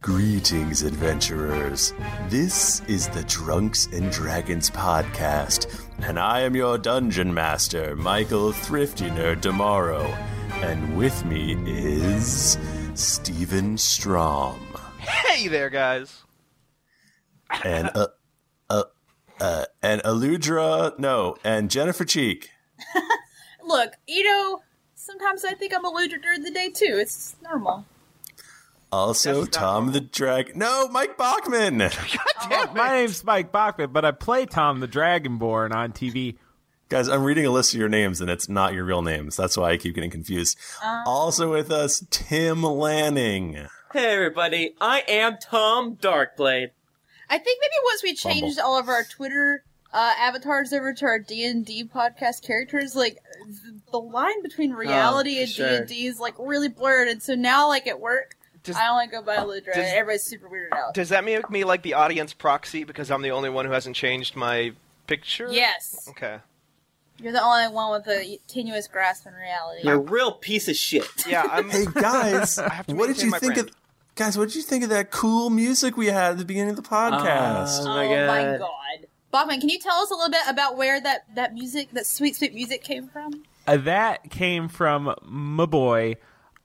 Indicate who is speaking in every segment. Speaker 1: Greetings, adventurers. This is the Drunks and Dragons podcast, and I am your dungeon master, Michael Thrifty Nerd Tomorrow. And with me is Stephen Strom.
Speaker 2: Hey there, guys.
Speaker 1: and uh, uh, uh, and Aludra, no, and Jennifer Cheek.
Speaker 3: Look, Ito, sometimes I think I'm a loser during the day too. It's normal.
Speaker 1: Also,
Speaker 2: That's not
Speaker 1: Tom the Drag. No, Mike Bachman.
Speaker 4: Oh, My name's Mike Bachman, but I play Tom the Dragonborn on TV.
Speaker 1: Guys, I'm reading a list of your names, and it's not your real names. That's why I keep getting confused.
Speaker 4: Um,
Speaker 1: also with us, Tim Lanning.
Speaker 5: Hey everybody, I am Tom Darkblade.
Speaker 3: I think maybe once we changed all of our Twitter uh, avatars over to our D and D podcast characters, like th- the line between reality and D
Speaker 5: sure.
Speaker 3: and D is like really blurred, and so now like at work,
Speaker 2: Does-
Speaker 3: I only go by Ludra, and
Speaker 2: does-
Speaker 3: everybody's super weirded out.
Speaker 2: Does that make me like the audience proxy because I'm the only one who hasn't changed my picture?
Speaker 3: yes,
Speaker 2: Okay.
Speaker 3: you're the only one with a tenuous grasp in reality.
Speaker 5: You're a real piece of shit.
Speaker 2: Yeah, I'm.
Speaker 1: Hey guys,
Speaker 2: have to
Speaker 1: what did
Speaker 2: maintain
Speaker 1: you
Speaker 2: my
Speaker 1: think
Speaker 2: brand.
Speaker 1: of? Guys, what did you think of that cool music we had at the beginning of the podcast?
Speaker 3: Oh
Speaker 5: Oh my
Speaker 3: my,
Speaker 5: God.
Speaker 3: god. Bachman, can you tell us a little bit about where that, that music, that sweet, sweet music came from?
Speaker 4: Uh, that came from my boy,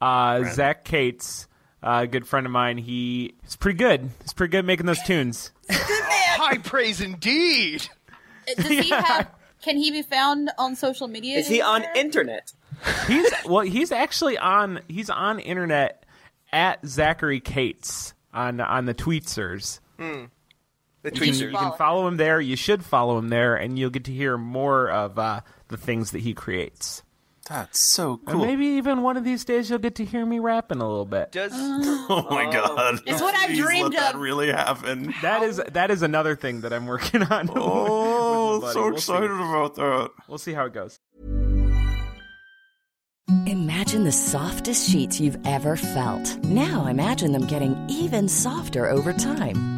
Speaker 4: uh, Zach Cates, uh, a good friend of mine. He He's pretty good. He's pretty good making those tunes.
Speaker 2: High praise indeed.
Speaker 3: Does he have? Can he be found on social media?
Speaker 5: Is he on
Speaker 3: anywhere?
Speaker 5: internet?
Speaker 4: He's well, he's actually on he's on internet at Zachary Cates on on the tweetsers.
Speaker 2: Hmm. The
Speaker 4: You can- You
Speaker 2: tweeters.
Speaker 4: can follow him there. You should follow him there, and you'll get to hear more of uh, the things that he creates.
Speaker 1: That's so
Speaker 4: And
Speaker 1: cool.
Speaker 4: maybe even one of these days you'll get to hear me rapping a little bit.
Speaker 2: Does
Speaker 3: uh,
Speaker 1: Oh my god!
Speaker 3: It's what I
Speaker 1: Please
Speaker 3: dreamed
Speaker 1: let That
Speaker 3: of.
Speaker 1: really happen.
Speaker 4: That is that is another thing that I'm working on.
Speaker 1: Oh,
Speaker 4: Buddy,
Speaker 1: so
Speaker 4: we'll see.
Speaker 1: excited about that.
Speaker 4: we'll see how it goes.
Speaker 6: Imagine the softest sheets you've ever felt. Now imagine them getting even softer over time.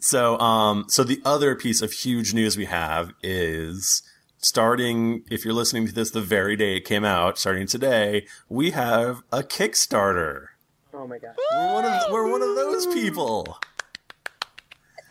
Speaker 1: So, um, so the other piece of huge news we have is starting. If you're listening to this the very day it came out, starting today, we have a Kickstarter.
Speaker 5: Oh my god.
Speaker 1: We're one of, we're one of those people.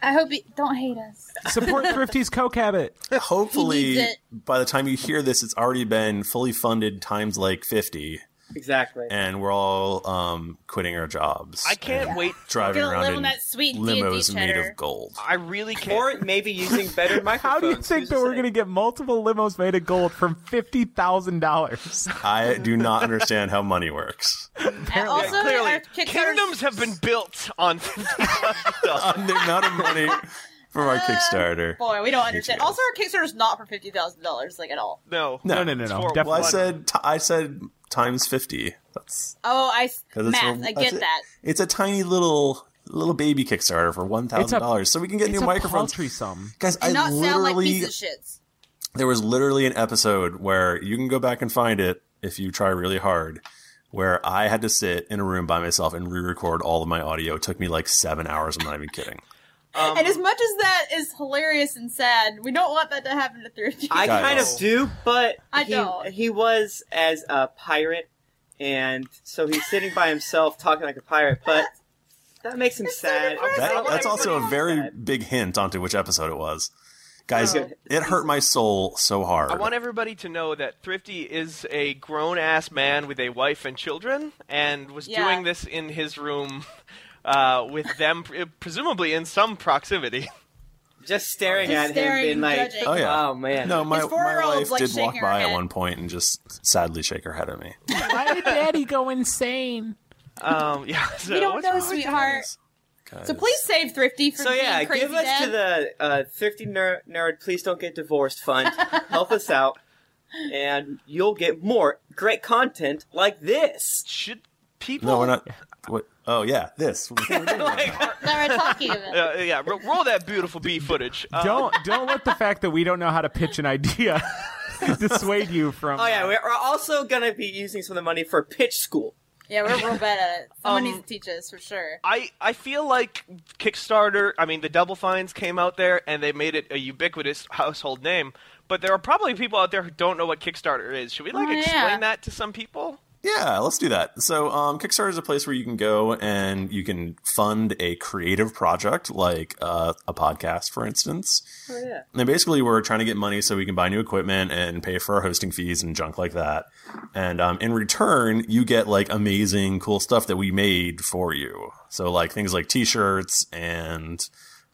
Speaker 3: I hope he don't hate us.
Speaker 4: Support Thrifty's Coke Habit.
Speaker 1: Hopefully,
Speaker 3: needs it.
Speaker 1: by the time you hear this, it's already been fully funded times like fifty.
Speaker 5: Exactly.
Speaker 1: and we're all um, quitting our jobs.
Speaker 2: I can't
Speaker 1: and
Speaker 2: wait-
Speaker 1: driving
Speaker 2: Gonna
Speaker 1: around
Speaker 2: live
Speaker 1: in
Speaker 2: on that sweet D&D
Speaker 1: limos made
Speaker 2: cheddar.
Speaker 1: of gold.
Speaker 2: I really can't.
Speaker 5: Or maybe using better
Speaker 4: How do you
Speaker 5: microphones.
Speaker 4: think that we're going to get multiple limos made of gold from fifty thousand dollars?
Speaker 1: I do not understand how money works.
Speaker 3: And also,
Speaker 2: clearly,
Speaker 3: our kick
Speaker 2: kingdoms have been built on
Speaker 1: on the amount of money from our Kickstarter.
Speaker 3: Boy, we don't understand. Also, our Kickstarter is not for fifty thousand dollars, like at all.
Speaker 2: No,
Speaker 1: no, no, no,
Speaker 4: no,
Speaker 1: Well, I
Speaker 4: definitely.
Speaker 1: said t- I said times fifty. That's
Speaker 3: Oh, I
Speaker 1: because it's
Speaker 3: math.
Speaker 1: a-
Speaker 3: I get
Speaker 1: that's it.
Speaker 3: that.
Speaker 1: It's a tiny little little baby Kickstarter for one thousand dollars, so we can get
Speaker 4: it's
Speaker 1: new
Speaker 4: a
Speaker 1: microphones.
Speaker 4: paltry sum.
Speaker 1: Guys, I
Speaker 3: And not sound like
Speaker 1: literally
Speaker 3: piece of shits.
Speaker 1: there was literally an episode where you can go back and find it if you try really hard where i had to sit in a room by myself and re-record all of my audio it took me like seven hours i'm not even kidding
Speaker 5: Um,
Speaker 3: and as much as that is hilarious and sad, we don't want that to happen to thrifty.
Speaker 5: I kind of do, but
Speaker 3: I
Speaker 5: he,
Speaker 3: don't.
Speaker 5: he was as a pirate, and so he's sitting by himself talking like a pirate, but that makes him sad.
Speaker 1: that, that's also a very big hint onto which episode it was guys
Speaker 2: Oh.
Speaker 1: it hurt my soul so hard
Speaker 2: I want everybody to know that Thrifty is a grown ass man with a wife and children, and was
Speaker 3: Yeah.
Speaker 2: doing this in his room uh, with them, pre- presumably in some proximity.
Speaker 5: Just staring
Speaker 2: Just
Speaker 5: at
Speaker 2: staring,
Speaker 5: him, being like,
Speaker 2: judging.
Speaker 1: oh yeah
Speaker 5: "Oh man!"
Speaker 1: no my,
Speaker 5: His
Speaker 1: my
Speaker 5: four-year-old's,
Speaker 1: wife
Speaker 5: like,
Speaker 1: did
Speaker 5: shaking
Speaker 1: walk
Speaker 5: her
Speaker 1: by at
Speaker 5: head.
Speaker 1: one point and just sadly shake her head at me
Speaker 4: Why did Daddy go insane?
Speaker 2: Um, yeah.
Speaker 3: we don't know, sweetheart. So please save Thrifty from
Speaker 5: So Oh, yeah,
Speaker 3: being crazy
Speaker 5: give us
Speaker 3: dad.
Speaker 5: to the uh, thrifty ner- nerd. Please don't get divorced fund. Help us out, and you'll get more great content like this.
Speaker 2: Should people?
Speaker 1: no we're not what, oh yeah this
Speaker 3: Now we're talking about.
Speaker 2: Uh, yeah, ro- roll that beautiful bee footage. Uh,
Speaker 4: don't don't let the fact that we don't know how to pitch an idea dissuade you from.
Speaker 5: Oh
Speaker 2: uh,
Speaker 5: yeah, we're also gonna be using some of the money for pitch school.
Speaker 3: Yeah, we're real bad at it. Someone
Speaker 2: Um,
Speaker 3: needs to teach us for sure.
Speaker 2: I, I feel like Kickstarter, I mean, the Double Fines came out there and they made it a ubiquitous household name, but there are probably people out there who don't know what Kickstarter is. Should we, like,
Speaker 3: Oh, yeah.
Speaker 2: explain that to some people?
Speaker 1: Yeah, let's do that. So, um, Kickstarter is a place where you can go and you can fund a creative project, like uh, a podcast, for instance.
Speaker 5: Oh yeah.
Speaker 1: And basically, we're trying to get money so we can buy new equipment and pay for our hosting fees and junk like that. And um, in return, you get like amazing, cool stuff that we made for you. So, like things like t shirts and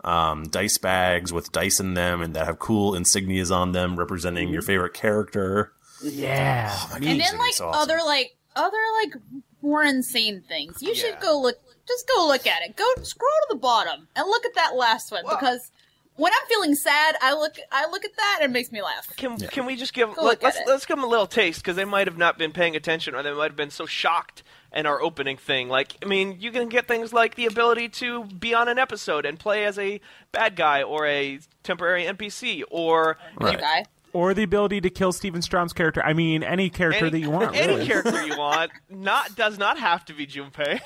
Speaker 1: um, dice bags with dice in them and that have cool insignias on them representing
Speaker 5: Mm-hmm.
Speaker 1: your favorite character.
Speaker 4: Yeah.
Speaker 3: and then like other like other like more insane things. You should go look. Just go look at it. Go scroll to the bottom and look at that last one because when I'm feeling sad, I look I look at that and it makes me laugh.
Speaker 2: Can, can we just give,
Speaker 3: Go
Speaker 2: let,
Speaker 3: look at
Speaker 2: us
Speaker 3: it.
Speaker 2: let's give them a little taste, because they might have not been paying attention or they might have been so shocked in our opening thing. Like, I mean, you can get things like the ability to be on an episode and play as a bad guy or a temporary NPC or
Speaker 1: Right.
Speaker 3: Guy.
Speaker 4: Or the ability to kill Steven Strom's character. I mean, any character that you want.
Speaker 2: any
Speaker 4: really.
Speaker 2: character you want. Not Does not have to be Junpei.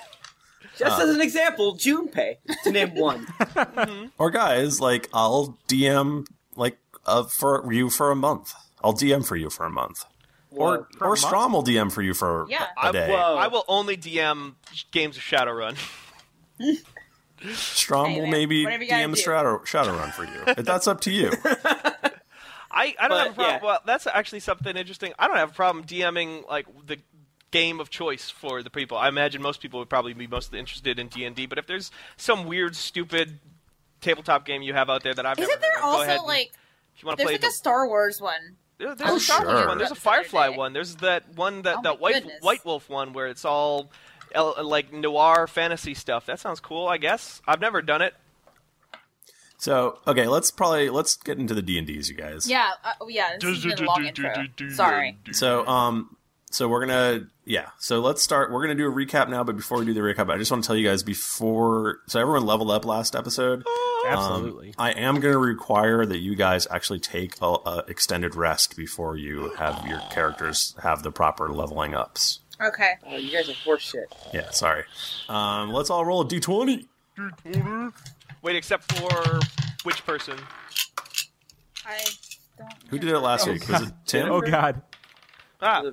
Speaker 5: Just
Speaker 4: Uh.
Speaker 5: as an example, Junpei to name one.
Speaker 1: Or guys, like I'll DM like uh, for you for a month. I'll DM for you for a month. Or
Speaker 5: Whoa.
Speaker 1: or Strom will DM for you for
Speaker 3: Yeah.
Speaker 1: a
Speaker 2: I,
Speaker 1: day.
Speaker 2: whoa. I will only DM games of Shadowrun.
Speaker 1: Strom
Speaker 3: Hey,
Speaker 1: will
Speaker 3: man,
Speaker 1: maybe
Speaker 3: whatever you gotta
Speaker 1: DM
Speaker 3: do.
Speaker 1: Shadow Shadowrun for you. That's up to you.
Speaker 2: I, I don't
Speaker 5: But,
Speaker 2: have a problem.
Speaker 5: yeah.
Speaker 2: Well, that's actually something interesting. I don't have a problem DMing like the game of choice for the people. I imagine most people would probably be mostly interested in D and D. But if there's some weird, stupid tabletop game you have out there that I've never
Speaker 3: Isn't
Speaker 2: heard
Speaker 3: there
Speaker 2: of, go ahead
Speaker 3: also
Speaker 2: and-
Speaker 3: like
Speaker 2: if you want to
Speaker 3: there's
Speaker 2: play
Speaker 3: like
Speaker 2: the
Speaker 3: a Star Wars one?
Speaker 2: There- There's
Speaker 1: Oh,
Speaker 2: a Star Wars
Speaker 1: sure.
Speaker 2: one. There's a
Speaker 3: That's the other
Speaker 2: Firefly
Speaker 3: day.
Speaker 2: one. There's that one that
Speaker 3: Oh my
Speaker 2: that white
Speaker 3: goodness.
Speaker 2: White Wolf one where it's all el- like noir fantasy stuff. That sounds cool. I guess I've never done it.
Speaker 1: So okay, let's probably let's get into the D and D's, you guys.
Speaker 3: Yeah, uh, oh, yeah. This has been a long intro. Sorry.
Speaker 1: So um so we're gonna yeah. So let's start we're gonna do a recap now, but before we do the recap, I just want to tell you guys before so everyone leveled up last episode. Um,
Speaker 4: Absolutely.
Speaker 1: I am going to require that you guys actually take a, a extended rest before you have your characters have the proper leveling ups.
Speaker 3: Okay.
Speaker 5: Oh, you guys are horseshit.
Speaker 1: Yeah, sorry. Um, let's all roll a d20.
Speaker 2: Wait, except for which person?
Speaker 3: I don't.
Speaker 1: Who did it last week? Was it Tim?
Speaker 4: oh God.
Speaker 2: Ah,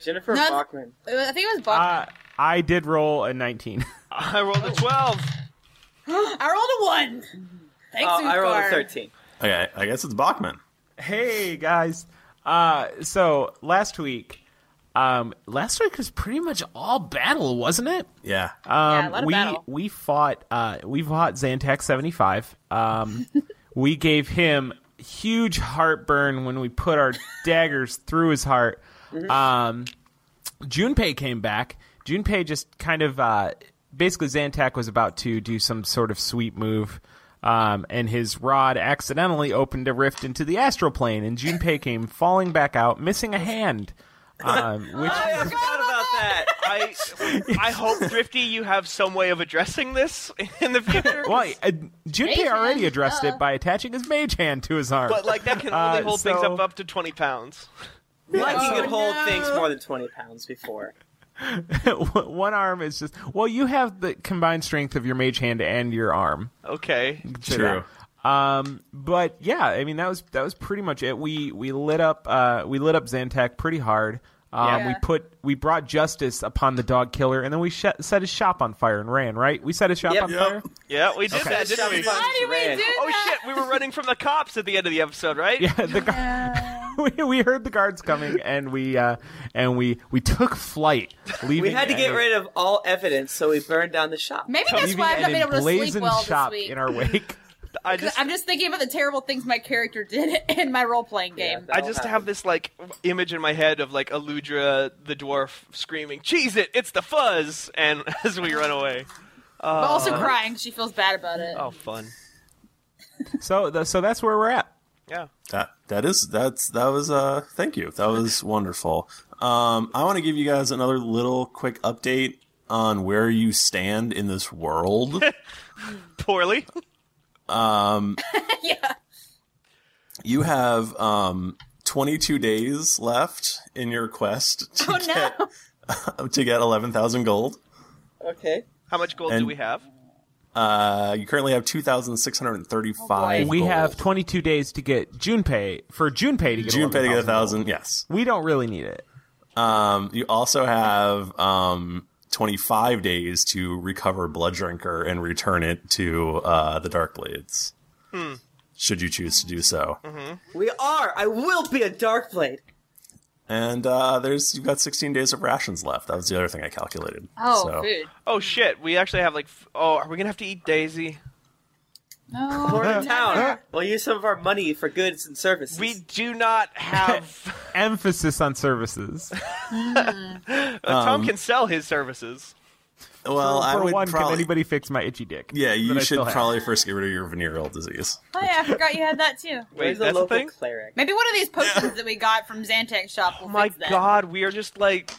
Speaker 5: Jennifer
Speaker 3: No,
Speaker 5: Bachman.
Speaker 3: it was- I think it was
Speaker 4: Uh,
Speaker 3: Bach.
Speaker 4: I did roll a 19.
Speaker 2: I rolled a
Speaker 5: Oh.
Speaker 2: twelve.
Speaker 3: I rolled a one. Thanks,
Speaker 5: Oh, I rolled a
Speaker 3: Uthgar.
Speaker 5: thirteen.
Speaker 1: Okay, I guess it's Bachman.
Speaker 4: hey guys. Uh, so last week, Um, last week was pretty much all battle, wasn't it?
Speaker 1: Yeah.
Speaker 4: Um,
Speaker 3: Yeah, a lot of
Speaker 4: we
Speaker 3: battle.
Speaker 4: we fought uh, we fought Zantac seventy five. Um, we gave him huge heartburn when we put our daggers through his heart.
Speaker 3: Mm-hmm.
Speaker 4: Um, Junpei came back. Junpei just kind of uh, basically Zantac was about to do some sort of sweep move, um, and his rod accidentally opened a rift into the astral plane, and Junpei came falling back out, missing a hand. Um, which
Speaker 2: I forgot about that. I, I hope Thrifty, you have some way of addressing this in the future.
Speaker 4: well, uh, Junpei
Speaker 3: Mage
Speaker 4: already
Speaker 3: hand,
Speaker 4: addressed
Speaker 3: duh.
Speaker 4: it by attaching his mage hand to his arm.
Speaker 2: But like that can only
Speaker 4: Uh,
Speaker 2: hold things
Speaker 4: so-
Speaker 2: up up to twenty pounds.
Speaker 5: Like he could hold
Speaker 3: Oh, no.
Speaker 5: things more than 20 pounds before.
Speaker 4: one arm is just well, you have the combined strength of your mage hand and your arm.
Speaker 2: Okay.
Speaker 4: to that. Um, but yeah, I mean that was that was pretty much it. We we lit up uh, we lit up Zantac pretty hard. Um,
Speaker 3: Yeah.
Speaker 4: We put we brought justice upon the dog killer, and then we sh- set his shop on fire and ran. Right? We set his shop
Speaker 5: Yep.
Speaker 4: on
Speaker 5: Yep.
Speaker 4: fire.
Speaker 2: Yeah, we did that,
Speaker 5: Shove
Speaker 2: didn't we?
Speaker 5: his buns
Speaker 3: Why did we
Speaker 5: red.
Speaker 3: do
Speaker 2: Oh
Speaker 3: that?
Speaker 2: shit, we were running from the cops at the end of the episode, right?
Speaker 4: Yeah, the gu- we, we heard the guards coming, and we uh, and we we took flight. Leaving
Speaker 5: We had to get
Speaker 4: an-
Speaker 5: rid of all evidence, so we burned down the shop.
Speaker 3: Maybe that's
Speaker 4: leaving
Speaker 3: why I've
Speaker 4: an
Speaker 3: not been able to sleep
Speaker 4: emblazoned
Speaker 3: well this
Speaker 4: shop
Speaker 3: week.
Speaker 4: in our wake.
Speaker 2: I
Speaker 3: 'Cause
Speaker 2: just
Speaker 3: I'm just thinking about the terrible things my character did in my role playing game.
Speaker 5: that-
Speaker 2: I just have this like image in my head of like Aludra the dwarf screaming, "Cheese it! It's the fuzz!" And as we run away, Uh,
Speaker 3: but also
Speaker 5: uh,
Speaker 3: crying. She feels bad about it.
Speaker 2: oh, fun.
Speaker 4: So th- so that's where we're at.
Speaker 2: Yeah.
Speaker 1: That that is that's that was uh thank you. That was wonderful. Um I want to give you guys another little quick update on where you stand in this world. Um,
Speaker 2: Poorly.
Speaker 3: yeah.
Speaker 1: you have um 22 days left in your quest to
Speaker 3: Oh, no.
Speaker 1: get to get 11,000 gold.
Speaker 5: Okay.
Speaker 2: How much gold do
Speaker 1: And-
Speaker 2: we have?
Speaker 1: Uh you currently have 2,635.
Speaker 4: We
Speaker 1: gold.
Speaker 4: have 22 days to get Junpei for Junpei to get
Speaker 1: June pay to get a
Speaker 4: 11,000 gold.
Speaker 1: 1,000. Yes.
Speaker 4: We don't really need it.
Speaker 1: Um, you also have um, 25 days to recover Blood Drinker and return it to uh, the Dark Blades.
Speaker 2: Hmm,
Speaker 1: Should you choose to do so.
Speaker 2: mm-hmm.
Speaker 5: We are. I will be a dark blade.
Speaker 1: And uh, there's you've got 16 days of rations left. That was the other thing I calculated.
Speaker 3: Oh,
Speaker 1: So-
Speaker 3: food.
Speaker 2: Oh shit, we actually have like. F- oh, are we gonna have to eat Daisy?
Speaker 5: We're
Speaker 3: No.
Speaker 5: in town. We'll use some of our money for goods and services.
Speaker 2: We do not have.
Speaker 4: Emphasis on services.
Speaker 2: Uh, Tom can sell his services.
Speaker 1: Well, I
Speaker 4: For
Speaker 1: would
Speaker 4: one,
Speaker 1: probably.
Speaker 4: can anybody fix my itchy dick?
Speaker 1: yeah,
Speaker 4: That I
Speaker 1: you should
Speaker 4: still have.
Speaker 1: probably first get rid of your venereal disease.
Speaker 3: Oh yeah, I forgot you had that too.
Speaker 2: Wait,
Speaker 5: Where's the
Speaker 2: that's a
Speaker 5: local
Speaker 2: thing?
Speaker 5: cleric?
Speaker 3: Maybe one of these potions that we got from Zantac shop will
Speaker 2: Oh my
Speaker 3: fix that.
Speaker 2: god, we are just like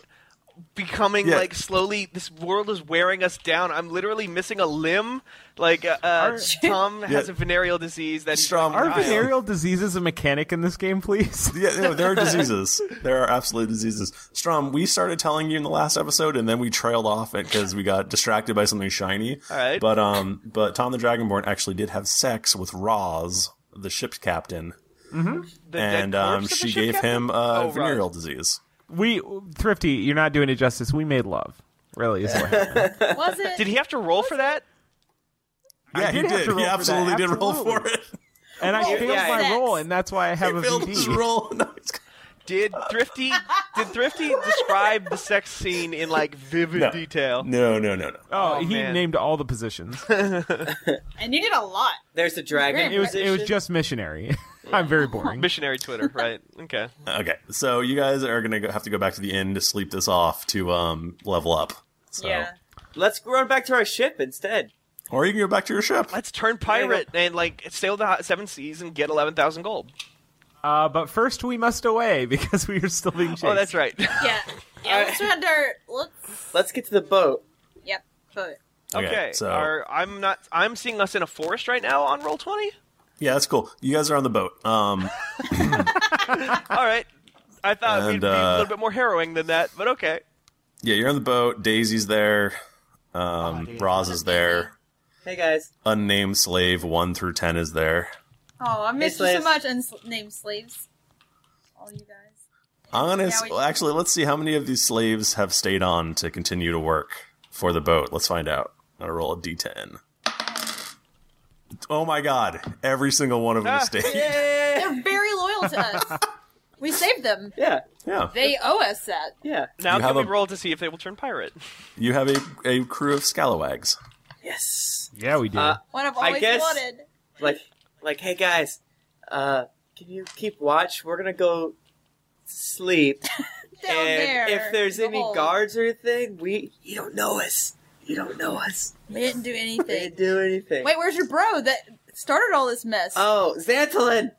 Speaker 2: becoming
Speaker 1: Yeah.
Speaker 2: like slowly. This world is wearing us down. I'm literally missing a limb. Like uh, uh, Tom has
Speaker 1: Yeah.
Speaker 2: a venereal disease that
Speaker 1: Strom-
Speaker 4: Are
Speaker 1: Kyle.
Speaker 4: venereal diseases a mechanic in this game, please?
Speaker 1: Yeah, no, there are diseases. there are absolute diseases. Strom, we started telling you in the last episode, and then we trailed off it because we got distracted by something shiny. All
Speaker 2: right.
Speaker 1: But um, but Tom the Dragonborn actually did have sex with Roz, the ship's captain,
Speaker 2: the dead
Speaker 1: and um,
Speaker 2: corpse of the
Speaker 1: she
Speaker 2: ship
Speaker 1: gave
Speaker 2: captain?
Speaker 1: him uh,
Speaker 2: Oh, Roz.
Speaker 1: venereal disease.
Speaker 4: We thrifty, you're not doing it justice. We made love. Really is what happened.
Speaker 3: Was it?
Speaker 2: Did he have to roll for that?
Speaker 4: I
Speaker 1: yeah, he
Speaker 4: did have
Speaker 1: did.
Speaker 4: to roll
Speaker 1: He
Speaker 4: for that,
Speaker 1: absolutely did roll for
Speaker 4: absolutely.
Speaker 1: it.
Speaker 4: And I
Speaker 3: Roll
Speaker 4: failed
Speaker 5: for
Speaker 4: my
Speaker 3: sex.
Speaker 4: role, and that's why I have
Speaker 1: he
Speaker 4: a
Speaker 1: failed his
Speaker 4: VD.
Speaker 1: roll. No, it's-
Speaker 2: Did Thrifty did Thrifty describe the sex scene in like vivid
Speaker 1: No.
Speaker 2: detail?
Speaker 1: no, no, no, no.
Speaker 4: Oh,
Speaker 2: Oh,
Speaker 4: he
Speaker 2: man.
Speaker 4: named all the positions.
Speaker 3: and you did a lot.
Speaker 5: There's a dragon.
Speaker 4: It was it was just missionary. I'm very boring.
Speaker 2: Missionary Twitter, right? Okay.
Speaker 1: Okay, so you guys are gonna go- have to go back to the inn to sleep this off to um level up. So.
Speaker 3: Yeah.
Speaker 5: Let's run back to our ship instead.
Speaker 1: Or you can go back to your ship.
Speaker 2: Let's turn pirate and like sail the hot- seven seas and get eleven thousand gold.
Speaker 4: Uh, but first, we must away because we are still being chased.
Speaker 2: Oh, that's right.
Speaker 3: Yeah. Yeah. Let's run dirt. Let's.
Speaker 5: Let's get to the boat.
Speaker 3: Yep. But
Speaker 2: okay.
Speaker 1: so
Speaker 2: Are, I'm not. I'm seeing us in a forest right now on roll twenty.
Speaker 1: Yeah, that's cool. You guys are on the boat. Um,
Speaker 2: All right. I thought
Speaker 1: And,
Speaker 2: it'd be a
Speaker 1: uh,
Speaker 2: little bit more harrowing than that, but okay.
Speaker 1: yeah, you're on the boat. Daisy's there. Um, Roz is there.
Speaker 5: Hey guys.
Speaker 1: Unnamed slave one through ten is there.
Speaker 3: oh, I missed you so
Speaker 5: slaves.
Speaker 3: much. Unnamed slaves. All you guys.
Speaker 1: I'm gonna s-
Speaker 3: we-
Speaker 1: well, actually let's see how many of these slaves have stayed on to continue to work for the boat. Let's find out. I'm gonna roll a d10. Oh my god! Every single one of them
Speaker 2: Ah,
Speaker 1: stayed.
Speaker 3: They're very loyal to us. We saved them.
Speaker 5: Yeah.
Speaker 1: Yeah.
Speaker 3: They owe us that.
Speaker 5: Yeah.
Speaker 2: Now
Speaker 1: You
Speaker 2: can
Speaker 1: have
Speaker 2: we
Speaker 1: a-
Speaker 2: roll to see if they will turn pirate?
Speaker 1: You have a, a crew of scalawags.
Speaker 5: Yes.
Speaker 4: Yeah, we do.
Speaker 5: Uh,
Speaker 3: What I've
Speaker 5: I
Speaker 3: always
Speaker 5: guess-
Speaker 3: wanted.
Speaker 5: Like, like, hey guys, uh, can you keep watch? We're gonna go sleep.
Speaker 3: Down
Speaker 5: and
Speaker 3: there.
Speaker 5: if there's
Speaker 3: in the
Speaker 5: any
Speaker 3: hole.
Speaker 5: guards or anything, we you don't know us. You don't know us.
Speaker 3: They didn't do
Speaker 5: They
Speaker 3: anything.
Speaker 5: didn't do anything.
Speaker 3: Wait, where's your bro that started all this mess?
Speaker 5: Oh, Xantolin!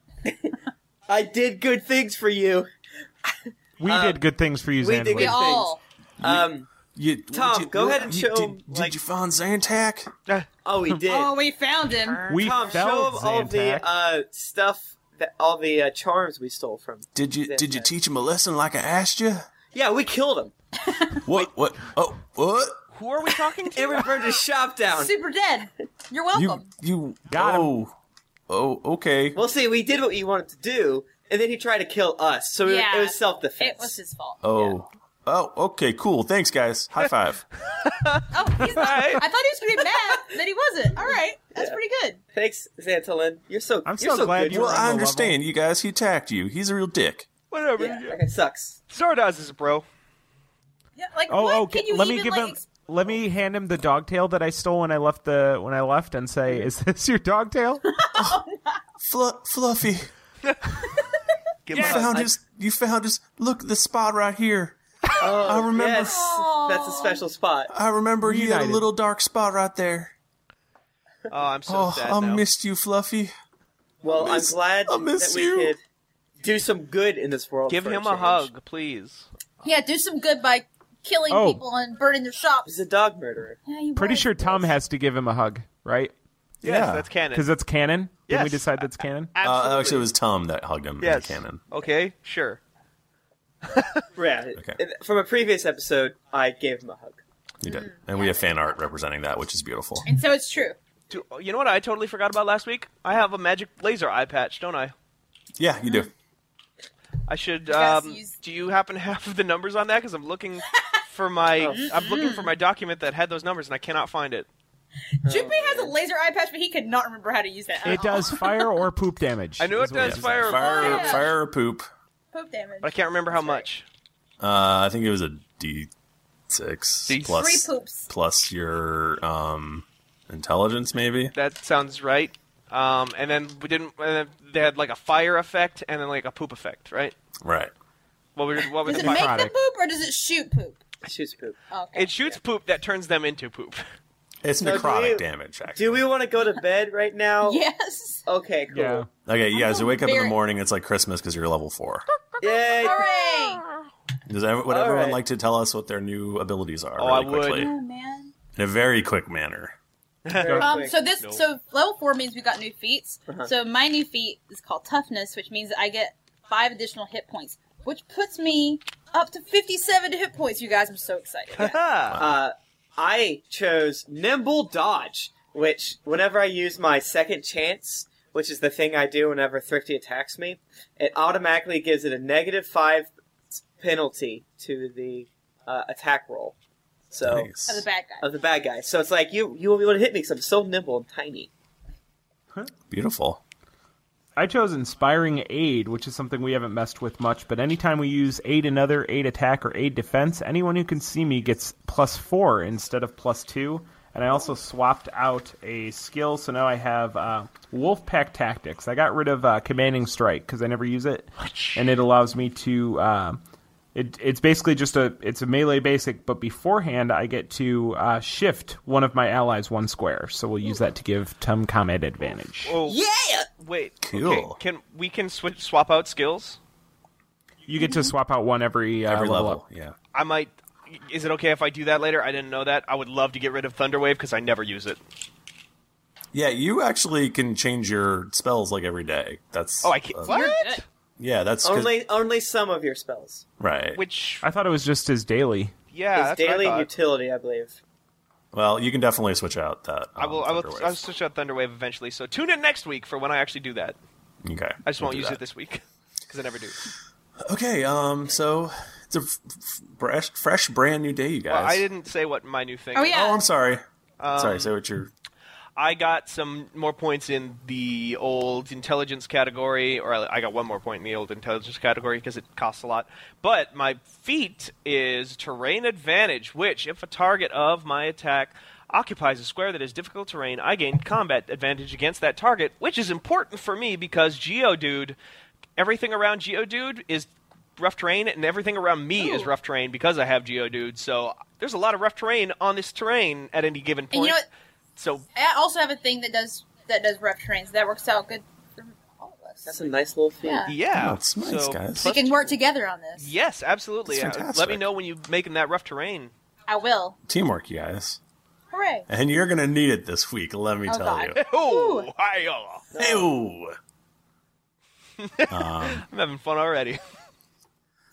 Speaker 5: I did good things for you.
Speaker 4: we did good things for you,
Speaker 5: Um, we did
Speaker 3: we
Speaker 5: good
Speaker 4: Xanadu.
Speaker 3: all.
Speaker 5: Um,
Speaker 1: You,
Speaker 5: Tom,
Speaker 1: did-
Speaker 5: go ahead and
Speaker 1: you-
Speaker 5: show
Speaker 1: Did,
Speaker 5: 'em,
Speaker 1: did
Speaker 5: Oh, like-
Speaker 1: you find Zantac?
Speaker 5: oh, we did.
Speaker 3: Oh, we found him.
Speaker 4: We
Speaker 5: Tom, show
Speaker 4: felt
Speaker 5: him all
Speaker 4: Zantac.
Speaker 5: the uh, stuff, that, all the uh, charms we stole from. him.
Speaker 1: Did you did you
Speaker 5: Zantac.
Speaker 1: teach him a lesson like I asked you?
Speaker 5: Yeah, we killed him.
Speaker 1: What? What? Oh, what?
Speaker 2: Who are we talking to?
Speaker 5: And we burned his shop down.
Speaker 3: Super dead. You're welcome.
Speaker 1: You you
Speaker 4: Got him.
Speaker 1: oh, Oh, okay.
Speaker 5: Well, see, we did what you wanted to do, and then he tried to kill us. So it-
Speaker 3: Yeah.
Speaker 5: it was self defense.
Speaker 3: It was his fault.
Speaker 1: oh. Oh, okay, cool. Thanks, guys. High five.
Speaker 3: Oh, he's not. I thought he was going to be mad that he wasn't. All right. That's pretty good.
Speaker 5: Thanks, Xantolin. You're so.
Speaker 4: I'm
Speaker 5: you're
Speaker 4: so
Speaker 5: so
Speaker 4: glad
Speaker 5: good.
Speaker 4: you
Speaker 1: well,
Speaker 4: were-
Speaker 5: You're-
Speaker 4: on
Speaker 1: I
Speaker 4: the
Speaker 1: understand you guys. He attacked you. He's a real dick.
Speaker 2: Whatever.
Speaker 5: Yeah, that guy sucks.
Speaker 2: Stardust is a bro.
Speaker 3: Yeah, like,
Speaker 4: Oh,
Speaker 3: what
Speaker 4: oh,
Speaker 3: can
Speaker 4: g-
Speaker 3: you
Speaker 4: let
Speaker 3: even,
Speaker 4: me give
Speaker 3: like,
Speaker 4: him.
Speaker 3: ex-
Speaker 4: Let me hand him the dog tail that I stole when I left the when I left, and say, "Is this your dog tail?"
Speaker 3: Oh,
Speaker 1: Flu- Fluffy,
Speaker 2: Give
Speaker 1: you
Speaker 2: him a-
Speaker 1: found his. You found his. Look, the spot right here.
Speaker 5: Oh,
Speaker 1: I remember.
Speaker 5: Yes, that's a special spot.
Speaker 1: I remember you had a
Speaker 4: Reunited.
Speaker 1: little dark spot right there.
Speaker 2: Oh, I'm so
Speaker 1: Oh,
Speaker 2: sad
Speaker 1: I
Speaker 2: now.
Speaker 1: missed you, Fluffy.
Speaker 5: Well,
Speaker 1: I miss-
Speaker 5: I'm glad
Speaker 1: I miss
Speaker 5: that we
Speaker 1: you.
Speaker 5: could do some good in this world.
Speaker 2: Give
Speaker 5: for
Speaker 2: him a
Speaker 5: change.
Speaker 2: hug, please.
Speaker 3: yeah, do some good by killing
Speaker 4: Oh.
Speaker 3: people and burning their shops.
Speaker 5: He's a dog murderer.
Speaker 3: Yeah, you
Speaker 4: Pretty
Speaker 3: were.
Speaker 4: sure Tom has to give him a hug, right?
Speaker 2: Yes, that's canon.
Speaker 4: Because that's canon. Did we
Speaker 2: Yes.
Speaker 4: decide that's canon?
Speaker 1: Uh,
Speaker 2: Absolutely.
Speaker 1: actually, it was Tom that hugged him
Speaker 2: yes.
Speaker 1: in the Mm, cannon.
Speaker 2: Okay, sure.
Speaker 5: Yeah.
Speaker 1: Okay.
Speaker 5: And From a previous episode, I gave him a hug.
Speaker 1: You did. And we have fan art representing that, which is beautiful.
Speaker 3: Mm-hmm. And so it's true.
Speaker 2: Do, you know what I totally forgot about last week? I have a magic laser eye patch, don't I?
Speaker 1: Yeah, you do.
Speaker 2: I should.
Speaker 3: guys
Speaker 2: Um,
Speaker 3: use-
Speaker 2: do you happen to have the numbers on that? Because I'm looking for my.
Speaker 5: Oh.
Speaker 2: I'm looking for my document that had those numbers, and I cannot find it.
Speaker 5: Oh,
Speaker 3: Jupy has a laser eye patch, but he could not remember how to use that. Oh, at
Speaker 4: It
Speaker 3: all.
Speaker 4: does fire or poop damage.
Speaker 2: I knew it
Speaker 4: is what
Speaker 2: does fire, a
Speaker 1: Fire,
Speaker 2: bullet,
Speaker 3: yeah.
Speaker 1: fire or poop.
Speaker 3: Poop damage.
Speaker 2: but I can't remember how much.
Speaker 1: Uh, I think it was a D six
Speaker 2: D-
Speaker 3: Three
Speaker 1: plus
Speaker 3: poops.
Speaker 1: plus your um intelligence, maybe.
Speaker 2: That sounds right. Um, and then we didn't. And then they had like a fire effect, and then like a poop effect, right?
Speaker 1: Right.
Speaker 2: What was what was
Speaker 3: Does
Speaker 2: the
Speaker 3: it
Speaker 2: fire?
Speaker 3: make them
Speaker 4: product.
Speaker 3: poop or does it shoot poop? Oh,
Speaker 5: Shoots poop.
Speaker 3: Okay.
Speaker 2: It shoots poop that turns them into poop.
Speaker 1: It's
Speaker 5: do
Speaker 1: necrotic
Speaker 5: we-
Speaker 1: damage. Actually.
Speaker 5: Do we want to go to bed right now?
Speaker 3: Yes.
Speaker 5: Okay, cool.
Speaker 4: Yeah.
Speaker 1: Okay, you guys, you wake up in the
Speaker 3: very-
Speaker 1: morning. It's like Christmas because you're level four.
Speaker 5: Yay!
Speaker 3: Hooray!
Speaker 1: Does ev- would
Speaker 5: All
Speaker 1: everyone
Speaker 5: right.
Speaker 1: like to tell us what their new abilities are?
Speaker 2: Oh,
Speaker 1: really
Speaker 2: I would.
Speaker 1: Quickly,
Speaker 3: Oh man.
Speaker 1: in a very quick manner.
Speaker 5: Very
Speaker 3: Um,
Speaker 5: quick.
Speaker 3: so this so level four means we got new feats. So my new feat is called toughness, which means I get five additional hit points, which puts me up to fifty-seven hit points. You guys, I'm so excited.
Speaker 5: Uh, I chose Nimble Dodge, which whenever I use my second chance, which is the thing I do whenever Thrifty attacks me, it automatically gives it a negative five penalty to the uh, attack roll. So
Speaker 3: Of the bad guy.
Speaker 5: of the bad guy. So it's like you you won't be able to hit me because I'm so nimble and tiny.
Speaker 1: Beautiful.
Speaker 4: I chose Inspiring Aid, which is something we haven't messed with much, but anytime we use aid another, aid attack, or aid defense, anyone who can see me gets plus four instead of plus two. And I also swapped out a skill, so now I have uh, Wolfpack Tactics. I got rid of uh, Commanding Strike because I never use it, and it allows me to. Uh, it, it's basically just a it's a melee basic, but beforehand I get to uh, shift one of my allies one square. So we'll use that to give Tom Comet advantage.
Speaker 2: Oh
Speaker 5: Yeah.
Speaker 2: wait,
Speaker 1: Cool.
Speaker 2: okay, can we can switch swap out skills?
Speaker 4: You get to swap out one every, uh,
Speaker 1: Every
Speaker 4: level.
Speaker 1: level.
Speaker 4: up.
Speaker 1: Yeah.
Speaker 2: I might. Is it okay if I do that later? I didn't know that. I would love to get rid of Thunderwave because I never use it.
Speaker 1: Yeah, you actually can change your spells like every day. That's
Speaker 2: Oh, I can't.
Speaker 1: uh,
Speaker 2: what?
Speaker 1: yeah, that's 'cause-
Speaker 5: Only only some of your spells.
Speaker 1: right.
Speaker 2: Which?
Speaker 4: I thought it was just his daily.
Speaker 2: Yeah,
Speaker 5: it's
Speaker 2: that's
Speaker 5: daily
Speaker 2: what I, thought.
Speaker 5: utility, I believe.
Speaker 1: Well, you can definitely switch out that.
Speaker 2: I will.
Speaker 1: um,
Speaker 2: I will.
Speaker 1: Thunderwave.
Speaker 2: I'll switch out Thunderwave eventually. So tune in next week for when I actually do that.
Speaker 1: Okay.
Speaker 2: I just
Speaker 1: we'll
Speaker 2: won't
Speaker 1: do
Speaker 2: use
Speaker 1: that.
Speaker 2: it this week because I never do.
Speaker 1: Okay. Um. So it's a f- f- fresh, fresh, brand new day, you guys.
Speaker 2: Well, I didn't say what my new thing.
Speaker 3: Oh
Speaker 2: is. Um,
Speaker 3: yeah.
Speaker 1: Oh, I'm sorry. sorry. Say what you're.
Speaker 2: I got some more points in the old intelligence category, or I I got one more point in the old intelligence category because it costs a lot. But my feat is terrain advantage, which, if a target of my attack occupies a square that is difficult terrain, I gain combat advantage against that target, which is important for me because Geodude, everything around Geodude is rough terrain, and everything around me is rough terrain because I have Geodude. So there's a lot of rough terrain on this terrain at any given point.
Speaker 3: And you know what?
Speaker 2: So
Speaker 3: I also have a thing that does that does rough terrains. That works out good for all of us.
Speaker 5: That's a nice little feat.
Speaker 3: Yeah.
Speaker 2: yeah,
Speaker 1: Oh, it's nice,
Speaker 2: so
Speaker 1: guys.
Speaker 3: We
Speaker 2: plus-
Speaker 3: can work together on this.
Speaker 2: yes, absolutely.
Speaker 1: That's
Speaker 2: Uh, Let me
Speaker 1: fantastic.
Speaker 2: know when you making that rough terrain.
Speaker 3: I will.
Speaker 1: Teamwork, you guys.
Speaker 3: Hooray!
Speaker 1: And you're going to need it this week, let me
Speaker 3: Oh,
Speaker 1: tell
Speaker 3: God.
Speaker 1: you.
Speaker 2: Oh, hi-yah.
Speaker 1: Ew. Um,
Speaker 2: I'm having fun already.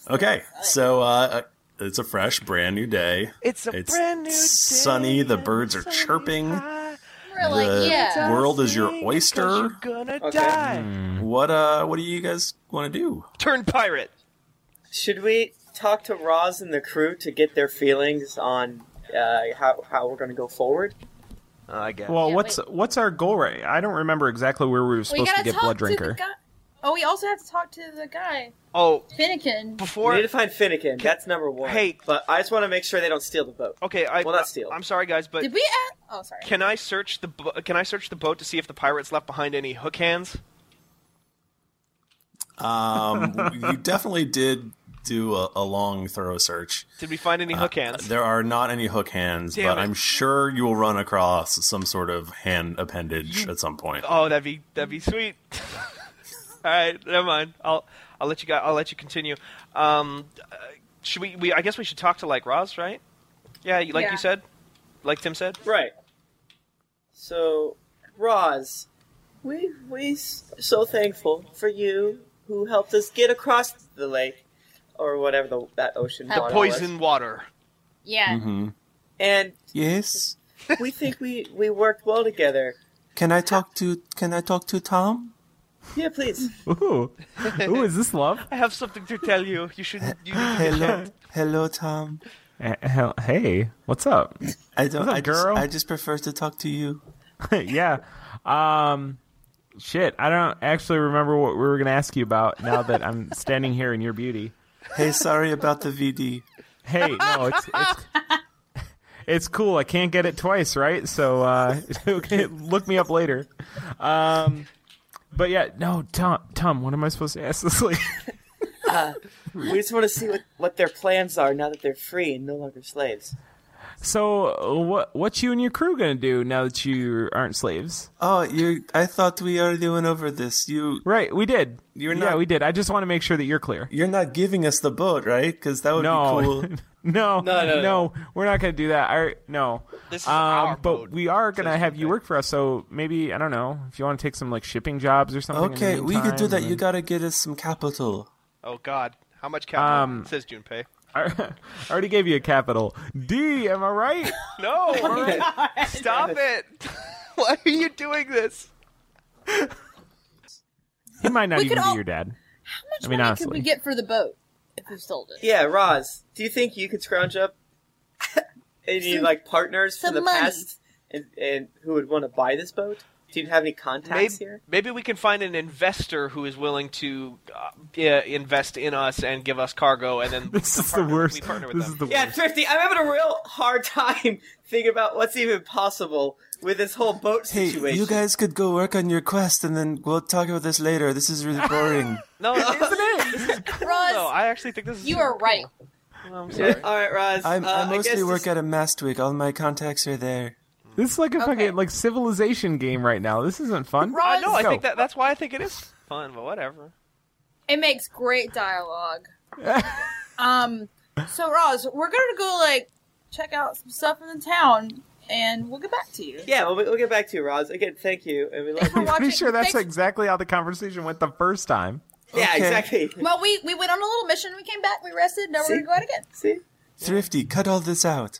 Speaker 1: Okay, so uh, it's a fresh, brand new day.
Speaker 2: It's a
Speaker 1: It's
Speaker 2: brand new day
Speaker 1: sunny, the
Speaker 2: and
Speaker 1: birds are
Speaker 2: sunny
Speaker 1: chirping.
Speaker 2: high.
Speaker 3: We're like,
Speaker 1: The-
Speaker 3: yeah.
Speaker 1: World is your
Speaker 2: Sing 'cause
Speaker 1: oyster.
Speaker 2: you're gonna
Speaker 5: Okay.
Speaker 2: die.
Speaker 1: What uh, what do you guys want to do?
Speaker 2: Turn pirate.
Speaker 5: Should we talk to Roz and the crew to get their feelings on uh, how how we're going to go forward?
Speaker 2: Uh, I guess.
Speaker 4: Well,
Speaker 3: Yeah,
Speaker 4: what's
Speaker 3: wait.
Speaker 4: what's our goal right? I don't remember exactly where we were
Speaker 3: We
Speaker 4: supposed
Speaker 3: gotta
Speaker 4: to get
Speaker 3: talk
Speaker 4: Blood
Speaker 3: to
Speaker 4: Drinker.
Speaker 3: the guy. Oh, we also have to talk to the guy
Speaker 2: oh,
Speaker 3: Finnegan.
Speaker 5: We
Speaker 2: before
Speaker 5: need to find Finnegan. That's number one.
Speaker 2: Hey.
Speaker 5: but I just want to make sure they don't steal the boat.
Speaker 2: okay, I
Speaker 5: Well, not steal.
Speaker 2: I'm sorry, guys, but
Speaker 3: Did we? Add... Oh, sorry.
Speaker 2: can I search the bo- can I search the boat to see if the pirates left behind any hook hands?
Speaker 1: Um, you definitely did do a, a long, thorough search. Uh,
Speaker 2: Did we find any hook hands?
Speaker 1: There are not any hook hands,
Speaker 2: Damn
Speaker 1: but
Speaker 2: it.
Speaker 1: I'm sure you will run across some sort of hand appendage at some point.
Speaker 2: Oh, that'd be that'd be sweet. All right, never mind. I'll I'll let you guys, I'll let you continue. Um, uh, should we, we? I guess we should talk to like Roz, right? Yeah, you- like
Speaker 3: Yeah.
Speaker 2: you said, like Tim said.
Speaker 5: Right. So, Roz, we we s- so thankful for you who helped us get across the lake, or whatever the, that ocean.
Speaker 3: The
Speaker 5: water was.
Speaker 2: Poison water.
Speaker 3: Yeah.
Speaker 5: And
Speaker 1: Mm-hmm. Yes.
Speaker 5: we think we we worked well together.
Speaker 1: Can I talk to Can I talk to Tom?
Speaker 5: Yeah, please.
Speaker 4: Ooh, ooh, is this love?
Speaker 2: I have something to tell you. You shouldn't. You need to be
Speaker 1: Hello, hello, Tom.
Speaker 4: Eh, hell- Hey, what's up?
Speaker 1: I don't.
Speaker 4: What's up, I just- girl? I
Speaker 1: just prefer to talk to you.
Speaker 4: yeah. Um, shit, I don't actually remember what we were gonna ask you about. Now that I'm standing here in your beauty.
Speaker 1: Hey, sorry about the VD.
Speaker 4: Hey, no, it's it's, it's cool. I can't get it twice, right? So uh, okay, look me up later. Um, but yeah, no, Tom, Tom, what am I supposed to ask this lady?
Speaker 5: Uh, We just want to see what, what their plans are now that they're free and no longer slaves.
Speaker 4: so uh, what what you and your crew gonna do now that you aren't slaves?
Speaker 1: Oh, you. I thought we already went over this. You.
Speaker 4: Right, we did.
Speaker 1: You're
Speaker 4: Yeah,
Speaker 1: not-
Speaker 4: we did. I just want to make sure that you're clear.
Speaker 1: You're not giving us the boat, right? Because that would
Speaker 4: No.
Speaker 1: be cool.
Speaker 4: No, no,
Speaker 5: no, no.
Speaker 4: we're not going to do that. I no.
Speaker 2: This is
Speaker 4: um,
Speaker 2: our
Speaker 4: but
Speaker 2: boat,
Speaker 4: we are going to
Speaker 2: says
Speaker 4: have
Speaker 2: the
Speaker 4: you
Speaker 2: thing.
Speaker 4: work for us. So maybe I don't know if you want to take some like shipping jobs or something. in the
Speaker 1: Okay, we could do
Speaker 4: meantime,
Speaker 1: that.
Speaker 4: and
Speaker 1: You
Speaker 4: then-
Speaker 1: gotta get us some capital.
Speaker 2: Oh God, how much capital?
Speaker 4: Um,
Speaker 2: says Junpei.
Speaker 4: I already gave you a capital D. Am I right?
Speaker 2: No,
Speaker 3: Oh
Speaker 2: stop it! Why are you doing this?
Speaker 4: He might not
Speaker 3: We
Speaker 4: even
Speaker 3: could
Speaker 4: be
Speaker 3: all-
Speaker 4: your dad.
Speaker 3: How much
Speaker 4: I mean,
Speaker 3: money
Speaker 4: honestly.
Speaker 3: could we get for the boat if we sold it?
Speaker 5: Yeah, Roz, do you think you could scrounge up any like partners for
Speaker 3: some
Speaker 5: the
Speaker 3: money.
Speaker 5: past and, and who would want to buy this boat? Do you have any contacts
Speaker 2: Maybe,
Speaker 5: here?
Speaker 2: maybe we can find an investor who is willing to uh, yeah, invest in us and give us cargo, and then
Speaker 4: This
Speaker 2: we
Speaker 4: is
Speaker 2: partner-
Speaker 4: the worst.
Speaker 2: We partner with
Speaker 4: This
Speaker 2: them.
Speaker 4: is the
Speaker 5: Yeah,
Speaker 4: worst.
Speaker 5: Thrifty, I'm having a real hard time thinking about what's even possible with this whole boat
Speaker 1: Hey,
Speaker 5: situation.
Speaker 1: you guys could go work on your quest, and then we'll talk about this later. This is really boring.
Speaker 2: No, isn't it? This is cool,
Speaker 3: Roz,
Speaker 2: though. I actually think this is.
Speaker 3: You are right.
Speaker 2: I'm sorry.
Speaker 5: All right, Roz.
Speaker 1: I'm,
Speaker 5: uh,
Speaker 1: I mostly
Speaker 5: guess
Speaker 1: work
Speaker 5: this-
Speaker 1: at a Mastwick. All my contacts are there.
Speaker 4: This is like a
Speaker 3: Okay.
Speaker 4: fucking like civilization game right now. This isn't fun.
Speaker 2: I
Speaker 3: Roz,
Speaker 2: know. I
Speaker 4: Go.
Speaker 2: think that that's why I think it is fun, but whatever.
Speaker 3: it makes great dialogue. um, so Roz, we're gonna go like check out some stuff in the town, and we'll get back to you.
Speaker 5: Yeah, we'll, we'll get back to you, Roz. Again, thank you, and we
Speaker 3: We're
Speaker 5: love you.
Speaker 4: I'm pretty
Speaker 3: watching-
Speaker 4: sure that's
Speaker 3: thanks-
Speaker 4: exactly how the conversation went the first time.
Speaker 5: yeah,
Speaker 1: Okay.
Speaker 5: exactly.
Speaker 3: Well, we we went on a little mission. We came back. We rested. Now we're
Speaker 5: See?
Speaker 3: gonna go out again.
Speaker 5: See?
Speaker 1: Thrifty, cut all this out.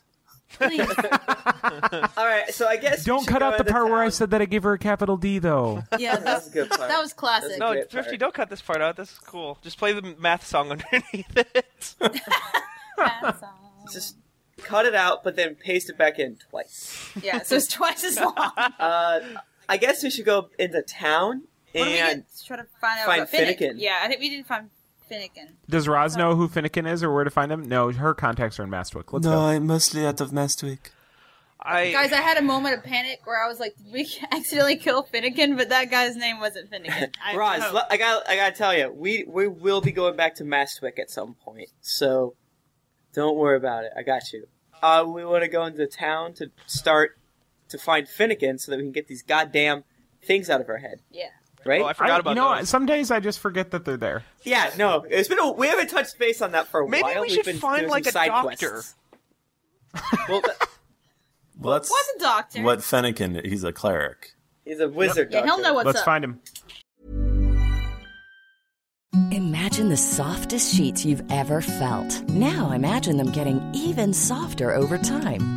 Speaker 3: Please.
Speaker 5: All right, so I guess we
Speaker 4: Don't
Speaker 5: should
Speaker 4: cut
Speaker 5: go
Speaker 4: out the
Speaker 5: into
Speaker 4: part where I
Speaker 5: town.
Speaker 4: said that I gave her a capital D though.
Speaker 3: yeah,
Speaker 5: That was
Speaker 3: that's,
Speaker 5: a good part.
Speaker 3: that was classic.
Speaker 5: That
Speaker 2: No,
Speaker 5: was a great
Speaker 2: Thrifty,
Speaker 5: part.
Speaker 2: don't cut this part out. This is cool. Just play the math song underneath it.
Speaker 3: That's all.
Speaker 5: Just cut it out, but then paste it back in twice.
Speaker 3: Yeah, so it's twice as long.
Speaker 5: Uh, I guess we should go into town
Speaker 3: What do we
Speaker 5: and
Speaker 3: get? Try to find out
Speaker 5: find
Speaker 3: about Finnick.
Speaker 5: Finnegan.
Speaker 3: Yeah, I think we didn't find Finnegan.
Speaker 4: Does Roz know who Finnegan is or where to find him? No, her contacts are in Mastwick. Let's
Speaker 1: no,
Speaker 4: go.
Speaker 1: I'm mostly out of Mastwick.
Speaker 2: I
Speaker 3: Guys, I had a moment of panic where I was like, did we accidentally kill Finnegan? But that guy's name wasn't Finnegan. I
Speaker 5: Roz,
Speaker 3: hope.
Speaker 5: le- I got I gotta tell you, we we will be going back to Mastwick at some point, so don't worry about it. I got you. Uh, we want to go into town to start to find Finnegan so that we can get these goddamn things out of our head,
Speaker 3: yeah.
Speaker 5: right?
Speaker 2: oh, I forgot
Speaker 4: I-
Speaker 2: about
Speaker 4: you know,
Speaker 2: those.
Speaker 4: some days I just forget that they're there.
Speaker 5: Yeah, no, it's been a, we haven't touched base on that for a
Speaker 2: Maybe
Speaker 5: while.
Speaker 2: we
Speaker 5: We've
Speaker 2: should
Speaker 5: been
Speaker 2: find,
Speaker 5: doing
Speaker 2: like,
Speaker 5: some
Speaker 2: a
Speaker 5: side
Speaker 2: doctor.
Speaker 5: quests. well, th-
Speaker 1: What's
Speaker 3: Was a doctor.
Speaker 1: what Fennekin? He's a cleric.
Speaker 5: he's a wizard.
Speaker 3: yeah, he'll
Speaker 5: doctor.
Speaker 3: know what's
Speaker 4: Let's
Speaker 3: up.
Speaker 4: find him.
Speaker 6: Imagine the softest sheets you've ever felt. Now imagine them getting even softer over time.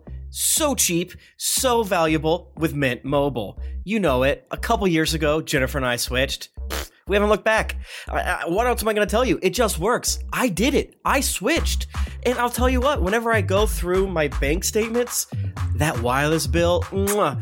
Speaker 7: so cheap, so valuable with Mint Mobile. You know it. A couple years ago, Jennifer and I switched. Pfft, We haven't looked back. I, I- what else am I going to tell you? It just works. I did it. I switched. And I'll tell you what, whenever I go through my bank statements, that wireless bill, mwah,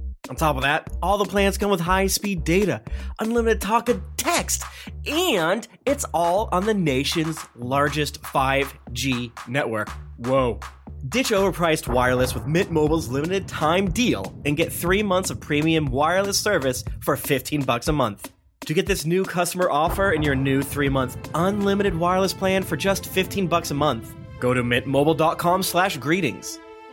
Speaker 7: On top of that, all the plans come with high speed data, unlimited talk and text, and it's all on the nation's largest 5G network. Whoa. Ditch overpriced wireless with Mint Mobile's limited time deal and get three months of premium wireless service for 15 bucks a month. To get this new customer offer and your new three-month unlimited wireless plan for just 15 bucks a month, go to mintmobile.com slash greetings.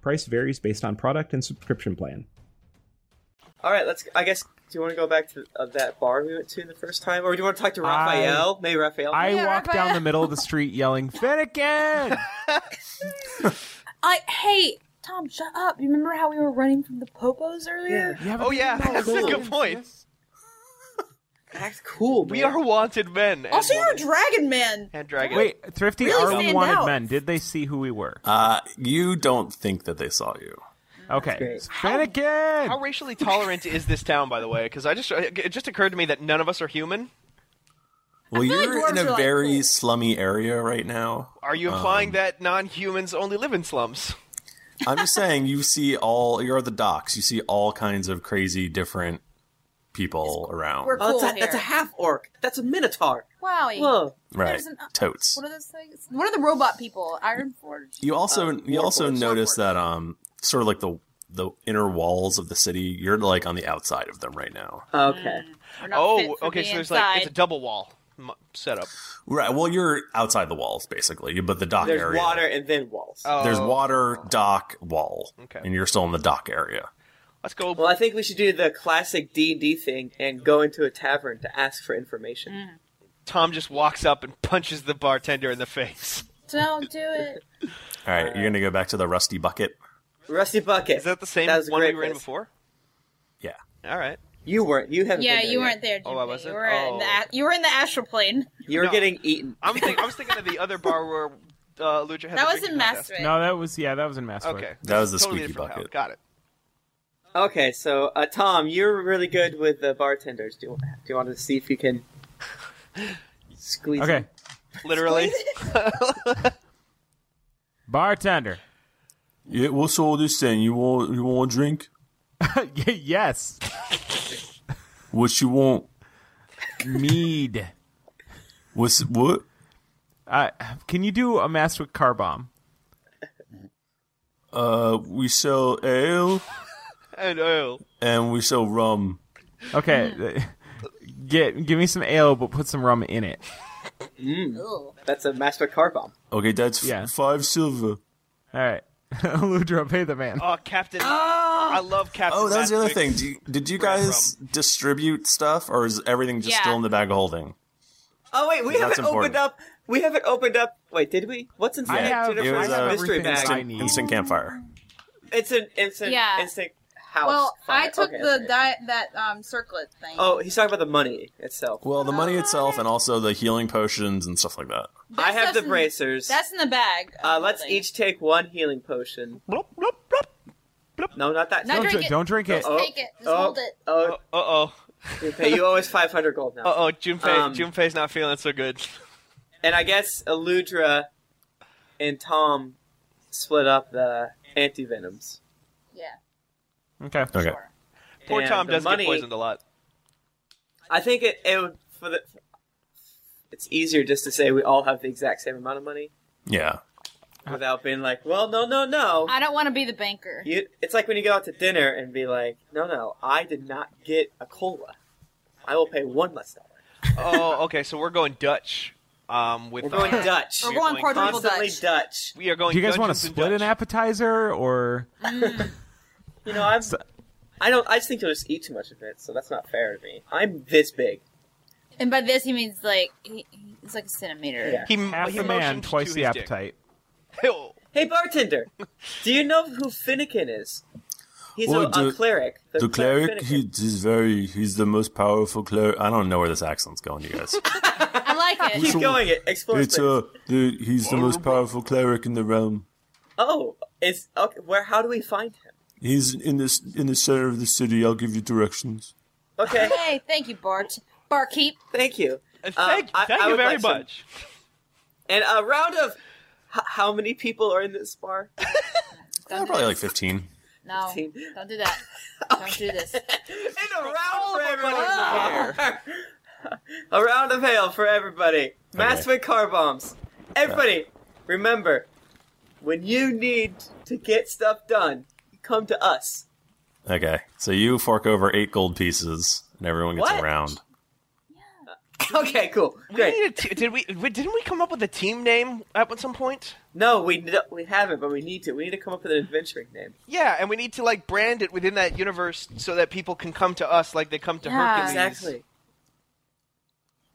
Speaker 8: Price varies based on product and subscription plan.
Speaker 5: All right, let's. I guess. Do you want to go back to uh, that bar we went to the first time, or do you want to talk to Raphael? Maybe Raphael.
Speaker 4: I walk down the middle of the street yelling, Finnegan!
Speaker 3: I hey Tom, shut up! You remember how we were running from the popos earlier?
Speaker 2: Yeah. Oh yeah, that's a good point.
Speaker 5: That's cool.
Speaker 2: We are wanted men. and
Speaker 3: Also, you're a
Speaker 2: women.
Speaker 3: dragon man.
Speaker 2: and dragon.
Speaker 4: Wait, Thrifty
Speaker 3: Really
Speaker 4: are we
Speaker 3: stand
Speaker 4: wanted
Speaker 3: out.
Speaker 4: men. Did they see who we were?
Speaker 1: Uh, you don't think that they saw you.
Speaker 4: Okay. Finnegan!
Speaker 2: How racially tolerant is this town, by the way? Because I just uh, it just occurred to me that none of us are human.
Speaker 1: Well,
Speaker 2: feel like
Speaker 1: you're in
Speaker 2: dwarves are,
Speaker 1: a
Speaker 2: like,
Speaker 1: very slummy area right now. Um,
Speaker 2: Are you implying that non-humans only live in slums?
Speaker 1: I'm just saying you see all you're at the docks. You see all kinds of crazy different people around.
Speaker 3: We're
Speaker 5: Oh,
Speaker 3: cool
Speaker 5: that's, a,
Speaker 3: here.
Speaker 5: that's a half orc. That's a minotaur.
Speaker 3: Wowie.
Speaker 5: Whoa.
Speaker 1: Right.
Speaker 3: There's an- uh,
Speaker 1: Totes.
Speaker 3: What are those things? What are the robot people? Ironforge.
Speaker 1: You also you also notice that um sort of like the the inner walls of the city, you're like on the outside of them right now.
Speaker 5: Okay.
Speaker 2: Oh,
Speaker 3: Mm. fit for
Speaker 2: okay. So
Speaker 3: being
Speaker 2: there's like it's a
Speaker 3: inside.
Speaker 2: double wall m- setup.
Speaker 1: Right. Well, you're outside the walls basically, but
Speaker 2: Ah,
Speaker 1: the dock
Speaker 5: There's
Speaker 1: area.
Speaker 5: water and then walls.
Speaker 2: Uh,
Speaker 1: There's water, dock, wall.
Speaker 2: Okay.
Speaker 1: And you're still in the dock area.
Speaker 2: Let's go.
Speaker 5: Well, I think we should do the classic D and D thing and go into a tavern to ask for information.
Speaker 3: Mm.
Speaker 2: Tom just walks up and punches the bartender in the face.
Speaker 3: Don't do it.
Speaker 1: All right, you're going to go back to the rusty bucket.
Speaker 5: Rusty bucket. Is
Speaker 2: that the same
Speaker 5: That was a
Speaker 2: one we
Speaker 5: great
Speaker 2: were in
Speaker 5: place.
Speaker 2: before?
Speaker 1: Yeah.
Speaker 2: All right.
Speaker 5: You weren't. You haven't.
Speaker 3: Yeah,
Speaker 5: been there
Speaker 3: you
Speaker 5: yet.
Speaker 3: weren't there.
Speaker 2: Oh, I wasn't.
Speaker 3: You were in the
Speaker 2: Oh.
Speaker 3: a- you were in the astral plane.
Speaker 5: You were getting eaten.
Speaker 2: I'm think- I was thinking of the other bar where uh, Lucha had.
Speaker 3: That
Speaker 2: the
Speaker 3: was
Speaker 2: drinking
Speaker 3: in
Speaker 2: contest.
Speaker 3: Mastery.
Speaker 4: No, that was yeah, that was in Masterwork.
Speaker 2: Okay.
Speaker 1: That was
Speaker 2: This
Speaker 1: the
Speaker 2: is totally
Speaker 1: squeaky
Speaker 2: different town.
Speaker 1: bucket.
Speaker 2: Got it.
Speaker 5: Okay, so uh, Tom, you're really good with the bartenders. Do you want? Do you want to see if you can squeeze?
Speaker 4: Okay.
Speaker 5: them?
Speaker 2: Literally.
Speaker 4: Bartender.
Speaker 1: Yeah, what's all this then? You want you want a drink?
Speaker 4: Y- yes.
Speaker 1: What you want?
Speaker 4: Mead.
Speaker 1: What's what?
Speaker 4: Uh, can you do a Masterwork car bomb?
Speaker 1: Uh, we sell ale
Speaker 2: and oh,
Speaker 1: and we sell rum.
Speaker 4: Okay. Get give me some ale but put some rum in it.
Speaker 3: Ew.
Speaker 5: Mm. That's a master car bomb.
Speaker 1: Okay, that's f-
Speaker 4: Yeah.
Speaker 1: five silver.
Speaker 4: All right. Ludra, pay the man.
Speaker 2: oh, Captain.
Speaker 5: Ah.
Speaker 2: I love Captain.
Speaker 1: Oh, that was the other
Speaker 2: Masterpiece.
Speaker 1: thing. Do you, did you guys distribute stuff, or is everything just
Speaker 3: Yeah.
Speaker 1: still in the bag of holding?
Speaker 5: Oh wait, we
Speaker 1: That's
Speaker 5: haven't
Speaker 1: important.
Speaker 5: opened up. We haven't opened up. Wait, did we? What's inside
Speaker 4: have-
Speaker 5: Jennifer's
Speaker 1: It was
Speaker 4: I have
Speaker 1: a
Speaker 5: mystery
Speaker 4: everything
Speaker 5: bag?
Speaker 4: I
Speaker 1: instant,
Speaker 4: need.
Speaker 1: instant campfire.
Speaker 5: It's an instant,
Speaker 3: Yeah.
Speaker 5: instant house.
Speaker 3: Well, I
Speaker 5: fire.
Speaker 3: took
Speaker 5: Okay,
Speaker 3: the
Speaker 5: that's right.
Speaker 3: diet that um circlet thing.
Speaker 5: Oh, he's talking about the money itself.
Speaker 1: Well, the money itself, and also the healing potions and stuff like that.
Speaker 5: I have the
Speaker 3: that's in-
Speaker 5: bracers.
Speaker 3: That's in the bag. of
Speaker 5: uh, let's
Speaker 3: holding.
Speaker 5: each take one healing potion. No, not that.
Speaker 3: Not
Speaker 5: no,
Speaker 4: Don't,
Speaker 3: drink
Speaker 4: dr-
Speaker 3: it.
Speaker 4: don't drink it.
Speaker 5: Oh,
Speaker 3: Take it. Just
Speaker 5: oh,
Speaker 3: hold it.
Speaker 5: Oh,
Speaker 2: Uh oh.
Speaker 5: Junpei, you owe us 500 gold now.
Speaker 2: Uh oh. Junpei.
Speaker 5: Um,
Speaker 2: Junpei's not feeling so good.
Speaker 5: And I guess Eludra and Tom split up the anti venoms.
Speaker 3: Yeah.
Speaker 4: Okay.
Speaker 1: Okay.
Speaker 2: Poor
Speaker 5: And
Speaker 2: Tom
Speaker 5: the
Speaker 2: does
Speaker 5: money-
Speaker 2: get poisoned a lot.
Speaker 5: I think it, it would for the. It's easier just to say we all have the exact same amount of money
Speaker 1: Yeah.
Speaker 5: without being like, well, no, no, no.
Speaker 3: I don't want to be the banker.
Speaker 5: You, it's like when you go out to dinner and be like, no, no, I did not get a cola. I will pay one less dollar.
Speaker 2: Oh, okay. So we're going Dutch. Um, with
Speaker 5: We're going
Speaker 2: uh,
Speaker 5: Dutch.
Speaker 3: We're going quadruple
Speaker 5: Constantly
Speaker 3: Dutch.
Speaker 5: Dutch.
Speaker 2: We are going.
Speaker 4: Do you guys want to
Speaker 2: Dungeons and
Speaker 4: split an
Speaker 2: Dutch.
Speaker 4: appetizer or
Speaker 5: You know, I'm. I don't. I just think you'll just eat too much of it, so that's not fair to me. I'm this big.
Speaker 3: And by this, he means like he, he- it's like a centimeter.
Speaker 5: Yeah.
Speaker 2: He,
Speaker 4: half
Speaker 2: he
Speaker 4: a man
Speaker 2: motioned
Speaker 4: twice
Speaker 2: to
Speaker 4: the
Speaker 2: his dick.
Speaker 4: appetite?
Speaker 2: Ew.
Speaker 5: Hey, bartender, do you know who Finnegan is? He's
Speaker 1: Oh,
Speaker 5: a, a
Speaker 1: the-
Speaker 5: cleric.
Speaker 1: The cleric,
Speaker 5: Finnegan.
Speaker 1: he, he's very, he's the most powerful cleric. I don't know where this accent's going, you guys.
Speaker 3: I like it. it.
Speaker 5: Keep going. It explores.
Speaker 1: It's uh, the, he's the most powerful cleric in the realm.
Speaker 5: Oh, is okay. Where? How do we find him?
Speaker 1: He's in this in the center of the city. I'll give you directions.
Speaker 5: Okay.
Speaker 3: Hey, thank you, Bart. Barkeep.
Speaker 5: Thank you.
Speaker 2: Uh,
Speaker 5: Um,
Speaker 2: Thank,
Speaker 5: Uh, I-
Speaker 2: thank
Speaker 5: I
Speaker 2: you
Speaker 5: would
Speaker 2: very
Speaker 5: like some-
Speaker 2: much.
Speaker 5: And a round of h- how many people are in this bar?
Speaker 1: Probably like fifteen.
Speaker 3: No, don't do that. Don't do this. Oh
Speaker 5: In a round for everyone. a round of hail for everybody. Master car bombs. Everybody, remember, when you need to get stuff done, you come to us.
Speaker 1: Okay, so you fork over eight gold pieces, and everyone gets
Speaker 5: What?
Speaker 1: a round.
Speaker 5: Okay, cool. Great.
Speaker 2: We need a t- did we w- didn't we come up with a team name at some point?
Speaker 5: No, we no, we haven't, but we need to. We need to come up with an adventuring name.
Speaker 2: Yeah, and we need to like brand it within that universe so that people can come to us like they come to Hercules
Speaker 5: Exactly.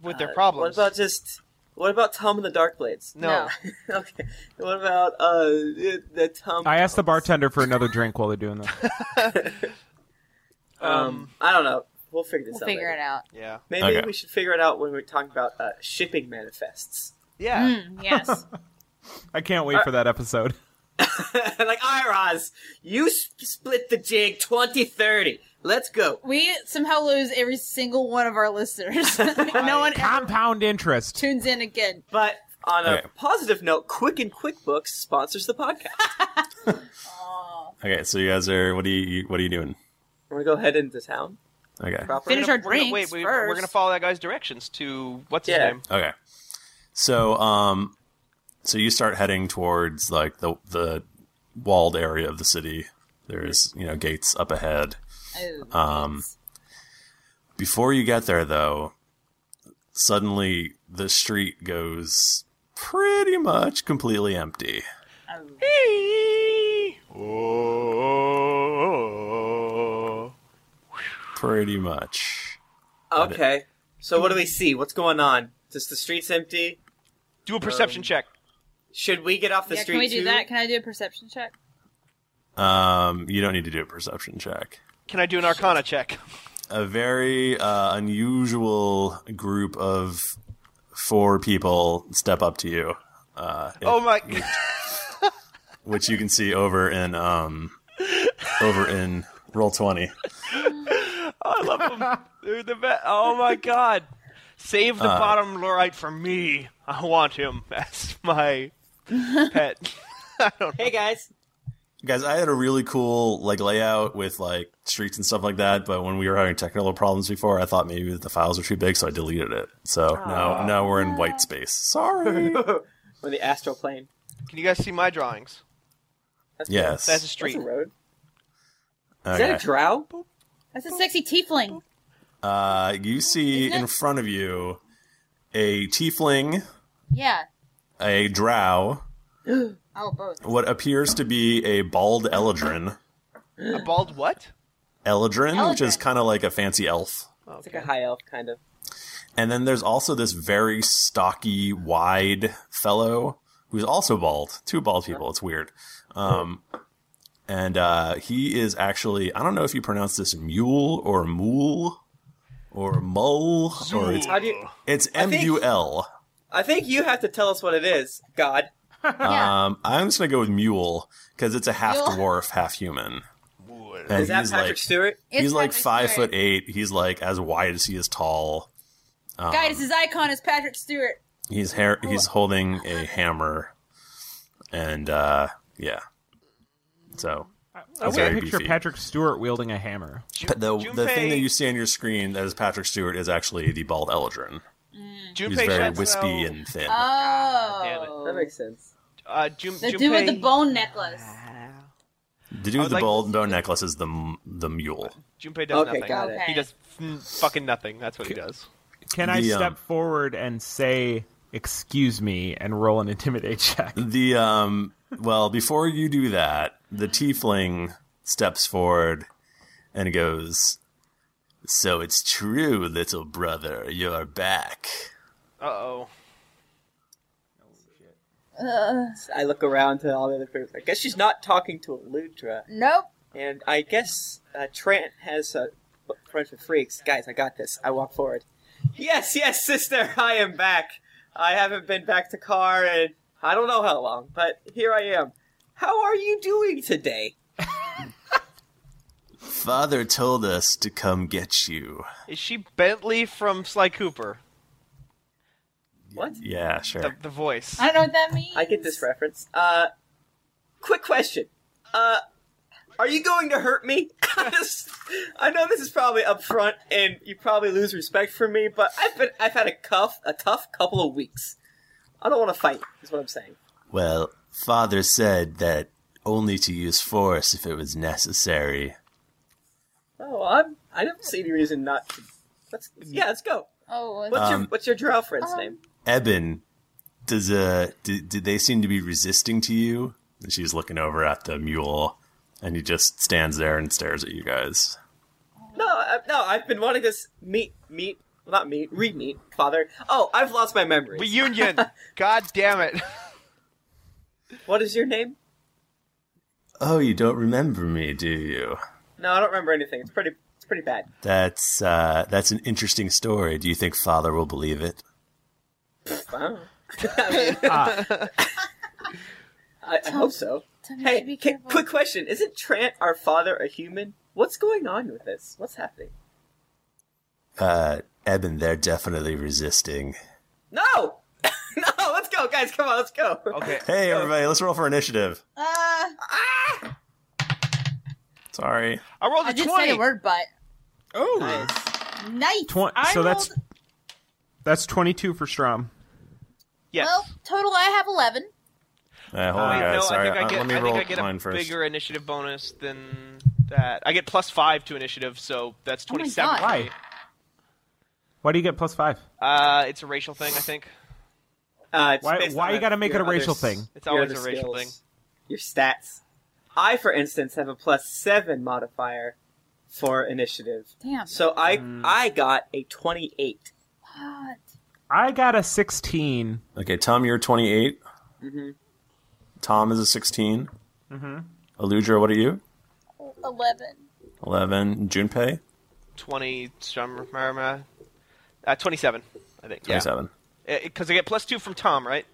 Speaker 2: with their
Speaker 5: Uh,
Speaker 2: problems.
Speaker 5: What about just? What about Tom and the Dark Blades?
Speaker 2: No.
Speaker 5: okay. What about uh the, the Tom?
Speaker 4: I asked the bartender for another drink while they're doing this.
Speaker 5: Um, I don't know. We'll figure this
Speaker 3: We'll
Speaker 5: out.
Speaker 3: figure
Speaker 5: later.
Speaker 3: it out.
Speaker 2: Yeah.
Speaker 5: Maybe
Speaker 1: Okay.
Speaker 5: we should figure it out when we're talking about uh, shipping manifests.
Speaker 2: Yeah.
Speaker 3: Hmm, yes.
Speaker 4: I can't wait for that episode.
Speaker 5: like, Iraz, you sp- split the jig 20 30. Let's go.
Speaker 3: We somehow lose every single one of our listeners. no one
Speaker 4: Compound interest.
Speaker 3: tunes in again.
Speaker 5: But on a
Speaker 1: Okay.
Speaker 5: positive note, Quick and QuickBooks sponsors the podcast.
Speaker 1: Okay, so you guys are what are you what are you doing?
Speaker 5: We're going to go head into town.
Speaker 1: Okay,
Speaker 5: Proper.
Speaker 3: Finish our
Speaker 2: We're gonna,
Speaker 3: drinks
Speaker 2: wait, we,
Speaker 3: first.
Speaker 2: we're gonna follow that guy's directions to what's his
Speaker 5: Yeah.
Speaker 2: name?
Speaker 1: okay. So um, so you start heading towards like the the walled area of the city. There's you know gates up ahead.
Speaker 3: Oh,
Speaker 1: Um, before you get there, though, suddenly the street goes pretty much completely empty. Pretty much.
Speaker 5: Okay. So, what do we see? What's going on? Just the street's empty? Um,
Speaker 2: Do a perception check.
Speaker 5: Should we get off the
Speaker 3: yeah,
Speaker 5: street
Speaker 3: can we do
Speaker 5: too?
Speaker 3: that? Can I do a perception check?
Speaker 1: Um, you don't need to do a perception check.
Speaker 2: Can I do an Arcana check?
Speaker 1: A very uh, unusual group of four people step up to you, uh,
Speaker 2: Oh my!
Speaker 1: which you can see over in um, over in roll twenty.
Speaker 2: Oh, I love them. They're the best. Oh my god! Save the bottom right for me. I want him as my pet. I don't know.
Speaker 5: Hey, guys.
Speaker 1: Guys, I had a really cool like layout with like streets and stuff like that, but when we were having technical problems before, I thought maybe the files were too big, so I deleted it. So now now we're in white space. Sorry.
Speaker 5: Or the astral plane.
Speaker 2: Can you guys see my drawings?
Speaker 5: That's
Speaker 1: yes.
Speaker 2: That's a street.
Speaker 5: That's a road. Is
Speaker 1: Okay.
Speaker 5: that a drow?
Speaker 3: That's a sexy tiefling.
Speaker 1: uh, you
Speaker 5: Oh,
Speaker 1: see
Speaker 3: Isn't it-
Speaker 1: in front of you a tiefling,
Speaker 3: Yeah.
Speaker 1: a drow,
Speaker 3: Oh, both.
Speaker 1: what appears to be a bald eldrin.
Speaker 2: A bald what?
Speaker 1: Eldrin, which is
Speaker 3: Eldrin.
Speaker 1: kind of like a fancy elf.
Speaker 5: It's like a high elf, kind of.
Speaker 1: And then there's also this very stocky, wide fellow who's also bald. Two bald people. It's weird. Um, and uh, he is actually, I don't know if you pronounce this mule or mool or mull or it's,
Speaker 5: How do you.
Speaker 1: it's M
Speaker 5: think-
Speaker 1: U L.
Speaker 5: I think you have to tell us what it is, God.
Speaker 3: Yeah.
Speaker 1: Um, I'm just going to go with mule because it's a half
Speaker 3: Mule.
Speaker 1: dwarf, half human. And
Speaker 5: Is that
Speaker 1: he's
Speaker 5: Patrick
Speaker 1: like,
Speaker 5: Stewart?
Speaker 3: It's
Speaker 1: he's like
Speaker 3: Patrick
Speaker 1: five
Speaker 3: Stewart.
Speaker 1: foot eight. He's like as wide as he is tall. Um,
Speaker 3: Guys, his icon is Patrick Stewart.
Speaker 1: He's hair. He's holding a hammer, and uh, yeah. So
Speaker 4: I would
Speaker 1: very
Speaker 4: picture
Speaker 1: beefy.
Speaker 4: Patrick Stewart wielding a hammer.
Speaker 1: pa- the the
Speaker 2: Junpei-
Speaker 1: thing that you see on your screen that is Patrick Stewart is actually the bald Eldrin.
Speaker 5: Hmm.
Speaker 1: He's
Speaker 2: Junpei
Speaker 1: very
Speaker 2: Shatsuno-
Speaker 1: wispy and thin.
Speaker 3: Oh.
Speaker 5: That makes sense.
Speaker 2: uh, Jun-
Speaker 3: The
Speaker 2: Junpei-
Speaker 3: dude with the bone necklace.
Speaker 1: the dude with the
Speaker 2: like-
Speaker 1: bald bone necklace is the m- the mule.
Speaker 2: Junpei does
Speaker 5: Okay,
Speaker 2: nothing.
Speaker 5: got
Speaker 3: it.
Speaker 2: He does f- fucking nothing. That's what he does.
Speaker 4: Can I
Speaker 1: The, um,
Speaker 4: step forward and say, "Excuse me," and roll an intimidate check?
Speaker 1: The um well before you do that, the tiefling steps forward and goes. So it's true, little brother, you're back.
Speaker 2: Uh oh.
Speaker 3: Uh,
Speaker 5: I look around to all the other people. I guess she's not talking to Eludra.
Speaker 3: Nope.
Speaker 5: And I guess uh, Trant has a f- friends with freaks. Guys, I got this. I walk forward. Yes, yes, sister, I am back. I haven't been back to car in I don't know how long, but here I am. How are you doing today?
Speaker 1: Father told us to come get you.
Speaker 2: Is she Bentley from Sly Cooper?
Speaker 5: What?
Speaker 1: Yeah, sure.
Speaker 2: The voice.
Speaker 3: I don't know what that means.
Speaker 5: I get this reference. Uh, quick question. Uh, are you going to hurt me? I know this is probably up front, and you probably lose respect for me, but I've been I've had a cuff a tough couple of weeks. I don't want to fight. Is what I'm saying.
Speaker 1: Well, Father said that only to use force if it was necessary.
Speaker 5: Oh, I'm I don't see any reason not. to... Let's yeah, let's go.
Speaker 3: Oh,
Speaker 5: What's your
Speaker 1: Um,
Speaker 5: what's your drow friend's name?
Speaker 1: Eben, does uh, did, did they seem to be resisting to you? And she's looking over at the mule, and he just stands there and stares at you guys.
Speaker 5: No, I, no, I've been wanting this meet meet well, not meet re-meet father. Oh, I've lost my memory.
Speaker 2: Reunion. God damn it.
Speaker 5: what is your name?
Speaker 1: Oh, you don't remember me, do you?
Speaker 5: No, I don't remember anything. It's pretty it's pretty bad.
Speaker 1: That's uh, that's an interesting story. Do you think Father will believe it?
Speaker 5: Wow. I, mean,
Speaker 4: Ah.
Speaker 5: I, I hope so. Hey, ca- quick question: Isn't Trant our father a human? What's going on with this? What's happening?
Speaker 1: Uh, Eben, they're definitely resisting.
Speaker 5: No, no, let's go, guys. Come on, let's go.
Speaker 2: Okay.
Speaker 1: Hey, everybody, let's roll for initiative.
Speaker 3: Uh,
Speaker 1: Sorry.
Speaker 2: I rolled
Speaker 3: a I did say the word but.
Speaker 2: Oh,
Speaker 3: nice.
Speaker 4: Twen-
Speaker 3: I
Speaker 4: so that's
Speaker 3: rolled-
Speaker 4: that's twenty two for Strom.
Speaker 3: Well, total I have eleven.
Speaker 1: Uh, hold on,
Speaker 2: Wait,
Speaker 1: guys.
Speaker 2: no,
Speaker 1: Sorry,
Speaker 2: I think
Speaker 1: uh,
Speaker 2: I get,
Speaker 1: let me
Speaker 2: I think
Speaker 1: roll
Speaker 2: I get a
Speaker 1: mine first.
Speaker 2: bigger initiative bonus than that. I get plus five to initiative, so that's
Speaker 4: Oh my
Speaker 2: 27.
Speaker 4: God. Why? Why do you get plus five?
Speaker 2: Uh, it's a racial thing, I think.
Speaker 5: Uh, it's
Speaker 4: Why-
Speaker 5: based
Speaker 4: why
Speaker 5: on
Speaker 4: you gotta make it
Speaker 5: your
Speaker 4: a racial
Speaker 5: other s-
Speaker 4: thing?
Speaker 2: It's
Speaker 5: your
Speaker 2: always
Speaker 5: other
Speaker 2: a racial
Speaker 5: skills, Your stats. I, for instance, have a plus seven modifier for initiative.
Speaker 3: Damn.
Speaker 5: So I
Speaker 2: Hmm.
Speaker 5: I got a twenty-eight.
Speaker 3: What?
Speaker 4: I got a sixteen.
Speaker 1: Okay, Tom, you're 28.
Speaker 5: Mm-hmm.
Speaker 1: Tom is a 16.
Speaker 4: Mm-hmm.
Speaker 2: Mhm.
Speaker 1: Aludra, what are you?
Speaker 3: Eleven.
Speaker 1: 11. Junpei,
Speaker 2: 20 some uh, 27 i think
Speaker 1: 27.
Speaker 2: because i get plus two from tom right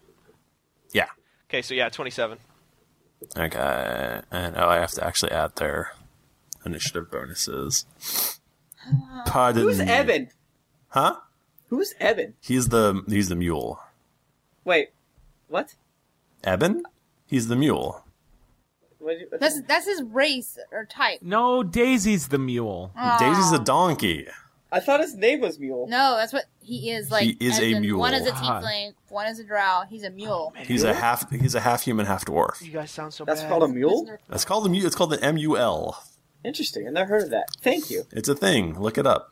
Speaker 1: Yeah.
Speaker 2: okay so yeah 27
Speaker 1: Okay. And oh, I have to actually add their initiative bonuses. Pardon
Speaker 5: Who's
Speaker 1: me.
Speaker 5: Evan?
Speaker 1: Huh?
Speaker 5: Who's Evan?
Speaker 1: He's the he's the mule.
Speaker 5: Wait, what?
Speaker 1: Eben? He's the mule.
Speaker 5: what what-
Speaker 3: That's that's his race or type.
Speaker 4: No, Daisy's the mule.
Speaker 3: Aw.
Speaker 1: Daisy's a donkey.
Speaker 5: I thought his name was Mule.
Speaker 3: No, that's what he is like.
Speaker 1: He is
Speaker 3: as
Speaker 1: a
Speaker 3: in
Speaker 1: mule.
Speaker 3: One is a
Speaker 1: Ah.
Speaker 3: tiefling, one is a drow. He's a mule.
Speaker 1: He's a half he's a half human, half dwarf.
Speaker 2: you guys sound so
Speaker 5: That's
Speaker 2: bad
Speaker 5: called a mule.
Speaker 1: It's called the mu- it's called the M U L.
Speaker 5: Interesting. I never heard of that. Thank you.
Speaker 1: It's a thing. Look it up,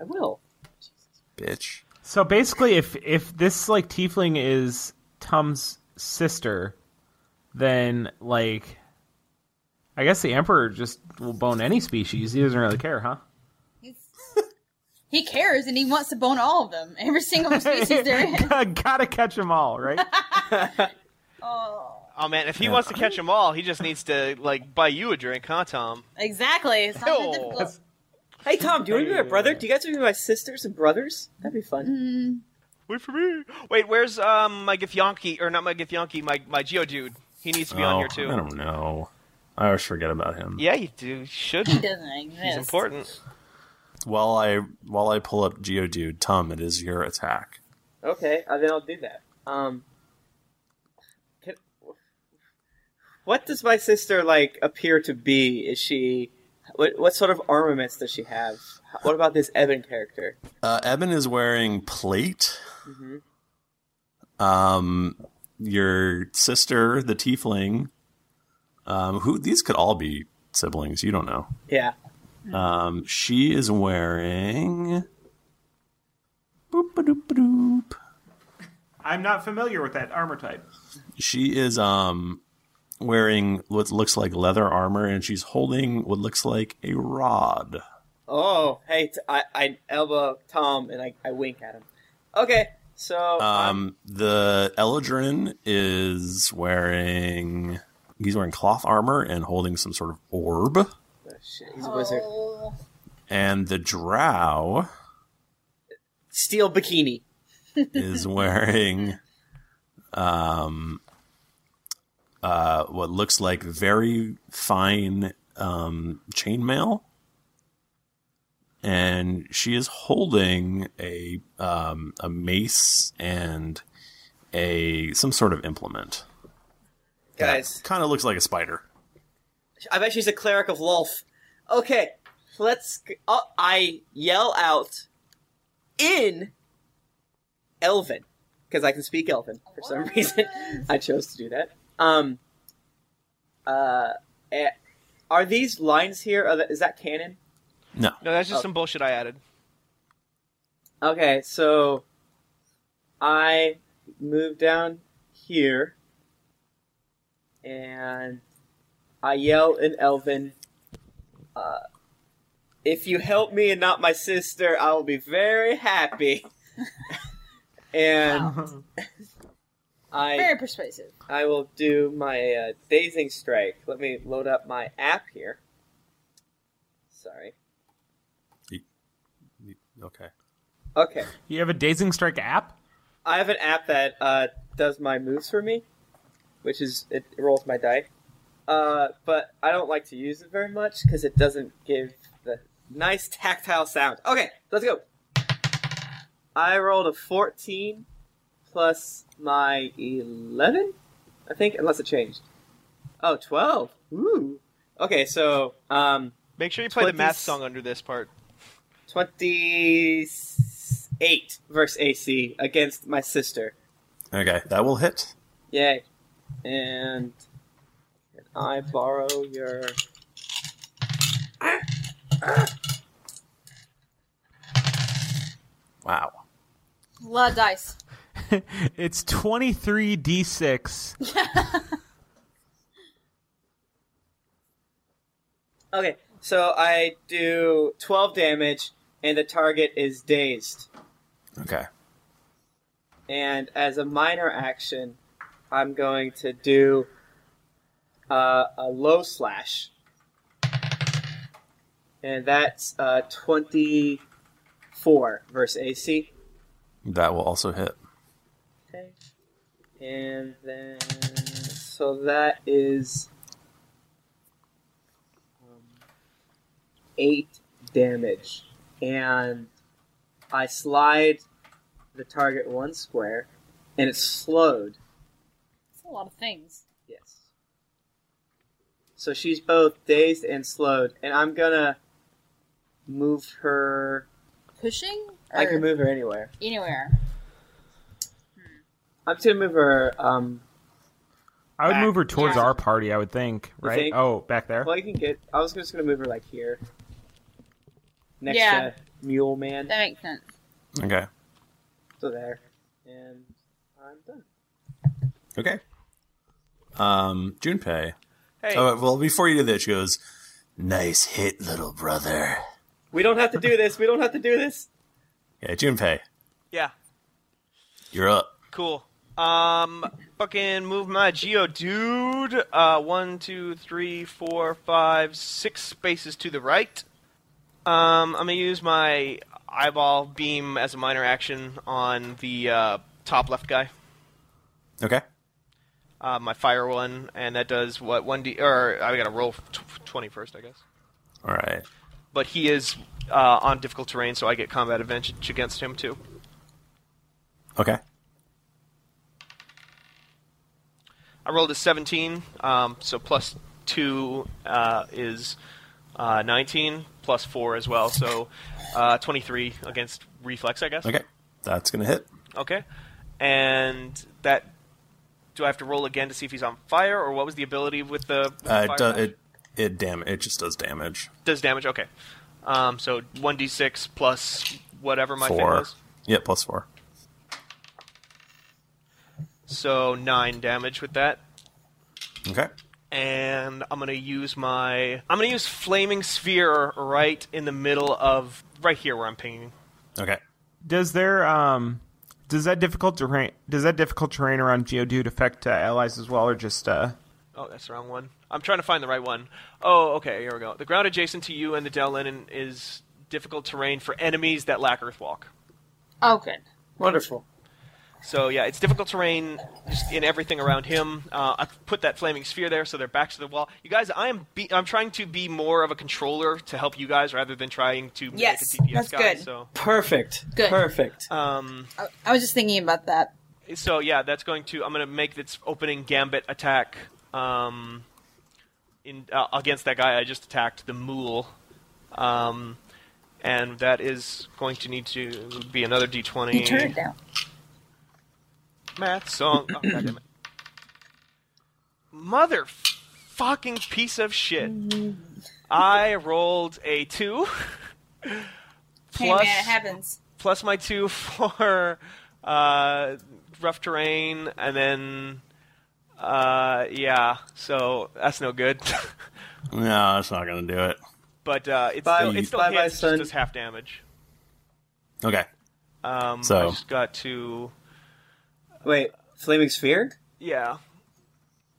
Speaker 5: I will.
Speaker 1: bitch.
Speaker 4: So basically, if if this like tiefling is Tom's sister, then like, I guess the emperor just will bone any species. He doesn't really care, huh?
Speaker 3: He cares and he wants to bone all of them, every single species there is.
Speaker 4: Gotta catch them all, right?
Speaker 2: oh man if he wants to catch them all he just needs to like buy you a drink huh tom
Speaker 3: Exactly. It's not that difficult.
Speaker 5: Hey Tom, do you want to be my brother? Do you guys want to be my sisters and brothers? That'd be fun.
Speaker 2: wait for
Speaker 3: Mm.
Speaker 2: me wait where's um my githyanki or not my githyanki my my geodude he needs to be on
Speaker 1: Oh,
Speaker 2: here too
Speaker 1: I don't know. I always forget about him.
Speaker 2: yeah you do you should
Speaker 3: He doesn't exist.
Speaker 2: he's important
Speaker 1: While I while I pull up Geodude, Tom, it is your attack.
Speaker 5: Okay, uh, then I'll do that. Um, can, what does my sister like appear to be? Is she? What, what sort of armaments does she have? What about this Evan character?
Speaker 1: Uh, Eben is wearing plate.
Speaker 5: Mhm.
Speaker 1: Um, your sister, the tiefling. Um, who these could all be siblings. You don't know.
Speaker 5: Yeah.
Speaker 1: Um, she is wearing. Boop, ba-doop, ba-doop.
Speaker 4: I'm not familiar with that armor type.
Speaker 1: She is um wearing what looks like leather armor, and she's holding what looks like a rod.
Speaker 5: Oh, hey, t- I, I elbow Tom and I, I wink at him. Okay, so oh,
Speaker 1: Um, the Eladrin is wearing he's wearing cloth armor and holding some sort of orb,
Speaker 5: Oh, shit, he's a wizard.
Speaker 3: Oh.
Speaker 1: and the Drow
Speaker 5: Steel bikini.
Speaker 1: is wearing um uh what looks like very fine um chainmail and she is holding a um a mace and a some sort of implement
Speaker 5: guys
Speaker 1: kind of looks like a spider
Speaker 5: I bet she's a cleric of Lolf. Okay, let's. g- Oh, I yell out in Elven because I can speak Elven for some reason. I chose to do that. Um. Uh, eh, are these lines here? Are the, is that canon?
Speaker 1: No.
Speaker 2: No, that's just
Speaker 5: Oh.
Speaker 2: some bullshit I added.
Speaker 5: Okay, so I move down here and I yell in Elven, uh, if you help me and not my sister, I will be very happy. and I
Speaker 3: Very persuasive.
Speaker 5: I will do my uh, dazing strike. Let me load up my app here. Sorry.
Speaker 1: okay
Speaker 5: Okay.
Speaker 4: You have a dazing strike app?
Speaker 5: I have an app that uh, does my moves for me, which is it rolls my die. Uh, but I don't like to use it very much because it doesn't give the nice tactile sound. Okay, let's go. I rolled a 14 plus my 11, I think, unless it changed. Oh, 12. Ooh. Okay, so um,
Speaker 2: make sure you play the math song under this part.
Speaker 5: 28 versus AC against my sister.
Speaker 1: okay that will hit
Speaker 5: Yay. And can I borrow your
Speaker 1: wow
Speaker 3: La dice.
Speaker 4: It's 23d6.
Speaker 5: Okay, so I do 12 damage and the target is dazed.
Speaker 1: okay
Speaker 5: And as a minor action, I'm going to do uh, a low slash. And that's uh, 24 versus AC.
Speaker 1: that will also hit
Speaker 5: Okay. And then, so that is um, eight damage, and I slide the target one square, and it's slowed.
Speaker 3: It's a lot of things.
Speaker 5: Yes. So she's both dazed and slowed, and I'm gonna move her.
Speaker 3: Pushing?
Speaker 5: I can
Speaker 3: Or
Speaker 5: move her anywhere.
Speaker 3: Anywhere.
Speaker 5: I'm just gonna move her. Um,
Speaker 4: I would
Speaker 5: Back.
Speaker 4: move her towards
Speaker 5: Yeah.
Speaker 4: our party, I would think,
Speaker 5: You
Speaker 4: right?
Speaker 5: think?
Speaker 4: Oh, back there.
Speaker 5: Well, you can get. I was just gonna move her like here, next
Speaker 3: Yeah.
Speaker 5: to Mule Man.
Speaker 3: That makes sense.
Speaker 1: okay
Speaker 5: So there, and I'm done.
Speaker 1: Okay. Um, Junpei.
Speaker 5: Hey.
Speaker 1: Oh, well, before you do that, she goes, "Nice hit, little brother."
Speaker 5: We don't have to do this. We don't have to do this.
Speaker 1: Yeah, Junpei,
Speaker 2: Yeah,
Speaker 1: you're up.
Speaker 2: cool. Um, fucking move my geo, dude. Uh, one, two, three, four, five, six spaces to the right. Um, I'm gonna use my eyeball beam as a minor action on the uh, top left guy.
Speaker 1: Okay.
Speaker 2: Uh, my fire one, and that does what one d or I gotta roll tw- twenty first, I guess.
Speaker 1: All right.
Speaker 2: But he is uh, on difficult terrain, so I get combat advantage against him too.
Speaker 1: Okay.
Speaker 2: I rolled a 17, um, so plus 2 uh, is uh, 19, plus 4 as well, so uh, 23 against reflex, I guess.
Speaker 1: Okay. That's gonna hit.
Speaker 2: Okay. And that. Do I have to roll again to see if he's on fire, or what was the ability with the.
Speaker 1: Uh,
Speaker 2: fire
Speaker 1: it, do,
Speaker 2: dash?
Speaker 1: it it dam it just does damage.
Speaker 2: Does damage? Okay. Um, so 1d6 plus whatever my thing
Speaker 1: four.
Speaker 2: was.
Speaker 1: Yeah, plus four.
Speaker 2: So 9 damage with that.
Speaker 1: Okay.
Speaker 2: and I'm gonna use my I'm gonna use flaming sphere right in the middle of right here where I'm pinging.
Speaker 1: Okay.
Speaker 4: Does there um does that difficult terrain does that difficult terrain around Geodude affect uh, allies as well or just uh
Speaker 2: Oh, that's the wrong one. I'm trying to find the right one. Oh, okay, here we go. The ground adjacent to you and the Dell Lennon is difficult terrain for enemies that lack Earthwalk.
Speaker 3: Oh, good.
Speaker 5: Wonderful.
Speaker 2: So yeah, it's difficult terrain just in everything around him. Uh, I put that flaming sphere there, so their backs to the wall. You guys, I am be- I'm trying to be more of a controller to help you guys rather than trying to
Speaker 3: Yes,
Speaker 2: make a DPS
Speaker 3: that's
Speaker 2: guy.
Speaker 3: good.
Speaker 2: So
Speaker 5: Perfect.
Speaker 3: Good.
Speaker 5: Perfect.
Speaker 2: um,
Speaker 3: I, I was just thinking about that.
Speaker 2: so yeah, that's going to I'm going to make its opening gambit attack um, in uh, against that guy I just attacked the mule, um, and that is going to need to be another D20.
Speaker 3: You turn it down.
Speaker 2: Math song. Oh, goddamn it. Mother fucking piece of shit.
Speaker 3: Mm-hmm.
Speaker 2: I rolled a two.
Speaker 3: Hey
Speaker 2: Plus-
Speaker 3: man, it happens.
Speaker 2: plus my two for uh, rough terrain, and then uh, yeah, so that's no good.
Speaker 1: No, that's not gonna do it.
Speaker 2: but uh, it's
Speaker 1: Bye-
Speaker 2: still, it still
Speaker 1: bye-bye,
Speaker 2: hits, it
Speaker 1: son.
Speaker 2: just does half damage.
Speaker 1: Okay.
Speaker 2: Um, I
Speaker 1: So-
Speaker 2: just got to
Speaker 5: Wait, flaming sphere?
Speaker 2: yeah.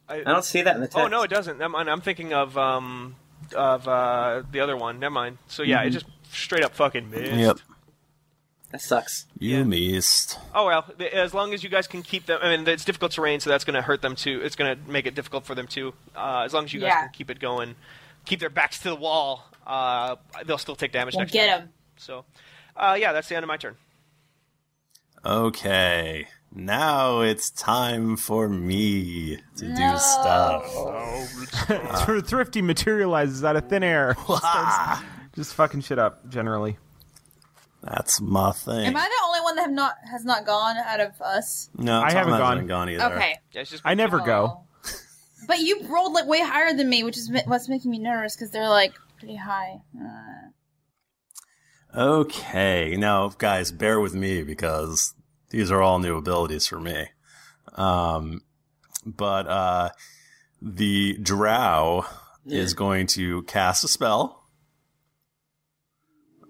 Speaker 2: I
Speaker 5: don't see that in the
Speaker 2: Oh
Speaker 5: text.
Speaker 2: no, it doesn't. Never mind. I'm thinking of um of uh, the other one. Never mind. So yeah, it
Speaker 1: Mhm.
Speaker 2: just straight up fucking missed.
Speaker 1: Yep.
Speaker 5: That sucks.
Speaker 1: You missed.
Speaker 2: Oh well, th- as long as you guys can keep them. I mean, it's difficult terrain, so that's going to hurt them too. It's going to make it difficult for them too. Uh, as long as you guys
Speaker 3: Yeah.
Speaker 2: can keep it going, keep their backs to the wall, uh, they'll still take damage
Speaker 3: We'll
Speaker 2: next
Speaker 3: get
Speaker 2: time.
Speaker 3: 'em.
Speaker 2: So, uh, yeah, that's the end of my turn.
Speaker 1: Okay. Now it's time for me to do stuff.
Speaker 2: Oh,
Speaker 1: Oh.
Speaker 4: Thr- Thrifty materializes out of thin air. Starts just fucking shit up generally.
Speaker 1: That's my thing.
Speaker 3: Am I the only one that have not has not gone out of us?
Speaker 1: No,
Speaker 4: I
Speaker 1: Tom
Speaker 4: haven't gone.
Speaker 1: hasn't gone either.
Speaker 3: Okay,
Speaker 4: I never go.
Speaker 3: but you rolled like way higher than me, which is ma- what's making me nervous because they're like pretty high. Uh,
Speaker 1: Okay, now guys, bear with me because these are all new abilities for me. Um, but uh, the Drow is going to cast a spell,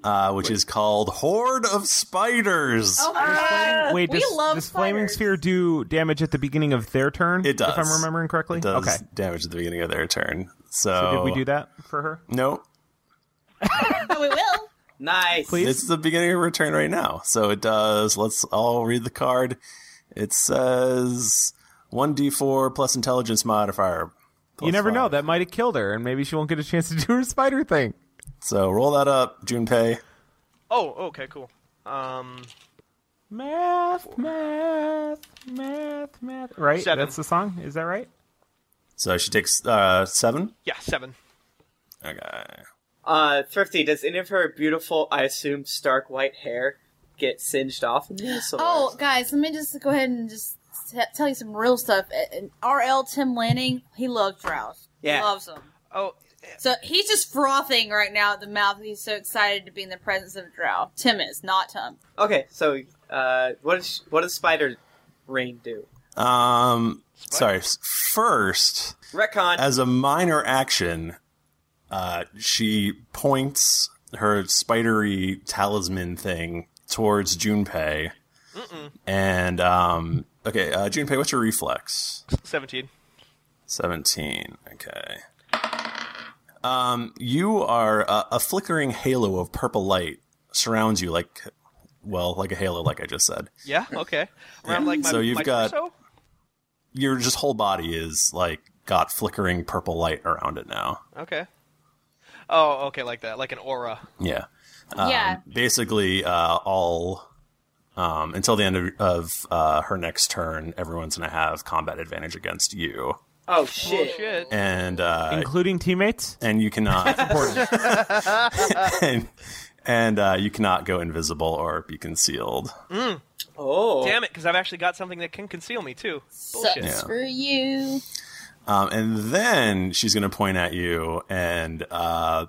Speaker 1: uh, which is called Horde of Spiders.
Speaker 3: oh my god!
Speaker 4: Wait,
Speaker 3: we
Speaker 4: does,
Speaker 3: love
Speaker 4: does flaming
Speaker 3: spiders.
Speaker 4: sphere do damage at the beginning of their turn?
Speaker 1: It does.
Speaker 4: If I'm remembering correctly.
Speaker 1: It does
Speaker 4: Okay.
Speaker 1: damage at the beginning of their turn. So,
Speaker 4: So did we do that for her?
Speaker 1: Nope.
Speaker 3: But we will.
Speaker 5: Nice.
Speaker 1: It's the beginning of return right now. So it does. Let's all read the card. It says 1d4 plus intelligence modifier.
Speaker 4: You never know. That might have killed her, and maybe she won't get a chance to do her spider thing.
Speaker 1: So roll that up, Junpei.
Speaker 2: Oh, okay, cool. Um,
Speaker 4: Math, math, math, math. Right?
Speaker 2: Seven.
Speaker 4: That's the song. Is that right?
Speaker 1: So she takes uh, 7?
Speaker 2: yeah, seven.
Speaker 1: Okay.
Speaker 5: Uh, Thrifty, does any of her beautiful, I assume, stark white hair get singed off in this? Or...
Speaker 3: Oh, guys, let me just go ahead and just t- tell you some real stuff. Uh, uh, RL Tim Lanning, he loves Rouse.
Speaker 5: Yeah.
Speaker 3: Loves him.
Speaker 2: Oh,
Speaker 3: So he's just frothing right now at the mouth. He's so excited to be in the presence of Drow. Tim is, not Tim.
Speaker 5: Okay, so uh, what does what does spider rain do?
Speaker 1: Um, sorry. s- First,
Speaker 5: Retcon.
Speaker 1: as a minor action, uh, she points her spidery talisman thing towards Junpei. And, um, okay, uh, Junpei, what's your reflex?
Speaker 2: seventeen.
Speaker 1: 17. Okay. Um, you are uh, a flickering halo of purple light surrounds you like well, like a halo like I just said.
Speaker 2: Yeah, okay.
Speaker 5: Oh,
Speaker 2: Around like my,
Speaker 1: So you've
Speaker 2: my
Speaker 1: got-
Speaker 2: torso?
Speaker 1: Your just whole body is like got flickering purple light around it now.
Speaker 2: Okay. Oh, okay, like that, like an aura.
Speaker 1: Yeah. Um,
Speaker 3: Yeah.
Speaker 1: Basically, uh, all um, until the end of, of uh, her next turn, everyone's gonna have combat advantage against you,
Speaker 5: Oh shit!
Speaker 2: Shit.
Speaker 1: and uh,
Speaker 4: Including teammates?
Speaker 1: and you cannot
Speaker 4: Important.
Speaker 1: and, and uh, you cannot go invisible or be concealed.
Speaker 5: Oh,
Speaker 2: Mm. Damn it, because I've actually got something that can conceal me too.
Speaker 3: Sucks
Speaker 2: Bullshit.
Speaker 1: Yeah.
Speaker 3: for you.
Speaker 1: Um, and then she's going to point at you, and uh,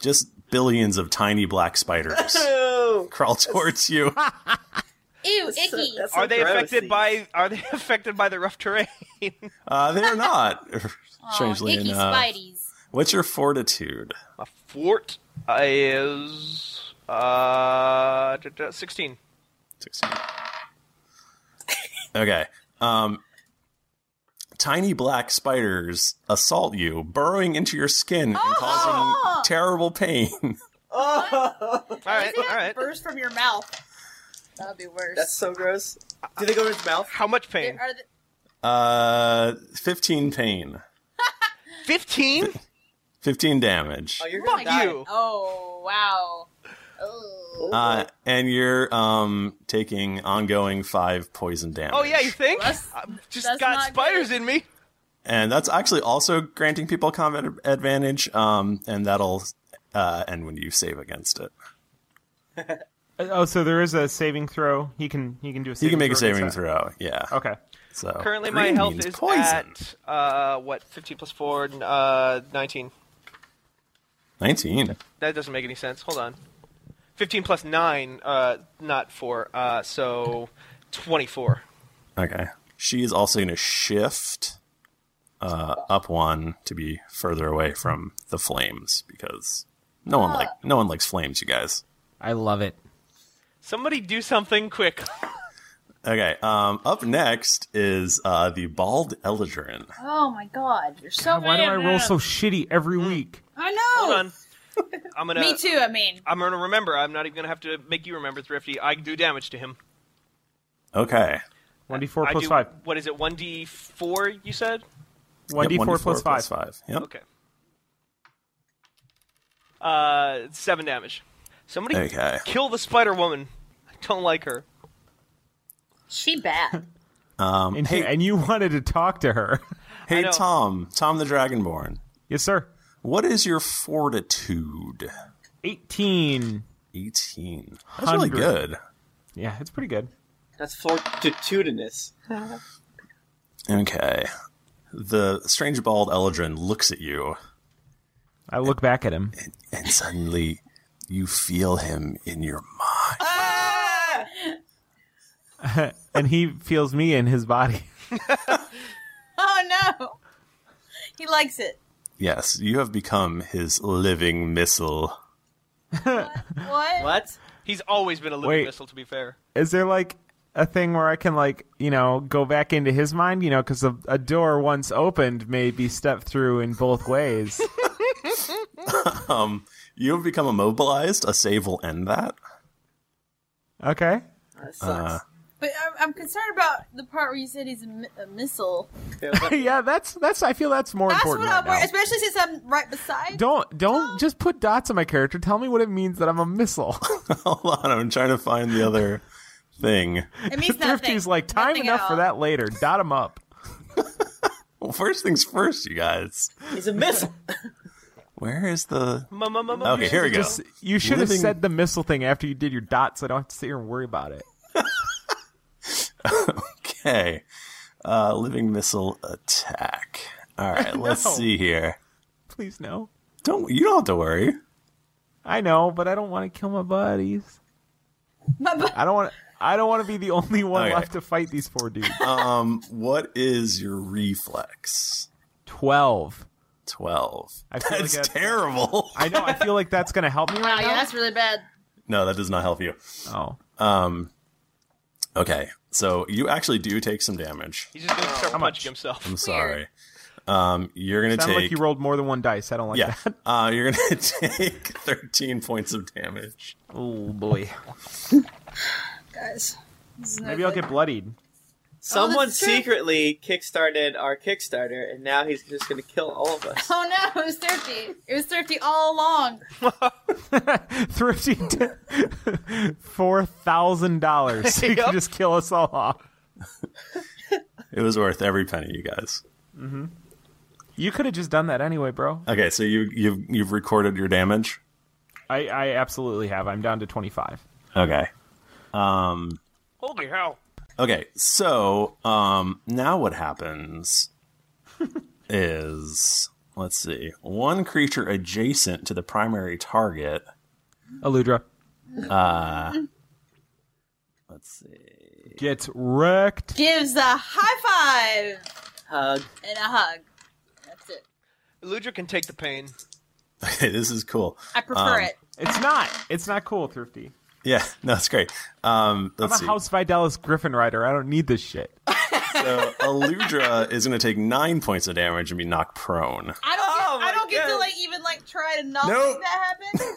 Speaker 1: just billions of tiny black spiders
Speaker 5: Oh,
Speaker 1: crawl towards you.
Speaker 3: Ew, icky.
Speaker 5: that's
Speaker 2: Are they
Speaker 5: gross.
Speaker 2: affected by? Are they affected by the rough terrain?
Speaker 1: Uh, they are not, strangely
Speaker 3: icky
Speaker 1: enough.
Speaker 3: spideys.
Speaker 1: What's your fortitude?
Speaker 2: My fort is uh da- da- sixteen.
Speaker 1: 16. Okay. Um, tiny black spiders assault you, burrowing into your skin and
Speaker 3: Oh!
Speaker 1: causing terrible pain.
Speaker 5: Oh,
Speaker 2: All right, all right.
Speaker 3: Burst from your mouth. That'd be worse.
Speaker 5: That's so gross. Do they go in his mouth?
Speaker 2: How much
Speaker 3: There
Speaker 2: pain?
Speaker 3: are the-
Speaker 1: Uh, 15 pain.
Speaker 2: 15?
Speaker 1: 15 damage.
Speaker 5: you're
Speaker 3: oh my
Speaker 2: die.
Speaker 3: God. Oh wow. Oh.
Speaker 1: Uh, and you're um taking ongoing 5 poison damage.
Speaker 2: Oh, yeah, you think? I've just
Speaker 3: that's
Speaker 2: got
Speaker 3: not
Speaker 2: spiders in me.
Speaker 1: And that's actually also granting people combat advantage um and that'll uh end when you save against it.
Speaker 4: Uh, Oh, so there is a saving throw. He can he can do a. Saving
Speaker 1: you can make a
Speaker 4: throw
Speaker 1: saving
Speaker 4: against that.
Speaker 1: throw. Yeah.
Speaker 4: Okay.
Speaker 1: So
Speaker 2: Currently, my
Speaker 1: green
Speaker 2: health
Speaker 1: Oh, means
Speaker 2: is
Speaker 1: poison.
Speaker 2: at, uh, what, 15 plus 4, uh, 19.
Speaker 1: 19.
Speaker 2: That doesn't make any sense. Hold on. 15 plus 9, uh, not 4, uh, so 24.
Speaker 1: Okay. She is also going to shift uh, up one to be further away from the flames because no one like no one likes flames, you guys.
Speaker 4: I love it.
Speaker 2: Somebody do something quick.
Speaker 1: Okay. Um, up next is uh, the bald eldrin.
Speaker 3: Oh my God. You're so.
Speaker 4: God, why do I
Speaker 3: mad.
Speaker 4: roll so Oh, shitty every week?
Speaker 3: I know.
Speaker 2: Hold on. I'm gonna.
Speaker 3: Me too. I mean,
Speaker 2: I'm gonna remember. I'm not even gonna have to make you remember, Thrifty. I do damage to him.
Speaker 1: Okay.
Speaker 4: One d four
Speaker 2: I
Speaker 4: plus
Speaker 2: do,
Speaker 4: five.
Speaker 2: What is it? One d four? You said.
Speaker 4: One d
Speaker 1: Yep,
Speaker 4: four plus five.
Speaker 1: five. Yep.
Speaker 2: Okay. Uh, seven damage. Somebody
Speaker 1: Okay.
Speaker 2: kill the Spider Woman. I don't like her.
Speaker 3: she bad.
Speaker 1: Um,
Speaker 4: And,
Speaker 1: hey,
Speaker 4: and you wanted to talk to her.
Speaker 1: hey,
Speaker 2: know.
Speaker 1: Tom. Tom the Dragonborn.
Speaker 4: yes, sir.
Speaker 1: What is your fortitude?
Speaker 4: Eighteen.
Speaker 1: 18. That's
Speaker 4: 100.
Speaker 1: really good.
Speaker 4: Yeah, it's pretty good.
Speaker 5: That's fortitudinous.
Speaker 1: Okay. The strange bald eldrin looks at you
Speaker 4: I look back at him.
Speaker 1: and suddenly you feel him in your mind.
Speaker 4: and he feels me in his body.
Speaker 3: Oh no. He likes it.
Speaker 1: Yes, you have become his living missile.
Speaker 3: What?
Speaker 5: What?
Speaker 2: He's always been a living
Speaker 4: Wait.
Speaker 2: missile. To be fair.
Speaker 4: Is there like a thing where I can like you know go back into his mind? You know, because a, a door once opened may be stepped through in both ways.
Speaker 1: You have Um, become immobilized. A save will end that.
Speaker 4: okay.
Speaker 5: That
Speaker 4: Uh.
Speaker 5: sucks.
Speaker 3: But I'm, I'm concerned about the part where you said he's a, mi- a missile.
Speaker 4: yeah, that's that's. I feel that's more
Speaker 3: That's what
Speaker 4: important
Speaker 3: I'm
Speaker 4: right
Speaker 3: worried,
Speaker 4: now.
Speaker 3: especially since I'm right beside.
Speaker 4: Don't don't just put dots on my character. Tell me what it means that I'm a missile.
Speaker 1: Uh, Hold on, I'm trying to find the other thing.
Speaker 3: It means nothing.
Speaker 4: Thrifty's like time
Speaker 3: Nothing at
Speaker 4: enough for
Speaker 3: all.
Speaker 4: that later. Dot him up.
Speaker 1: Well, first things first, you guys.
Speaker 5: He's a missile.
Speaker 1: Where is the.
Speaker 2: Mama,
Speaker 1: Okay, here we go.
Speaker 4: Just- you should have
Speaker 1: Living-
Speaker 4: said the missile thing after you did your dots. so I don't have to sit here and worry about it.
Speaker 1: Okay. Uh, living missile attack. All right, let's
Speaker 4: No.
Speaker 1: see here.
Speaker 4: Please no.
Speaker 1: Don't you don't have to worry.
Speaker 4: I know, but I don't want to kill my buddies.
Speaker 3: My bu-
Speaker 4: I don't want. I don't want to be the only one
Speaker 1: Okay.
Speaker 4: left to fight these four dudes.
Speaker 1: Um, what is your reflex?
Speaker 4: Twelve.
Speaker 1: Twelve.
Speaker 4: I feel like
Speaker 1: That's
Speaker 4: that's-
Speaker 1: terrible.
Speaker 4: I know. I feel like that's gonna help me
Speaker 3: Wow,
Speaker 4: right
Speaker 3: yeah, that's really bad.
Speaker 1: No, that does not help you. Um,
Speaker 4: now.
Speaker 1: Okay, so you actually do take some damage.
Speaker 2: He's just gonna start
Speaker 4: much?
Speaker 2: punching himself.
Speaker 1: I'm sorry. Um, you're gonna
Speaker 4: Oh, sound
Speaker 1: take.
Speaker 4: like you rolled more than one dice. I don't like
Speaker 1: yeah,
Speaker 4: that.
Speaker 1: uh, you're gonna take 13 points of damage.
Speaker 4: Oh boy.
Speaker 3: Guys.
Speaker 4: Maybe I'll get bloodied.
Speaker 5: Someone
Speaker 3: Oh, that's true.
Speaker 5: secretly kickstarted our Kickstarter, and now he's just going to kill all of us.
Speaker 3: Oh no, it was thrifty. It was thrifty all along.
Speaker 4: Thrifty. t- Four thousand dollars. So you
Speaker 2: Yep.
Speaker 4: can just kill us all off.
Speaker 1: It was worth every penny, you guys.
Speaker 4: Mm-hmm. You could have just done that anyway, bro.
Speaker 1: Okay, so you you've you've recorded your damage.
Speaker 4: I, I absolutely have. I'm down to twenty five.
Speaker 1: Okay. Um,
Speaker 2: Holy hell!
Speaker 1: Okay, so um, now what happens is let's see, one creature adjacent to the primary target. Uh,
Speaker 4: Aludra
Speaker 1: Let's see.
Speaker 4: gets wrecked.
Speaker 3: Gives a high five
Speaker 5: Hug.
Speaker 3: and a hug. That's it.
Speaker 2: Ludra can take the pain.
Speaker 1: Okay, this is cool. Um,
Speaker 3: I prefer it.
Speaker 4: Um, It's not. It's not cool, Thrifty.
Speaker 1: Yeah, no, it's great.
Speaker 4: I'm
Speaker 1: Um, let's
Speaker 4: a
Speaker 1: see.
Speaker 4: House Vidalis Griffin rider. I don't need this shit.
Speaker 1: So Aludra is going to take nine points of damage and be knocked prone.
Speaker 3: I don't.
Speaker 5: Oh,
Speaker 3: get, I
Speaker 5: my
Speaker 3: don't get to
Speaker 5: God.
Speaker 3: like even like try to not
Speaker 1: Nope.
Speaker 3: make that happen.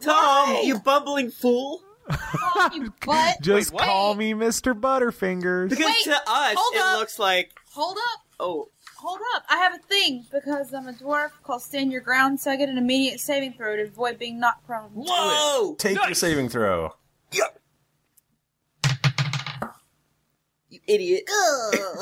Speaker 5: Tom, you bumbling fool.
Speaker 3: Fuck you, butt.
Speaker 4: Just call me Mr. Butterfingers.
Speaker 5: Because
Speaker 3: Wait,
Speaker 5: to us,
Speaker 3: hold
Speaker 5: it
Speaker 3: up.
Speaker 5: looks like
Speaker 3: Hold up.
Speaker 5: oh,
Speaker 3: Hold up. I have a thing because I'm a dwarf called Stand Your Ground, so I get an immediate saving throw to avoid being knocked prone.
Speaker 5: Whoa!
Speaker 1: Take your saving throw.
Speaker 5: you idiot.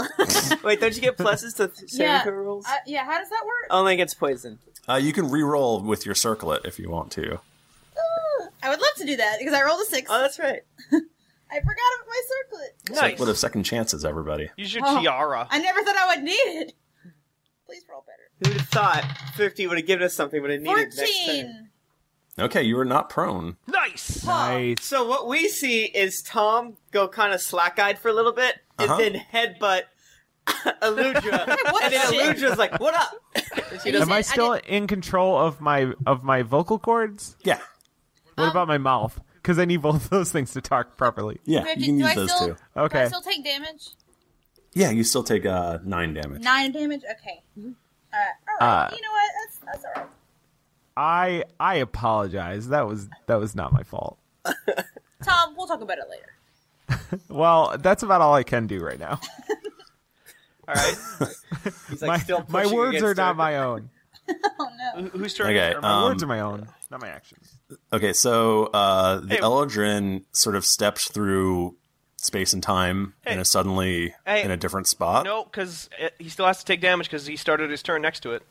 Speaker 5: Wait, don't you get pluses to th- saving
Speaker 3: yeah.
Speaker 5: throw rolls?
Speaker 3: I- yeah, how does that work?
Speaker 5: Only against poison.
Speaker 1: Uh, you can re-roll with your circlet if you want to.
Speaker 3: Ooh, I would love to do that because I rolled a six.
Speaker 5: Uh. Oh, that's right.
Speaker 3: I forgot about my circlet.
Speaker 1: Circlet of second chances, everybody.
Speaker 2: Use your
Speaker 3: Oh.
Speaker 2: tiara.
Speaker 3: I never thought I would need it. Please roll better.
Speaker 5: Who'd have thought 50 would have given us something we would have needed next time?
Speaker 3: 14.
Speaker 1: Okay, you are not prone.
Speaker 2: Nice.
Speaker 4: Nice.
Speaker 5: So what we see is Tom go kind of slack-eyed for a little bit,
Speaker 1: Uh-huh.
Speaker 5: and then headbutt Aludra,
Speaker 3: What
Speaker 5: and then
Speaker 3: shit.
Speaker 5: Aludra's like, "What up?" And she
Speaker 4: Am
Speaker 5: doesn't-
Speaker 4: I still in control of my of my vocal cords?
Speaker 1: Yeah,
Speaker 4: What
Speaker 3: Um,
Speaker 4: about my mouth? Because I need both of those things to talk properly.
Speaker 1: yeah,
Speaker 3: Do I-
Speaker 1: you can
Speaker 3: do
Speaker 1: use
Speaker 3: I
Speaker 1: those
Speaker 3: still,
Speaker 1: two.
Speaker 3: Do I
Speaker 4: Okay.
Speaker 3: still take damage?
Speaker 1: Yeah, you still take uh, nine damage.
Speaker 3: Nine damage? Okay.
Speaker 5: Mm-hmm.
Speaker 3: Uh, alright.
Speaker 4: Uh,
Speaker 3: you know what? That's, that's alright.
Speaker 4: I I apologize. That was that was not my fault.
Speaker 3: Tom, we'll talk about it later.
Speaker 4: Well, that's about all I can do right now.
Speaker 2: All right.
Speaker 5: He's
Speaker 4: my
Speaker 5: like, still
Speaker 4: my
Speaker 5: pushing
Speaker 4: words are
Speaker 5: against
Speaker 4: not
Speaker 5: her.
Speaker 4: my own.
Speaker 3: Oh no.
Speaker 2: Who- Whose turn?
Speaker 1: Okay,
Speaker 2: Or
Speaker 4: My
Speaker 2: mine?
Speaker 1: um,
Speaker 4: words are my own, not my actions.
Speaker 1: Okay, so uh, the
Speaker 2: Hey.
Speaker 1: Eldrin sort of steps through space and time and is suddenly
Speaker 2: Hey.
Speaker 1: in a different spot.
Speaker 2: no, because he still has to take damage because he started his turn next to it.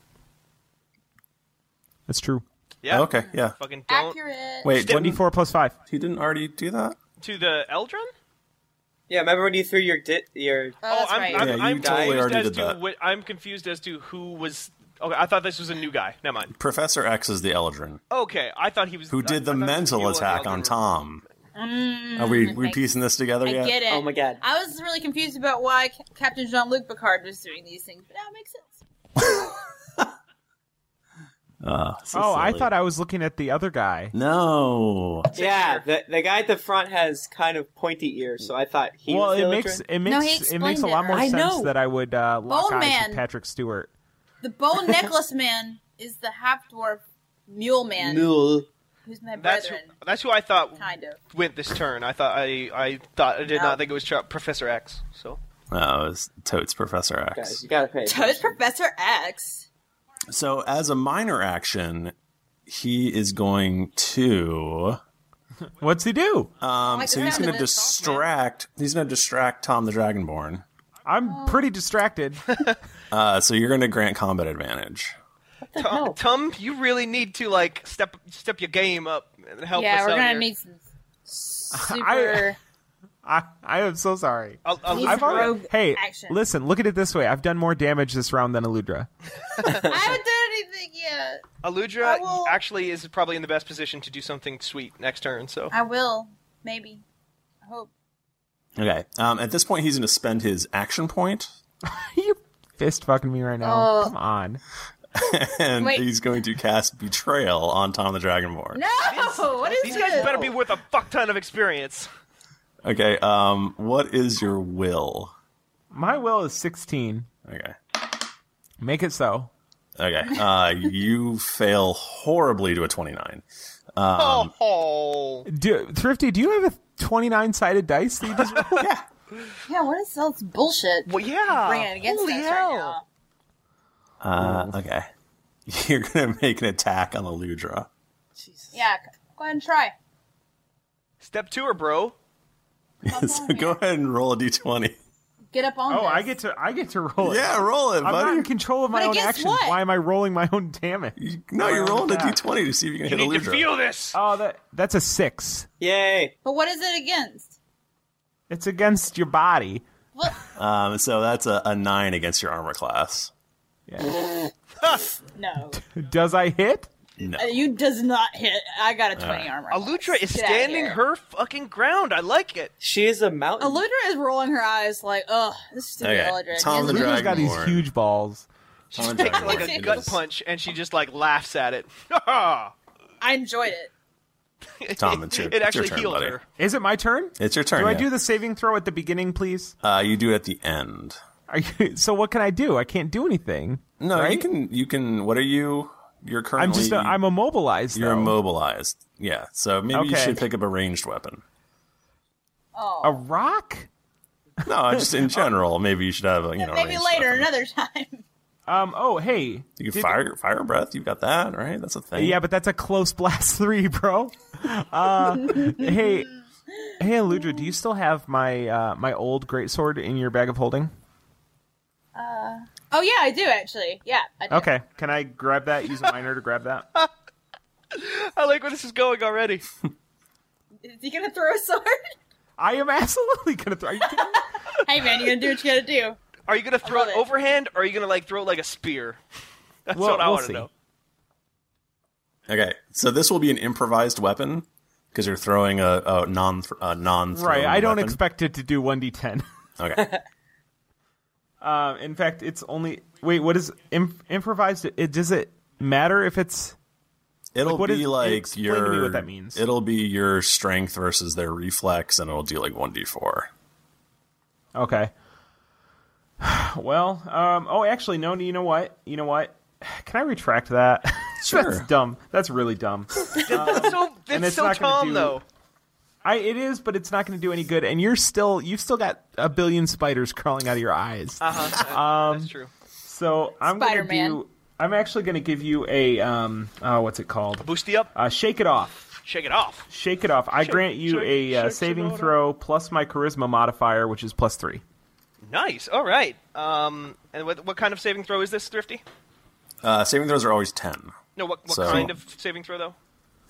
Speaker 4: That's true.
Speaker 2: Yeah.
Speaker 1: Oh, Okay, yeah.
Speaker 2: Fucking don't
Speaker 3: Accurate.
Speaker 1: Wait,
Speaker 4: Twenty
Speaker 1: didn't,
Speaker 4: four plus five.
Speaker 1: he didn't already do that?
Speaker 2: to the Eldrin. Oh,
Speaker 5: Yeah, remember when you threw your di- your?
Speaker 3: Oh, that's
Speaker 2: I'm,
Speaker 3: right.
Speaker 2: I'm,
Speaker 1: Yeah, you
Speaker 2: I'm
Speaker 1: totally
Speaker 2: confused
Speaker 1: already
Speaker 2: as
Speaker 1: did
Speaker 2: to
Speaker 1: that.
Speaker 2: What, I'm confused as to who was. Okay, I thought this was a new guy. Never mind.
Speaker 1: Professor X is the Eldrin
Speaker 2: Okay, I thought he was.
Speaker 1: who
Speaker 2: I- I
Speaker 1: did the
Speaker 2: thought it was you
Speaker 1: mental
Speaker 2: and
Speaker 1: attack
Speaker 2: Eldrin
Speaker 1: on
Speaker 2: were-
Speaker 1: Tom. Are Uh, we we
Speaker 3: Mm-hmm. I-
Speaker 1: piecing this together
Speaker 3: I
Speaker 1: yet?
Speaker 3: get it.
Speaker 5: Oh my god.
Speaker 3: I was really confused about why Ca- Captain Jean Luc Picard was doing these things, but now it makes sense.
Speaker 1: Uh, so
Speaker 4: Oh, I
Speaker 1: silly.
Speaker 4: thought I was looking at the other guy.
Speaker 1: No.
Speaker 5: Yeah, the, the guy at the front has kind of pointy ears, so I thought he.
Speaker 4: well,
Speaker 5: was
Speaker 4: it
Speaker 5: the
Speaker 4: makes
Speaker 5: Eldrin.
Speaker 4: it
Speaker 3: No, he
Speaker 4: makes it makes
Speaker 3: explained
Speaker 4: a
Speaker 3: it
Speaker 4: lot more
Speaker 3: right.
Speaker 4: sense
Speaker 3: I know.
Speaker 4: that I would uh, lock
Speaker 3: Bone
Speaker 4: eyes
Speaker 3: man.
Speaker 4: with Patrick Stewart.
Speaker 3: The bone necklace man is the half dwarf mule man,
Speaker 5: Mule.
Speaker 3: who's my
Speaker 2: That's who,
Speaker 3: brethren,
Speaker 2: that's who I thought
Speaker 3: kind of.
Speaker 2: went this turn. I thought I I thought I did
Speaker 3: No.
Speaker 2: not think it was Ch- Professor X. So
Speaker 1: Oh, it's Totes Professor X.
Speaker 5: Guys, you gotta pay.
Speaker 3: Toad's Professor X.
Speaker 1: So, as a minor action, he is going to.
Speaker 4: What's he do?
Speaker 1: Um,
Speaker 3: like
Speaker 1: so
Speaker 3: the
Speaker 1: he's
Speaker 3: sound
Speaker 1: going
Speaker 3: of
Speaker 1: to
Speaker 3: it.
Speaker 1: distract. He's going to distract Tom the Dragonborn.
Speaker 4: I'm pretty distracted.
Speaker 1: Uh, so you're going to grant combat advantage.
Speaker 2: Tom, Tom, you really need to like step step your game up and help us
Speaker 3: yeah, we're
Speaker 2: out
Speaker 3: gonna
Speaker 2: here.
Speaker 3: need some super.
Speaker 4: I I am so sorry.
Speaker 2: I'll- I'll-
Speaker 3: He's
Speaker 4: I've already,
Speaker 3: rogue
Speaker 4: hey,
Speaker 3: action.
Speaker 4: listen, look at it this way. I've done more damage this round than Aludra.
Speaker 3: I haven't done anything yet.
Speaker 2: Aludra
Speaker 3: I will-
Speaker 2: actually is probably in the best position to do something sweet next turn. So
Speaker 3: I will, maybe. I hope.
Speaker 1: Okay. Um, at this point, he's going to spend his action point,
Speaker 4: you fist fucking me right now.
Speaker 3: Oh.
Speaker 4: Come on.
Speaker 1: and
Speaker 3: Wait.
Speaker 1: he's going to cast Betrayal on Tom the Dragonborn.
Speaker 3: No, what is
Speaker 2: these
Speaker 3: this?
Speaker 2: guys better be worth a fuck ton of experience.
Speaker 1: Okay. Um, what is your will?
Speaker 4: My will is 16.
Speaker 1: Okay.
Speaker 4: Make it so.
Speaker 1: Okay. Uh, you fail horribly to a twenty-nine. Um,
Speaker 2: oh,
Speaker 4: Do, Thrifty, do you have a 29 sided dice? That you just rolled?
Speaker 3: yeah, what is all this bullshit?
Speaker 2: well, yeah.
Speaker 3: Bringing it against
Speaker 2: Holy
Speaker 3: us
Speaker 2: hell!
Speaker 3: right now.
Speaker 1: Uh, okay. You're going to make an attack on Aludra.
Speaker 3: Yeah, c- go ahead and try.
Speaker 2: Step two, or bro.
Speaker 1: so go ahead and roll a d20.
Speaker 3: Get up on.
Speaker 4: Oh,
Speaker 3: this.
Speaker 4: I get to I get to roll it.
Speaker 1: Yeah, roll it,
Speaker 4: I'm not
Speaker 1: buddy.
Speaker 4: in control of my
Speaker 3: But
Speaker 4: own
Speaker 3: guess
Speaker 4: actions.
Speaker 3: what?
Speaker 4: Why am I rolling my own damage?
Speaker 1: You- No, you're
Speaker 4: Around
Speaker 1: rolling a
Speaker 4: that.
Speaker 1: d20 to see if you can
Speaker 2: You
Speaker 1: hit
Speaker 2: need to
Speaker 1: Aludra.
Speaker 2: feel this.
Speaker 4: Oh, that that's a six.
Speaker 5: Yay!
Speaker 3: But what is it against?
Speaker 4: It's against your body.
Speaker 3: What?
Speaker 1: Um, so that's a, a nine against your armor class.
Speaker 3: No,
Speaker 4: Does I hit?
Speaker 1: No. Uh.
Speaker 3: Uh, you does not hit. I got a twenty armor.
Speaker 2: Aludra is
Speaker 3: Get outta
Speaker 2: standing
Speaker 3: here.
Speaker 2: her fucking ground. I like it.
Speaker 5: She is a mountain.
Speaker 3: Aludra is rolling her eyes like, ugh, this is stupid
Speaker 1: Okay,
Speaker 3: Eldrin.
Speaker 1: Tom
Speaker 3: Yes,
Speaker 1: the
Speaker 3: we-
Speaker 1: Dragon.
Speaker 4: He's got these
Speaker 1: Dragonborn.
Speaker 4: huge balls.
Speaker 1: She just
Speaker 2: Takes like a gut punch, and she just like laughs at it. it
Speaker 3: I enjoyed it.
Speaker 1: Tom, it's your, it's your
Speaker 2: actually
Speaker 1: turn,
Speaker 2: healed
Speaker 1: buddy.
Speaker 2: her.
Speaker 4: Is it my turn?
Speaker 1: It's your turn.
Speaker 4: do I
Speaker 1: yeah.
Speaker 4: do the saving throw at the beginning, please?
Speaker 1: Uh, you do it at the end.
Speaker 4: Are you, so what can I do? I can't do anything.
Speaker 1: No, you can. You can. What are you? You're currently.
Speaker 4: I'm just i I'm immobilized.
Speaker 1: You're
Speaker 4: though.
Speaker 1: immobilized. Yeah. So maybe you
Speaker 4: Okay.
Speaker 1: should pick up a ranged weapon.
Speaker 4: A rock?
Speaker 1: No, just
Speaker 4: Oh.
Speaker 1: in general. Maybe you should have, you know,
Speaker 3: Maybe
Speaker 1: arranged-
Speaker 3: later, another time.
Speaker 4: Um. Oh, hey.
Speaker 1: you can
Speaker 4: Did-
Speaker 1: fire fire breath. You've got that right. That's a thing.
Speaker 4: Yeah, but that's a close blast three, bro. Uh, hey, hey, Ludra, do you still have my uh, my old greatsword in your bag of holding?
Speaker 3: Uh, oh yeah, I do actually. Yeah, I do.
Speaker 4: Okay, can I grab that? Use a miner to grab that.
Speaker 2: I like where this is going already.
Speaker 3: Is he gonna throw a sword?
Speaker 4: I am absolutely gonna throw. Are you kidding me?
Speaker 3: hey man, you're gonna do what you gotta do.
Speaker 2: Are you gonna throw it overhand, or are you gonna like throw it like a spear? That's
Speaker 1: Well,
Speaker 2: what I
Speaker 1: we'll
Speaker 2: want to
Speaker 1: see.
Speaker 4: Uh,
Speaker 2: know.
Speaker 1: Okay, so this will be an improvised weapon because you're throwing a, a non a non
Speaker 4: Right, I don't expect it to do one d10.
Speaker 1: Okay.
Speaker 4: Um, in fact, it's only wait. What is imp- improvised? It does it matter if it's?
Speaker 1: It'll
Speaker 4: like, what
Speaker 1: be
Speaker 4: is-
Speaker 1: like
Speaker 4: explain
Speaker 1: your
Speaker 4: to me what that means.
Speaker 1: It'll be your strength versus their reflex, and it'll do like one d four.
Speaker 4: Okay. Well, um, oh, actually, no. You know what? You know what? Can I retract that?
Speaker 1: Sure.
Speaker 4: That's dumb. That's really dumb.
Speaker 2: That's so,
Speaker 4: and
Speaker 2: that's
Speaker 4: it's
Speaker 2: so
Speaker 4: not gonna
Speaker 2: Tom,
Speaker 4: do-
Speaker 2: though.
Speaker 4: I it is, but it's not going to do any good. And you're still you've still got a billion spiders crawling out of your eyes.
Speaker 2: Uh-huh.
Speaker 4: Um,
Speaker 2: That's true.
Speaker 4: So I'm going to
Speaker 2: Spider-Man.
Speaker 4: do. I'm actually going to give you a um. Oh, what's it called?
Speaker 2: Boosty up.
Speaker 4: Uh, shake it off.
Speaker 2: Shake it off.
Speaker 4: Shake it off. I grant you a uh, saving throw plus my charisma modifier, which is plus three.
Speaker 2: Nice. All right. Um, and what, what kind of saving throw is this, Thrifty?
Speaker 1: Uh, saving throws are always ten.
Speaker 2: No, what, what
Speaker 1: So-
Speaker 2: kind of saving throw though?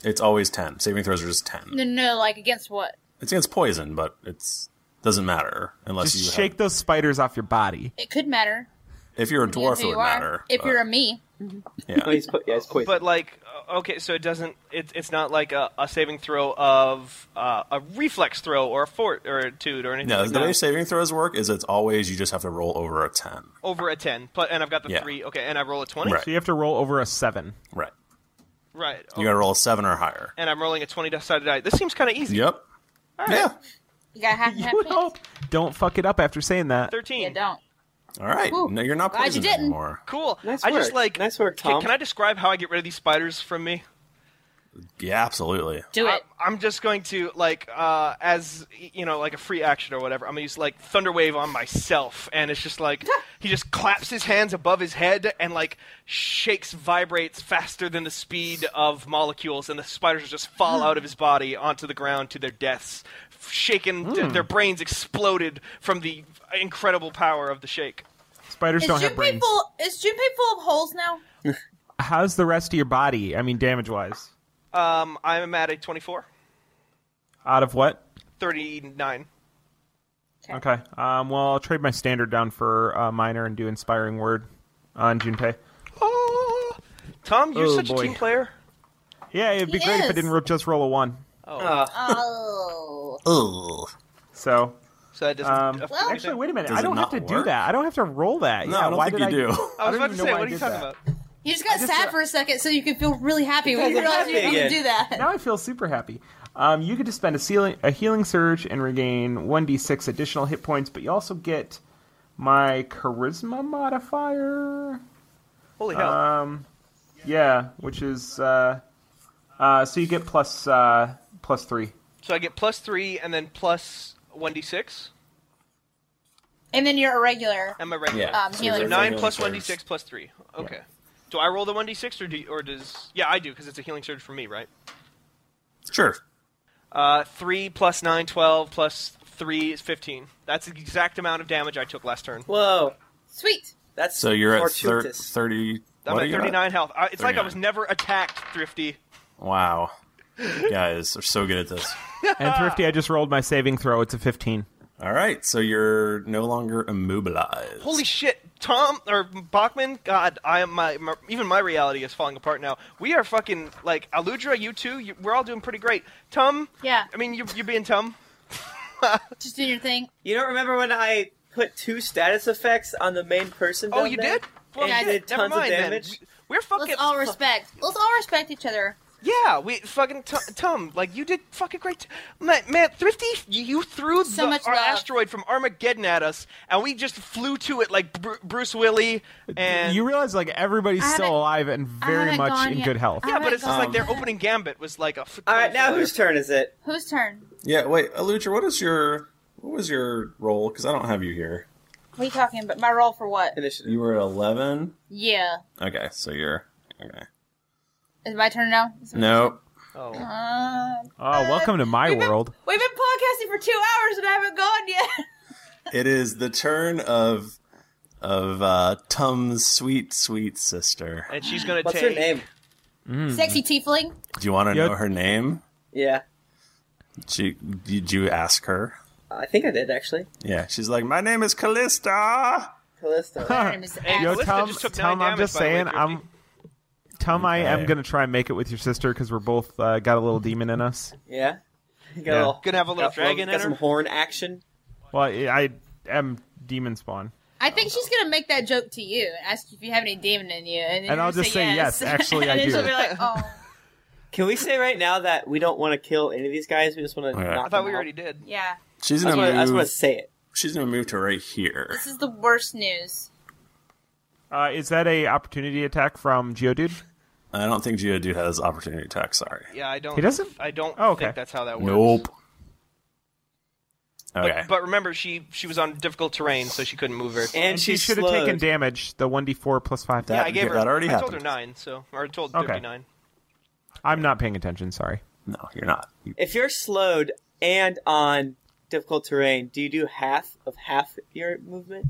Speaker 1: It's always ten. Saving throws are just ten.
Speaker 3: No, no, like against what?
Speaker 1: It's against poison, but it's doesn't matter unless
Speaker 4: Just
Speaker 1: you
Speaker 4: shake those spiders off your body.
Speaker 3: It could matter.
Speaker 1: Have, if you're a
Speaker 3: depends
Speaker 1: dwarf, it
Speaker 3: who
Speaker 1: would
Speaker 3: you are.
Speaker 1: matter.
Speaker 3: If
Speaker 1: but-
Speaker 3: you're a me,
Speaker 1: yeah,
Speaker 2: But like, uh, okay, so it doesn't. It, it's not like a, a saving throw of uh, a reflex throw or a fort or a toot or anything.
Speaker 1: no,
Speaker 2: like
Speaker 1: the
Speaker 2: that.
Speaker 1: way saving throws work is it's always you just have to roll over a ten.
Speaker 2: over a ten, pl- and I've got the
Speaker 1: Yeah.
Speaker 2: three. Okay, and I roll a twenty.
Speaker 1: Right.
Speaker 4: So you have to roll over a seven.
Speaker 1: Right.
Speaker 2: Right.
Speaker 1: You got to roll a seven or higher.
Speaker 2: And I'm rolling a twenty sided die. This seems kind of easy.
Speaker 1: Yep. Yeah.
Speaker 3: you gotta have
Speaker 4: You would hope. Don't fuck it up after saying that.
Speaker 2: Thirteen.
Speaker 3: You don't.
Speaker 1: Uh, All right.
Speaker 2: Whew.
Speaker 1: No, you're not
Speaker 2: Glad you
Speaker 1: poisoned
Speaker 2: didn't.
Speaker 1: anymore.
Speaker 2: Cool.
Speaker 5: Nice
Speaker 2: I just
Speaker 5: work.
Speaker 2: like
Speaker 5: Nice work,
Speaker 2: Can,
Speaker 5: Tom.
Speaker 2: can I describe how I get rid of these spiders from me?
Speaker 1: Yeah, absolutely.
Speaker 3: Do
Speaker 2: it. I'm just going to like uh, as y- you know, like a free action or whatever. I'm gonna use like thunder wave on myself, and it's just like he just claps his hands above his head and like shakes, vibrates faster than the speed of molecules, and the spiders just
Speaker 4: Hmm.
Speaker 2: fall out of his body onto the ground to their deaths, shaken. th-
Speaker 4: Hmm.
Speaker 2: their brains exploded from the incredible power of the shake.
Speaker 4: Spiders
Speaker 3: Is
Speaker 4: don't have
Speaker 3: Junpei
Speaker 4: brains.
Speaker 3: full? Is Junpei full of holes now?
Speaker 4: How's the rest of your body? I mean, damage wise.
Speaker 2: Um, I'm at a 24,
Speaker 4: Out of what?
Speaker 2: 39.
Speaker 4: Okay. Um, well, I'll trade my standard down for uh, minor and do inspiring word on Junpei.
Speaker 2: Ah, Tom, you're
Speaker 4: Oh,
Speaker 2: such a
Speaker 4: boy.
Speaker 2: team player.
Speaker 4: Yeah, it'd be
Speaker 2: He
Speaker 4: great if I
Speaker 2: is.
Speaker 4: didn't ro- just roll a one.
Speaker 2: Oh.
Speaker 3: oh.
Speaker 1: Ugh.
Speaker 4: So.
Speaker 2: So that doesn't.
Speaker 4: Um,
Speaker 2: affect
Speaker 4: actually,
Speaker 2: anything?
Speaker 4: wait a minute. I don't have to do that. I don't have to roll that.
Speaker 1: No,
Speaker 4: yeah,
Speaker 1: I don't
Speaker 4: why
Speaker 1: think
Speaker 4: did
Speaker 1: you
Speaker 4: I...
Speaker 1: do.
Speaker 2: I was
Speaker 4: don't
Speaker 2: about to
Speaker 4: even know why
Speaker 2: say,
Speaker 4: I
Speaker 2: what are you
Speaker 4: did
Speaker 2: talking
Speaker 4: that.
Speaker 2: about?
Speaker 3: You just got
Speaker 4: I just,
Speaker 3: sad
Speaker 4: uh,
Speaker 3: for a second, so you can feel really happy when you realize you can do that.
Speaker 4: Now I feel super happy. Um, you get to spend a, sealing, a healing surge and regain 1d6 additional hit points, but you also get my charisma modifier.
Speaker 2: Holy hell.
Speaker 4: Um, yeah, which is uh, uh, so you get plus uh, plus three.
Speaker 2: so I get plus three and then plus 1d6.
Speaker 3: And then you're a regular.
Speaker 2: Am I regular?
Speaker 3: Yeah. Um, So healing. you're
Speaker 2: Nine
Speaker 3: regular
Speaker 2: plus
Speaker 3: healing
Speaker 2: 1d6 plus three. Okay. Do I roll the 1d6 or, do, or does. Yeah, I do, because it's a healing surge for me, right?
Speaker 1: Sure.
Speaker 2: Uh, 3 plus 9, 12 plus 3 is 15. That's the exact amount of damage I took last turn.
Speaker 5: Whoa.
Speaker 3: Sweet.
Speaker 5: That's
Speaker 1: So you're at thir-
Speaker 2: fortuitous.
Speaker 1: 30.
Speaker 2: I'm
Speaker 1: what are
Speaker 2: at
Speaker 1: you
Speaker 2: 39 health. I, it's like
Speaker 1: 39.
Speaker 2: I was never attacked, Thrifty.
Speaker 1: Wow. Guys are so good at this.
Speaker 4: And thrifty, I just rolled my saving throw. It's a fifteen.
Speaker 1: All right, so you're no longer immobilized.
Speaker 2: Holy shit, Tom or Bachman! God, I am my, my even my reality is falling apart now. We are fucking like Aludra, you two. You, we're all doing pretty great. Tom,
Speaker 3: yeah.
Speaker 2: I mean, you you being Tom.
Speaker 3: Just do your thing.
Speaker 5: You don't remember when I put two status effects on the main person?
Speaker 2: Oh,
Speaker 5: down
Speaker 2: you
Speaker 5: there?
Speaker 2: did? Well,
Speaker 5: and
Speaker 2: guys,
Speaker 5: did
Speaker 2: never
Speaker 5: tons
Speaker 2: mind
Speaker 5: of
Speaker 2: then.
Speaker 5: damage.
Speaker 2: We're fucking.
Speaker 3: Let's all respect. Let's all respect each other.
Speaker 2: Yeah, we fucking Tom, Tom like you did fucking great. t- Man, man Thrifty, you you threw
Speaker 3: So
Speaker 2: the
Speaker 3: much
Speaker 2: our
Speaker 3: love.
Speaker 2: asteroid from Armageddon at us, and we just flew to it like Bru- Bruce Willie. And
Speaker 4: you realize like everybody's
Speaker 2: I
Speaker 4: still
Speaker 2: haven't-
Speaker 4: alive and very much in good health.
Speaker 2: Yeah, but it's just like
Speaker 4: Um,
Speaker 2: their opening gambit was like a. F-
Speaker 5: All right, now whose turn is it?
Speaker 3: Whose turn?
Speaker 1: Yeah, wait, Alucha, what is your what was your role? Because I don't have you here.
Speaker 3: What are you talking about? My role for what?
Speaker 1: You were at eleven.
Speaker 3: Yeah.
Speaker 1: Okay, so you're okay.
Speaker 3: Is it my turn now? Is it-
Speaker 1: Nope.
Speaker 2: Oh.
Speaker 3: Uh,
Speaker 4: Oh, welcome to my world.
Speaker 3: we've been podcasting for two hours and I haven't gone yet.
Speaker 1: It is the turn of of uh, Tum's sweet, sweet sister.
Speaker 2: And she's gonna
Speaker 5: What's
Speaker 2: take.
Speaker 5: her name?
Speaker 4: Mm.
Speaker 3: Sexy tiefling.
Speaker 1: Do you want to
Speaker 5: Yo-
Speaker 1: know her name?
Speaker 5: Yeah,
Speaker 1: She, did you ask her?
Speaker 5: I think I did actually.
Speaker 1: Yeah, she's like, my name is
Speaker 2: Ah.
Speaker 1: Callista.
Speaker 5: Callisto.
Speaker 4: Yo, Tom, Tom I'm just saying, I'm. Tom, I am
Speaker 1: Okay.
Speaker 4: gonna try and make it with your sister because we're both uh, got a little demon in us.
Speaker 5: Yeah. You got
Speaker 4: Yeah.
Speaker 5: a little,
Speaker 2: Gonna have a little
Speaker 5: got
Speaker 2: dragon
Speaker 5: got
Speaker 2: in her?
Speaker 5: some horn action.
Speaker 4: Well, I, I am demon spawn,
Speaker 3: I think she's gonna make that joke to you and ask you if you have any demon in you, and, you're
Speaker 4: And I'll
Speaker 3: gonna
Speaker 4: just say yes, actually,
Speaker 3: And
Speaker 4: I
Speaker 3: then
Speaker 4: do.
Speaker 3: she'll be like, oh,
Speaker 5: Can we say right now that we don't want to kill any of these guys? We just want to.
Speaker 1: Okay.
Speaker 5: Knock
Speaker 1: I thought
Speaker 5: them
Speaker 1: we
Speaker 5: out?
Speaker 1: already
Speaker 2: did.
Speaker 3: Yeah.
Speaker 1: She's
Speaker 5: I
Speaker 1: gonna
Speaker 5: just wanna- I just
Speaker 1: move-
Speaker 5: wanna say it.
Speaker 1: She's gonna move to right here.
Speaker 3: this is the worst news.
Speaker 4: Uh, is that a opportunity attack from Geodude?
Speaker 1: I don't think Geodude has opportunity attack. Sorry.
Speaker 2: Yeah, I don't.
Speaker 4: He doesn't?
Speaker 2: I don't
Speaker 4: Oh, okay.
Speaker 2: think that's how that works.
Speaker 1: Nope. Okay.
Speaker 2: But remember, she she was on difficult terrain, so she couldn't move her.
Speaker 4: And she should have taken damage. The one d four plus five.
Speaker 2: yeah, I gave her. I told her nine, so or I told
Speaker 4: Okay.
Speaker 2: Thrifty nine.
Speaker 4: I'm not paying attention. Sorry.
Speaker 1: No, you're not.
Speaker 5: If you're slowed and on difficult terrain, do you do half of half your movement?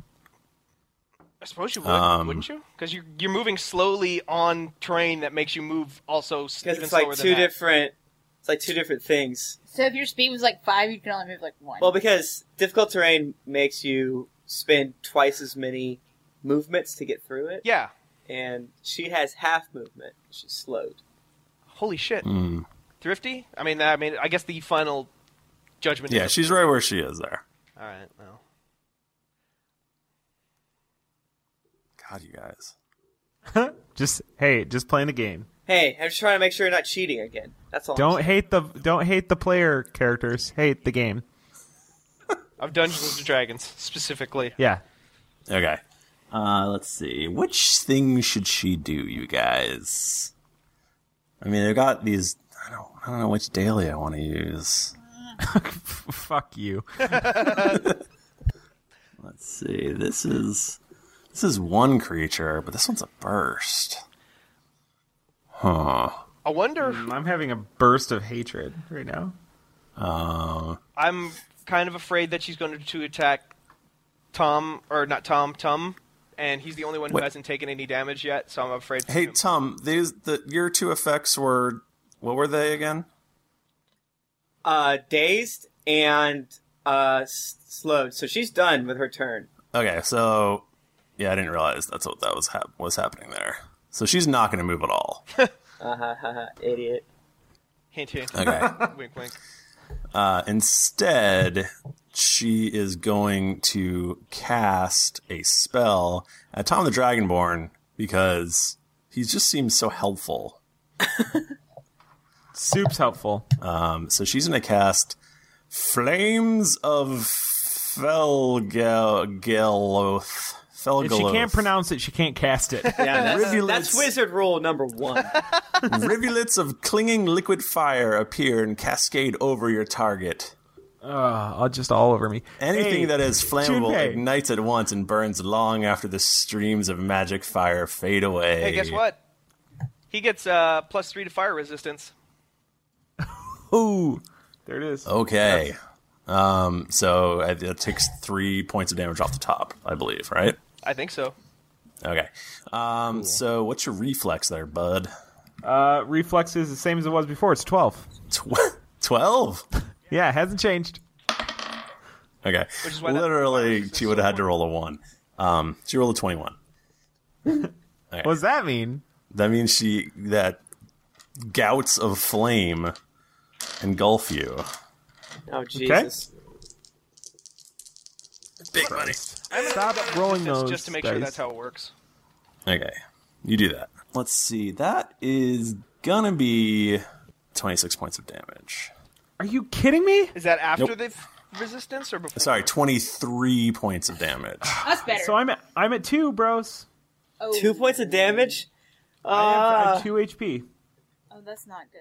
Speaker 2: I suppose you would,
Speaker 1: Um,
Speaker 2: wouldn't you? Because you're you're moving slowly on terrain that makes you move also s-
Speaker 5: Because
Speaker 2: even
Speaker 5: it's
Speaker 2: slower
Speaker 5: like
Speaker 2: than
Speaker 5: two
Speaker 2: that.
Speaker 5: different. It's like two different things.
Speaker 3: So if your speed was like five, you can only move like one.
Speaker 5: Well, because difficult terrain makes you spend twice as many movements to get through it.
Speaker 2: Yeah.
Speaker 5: And she has half movement. She's slowed.
Speaker 2: Holy shit!
Speaker 1: Hmm.
Speaker 2: Thrifty. I mean, that- I mean, I guess the final judgment.
Speaker 1: Yeah,
Speaker 2: is
Speaker 1: she's right where she is there.
Speaker 2: All right. Well.
Speaker 1: God, you guys.
Speaker 4: Just hey, just playing the game.
Speaker 5: Hey, I'm just trying to make sure you're not cheating again. That's all. I'm
Speaker 4: Don't
Speaker 5: saying.
Speaker 4: hate the don't hate the player characters. Hate the game.
Speaker 2: Of Dungeons and Dragons specifically.
Speaker 4: Yeah.
Speaker 1: Okay. Uh, let's see. Which thing should she do, you guys? I mean, I've got these. I don't. I don't know which daily I want to use.
Speaker 4: Fuck you.
Speaker 1: Let's see. This is. This is one creature, but this one's a burst. Huh.
Speaker 2: I wonder.
Speaker 4: Mm, I'm having a burst of hatred right now.
Speaker 1: Uh,
Speaker 2: I'm kind of afraid that she's going to attack Tom or not Tom Tom, and he's the only one who
Speaker 1: Wait.
Speaker 2: hasn't taken any damage yet. So I'm afraid.
Speaker 1: hey, Tom. These the your two effects were. What were they again?
Speaker 5: Uh, dazed and uh s- slowed. So she's done with her turn.
Speaker 1: Okay, so yeah, I didn't realize that's what that was hap- was happening there. So she's not going to move at all.
Speaker 5: Uh, ha, ha, ha, idiot.
Speaker 2: Hint hint.
Speaker 1: Okay.
Speaker 2: wink wink.
Speaker 1: Uh, instead, she is going to cast a spell at Tom the Dragonborn because he just seems so helpful.
Speaker 4: Soup's helpful.
Speaker 1: Um, so she's going to cast Flames of Felgeloth.
Speaker 4: If she can't
Speaker 1: Felgeloth.
Speaker 4: pronounce it, she can't cast it.
Speaker 5: Yeah, that's, that's wizard rule number one.
Speaker 1: Rivulets of clinging liquid fire appear and cascade over your target.
Speaker 4: Uh, just all over me.
Speaker 1: Anything
Speaker 4: Hey,
Speaker 1: that is flammable
Speaker 4: Junpei.
Speaker 1: ignites at once and burns long after the streams of magic fire fade away.
Speaker 2: Hey, guess what? He gets uh, plus three to fire resistance.
Speaker 4: Ooh, there it is.
Speaker 1: Oh. Okay. Um, so it, it takes three points of damage off the top, I believe, right?
Speaker 2: I think so.
Speaker 1: Okay. Um, so what's your reflex there, bud?
Speaker 4: Uh, reflex is the same as it was before. It's twelve.
Speaker 1: Twelve.
Speaker 4: yeah, it hasn't changed.
Speaker 1: Okay.
Speaker 4: Which is why that-
Speaker 1: Literally, she would have had to roll a one. Um, she rolled a 21. Okay.
Speaker 4: What does that mean?
Speaker 1: That means she that gouts of flame engulf you.
Speaker 5: Oh Jesus.
Speaker 1: Big money.
Speaker 4: Stop rolling those.
Speaker 2: Just to make sure
Speaker 1: dice.
Speaker 2: that's how it works.
Speaker 1: Okay, you do that. Let's see. That is gonna be 26 points of damage.
Speaker 4: Are you kidding me?
Speaker 2: Is that after
Speaker 1: Nope.
Speaker 2: the f- resistance or before?
Speaker 1: Sorry, 23 points of damage.
Speaker 2: That's better.
Speaker 4: So I'm at, I'm at two, bros.
Speaker 3: Oh,
Speaker 5: Two points of damage.
Speaker 4: I have, I
Speaker 5: Ah.
Speaker 4: have two HP.
Speaker 3: Oh, that's not good.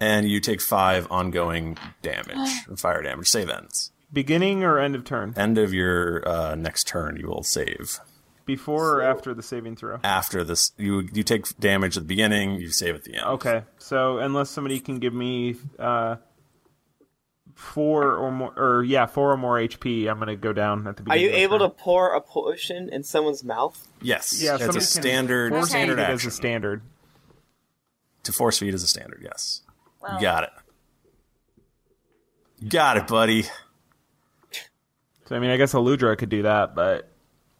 Speaker 1: And you take five ongoing damage, fire damage. Save ends.
Speaker 4: Beginning or end of turn?
Speaker 1: End of your uh, next turn, you will save.
Speaker 4: Before or after the saving throw?
Speaker 1: After this, you you take damage at the beginning, you save at the end.
Speaker 4: Okay, so unless somebody can give me uh, four or more, or yeah, four or more HP, I'm gonna go down at the
Speaker 5: Are
Speaker 4: beginning.
Speaker 5: you able to pour a potion in someone's mouth?
Speaker 1: Yes.
Speaker 4: Yeah,
Speaker 1: it's a
Speaker 4: somebody can-
Speaker 1: standard
Speaker 4: force
Speaker 1: standard
Speaker 4: feed it as a
Speaker 1: action.
Speaker 4: standard.
Speaker 1: To force feed is a standard. Yes.
Speaker 3: Well-
Speaker 1: You got it. Got it, buddy.
Speaker 4: So I mean, I guess Eludra could do that, but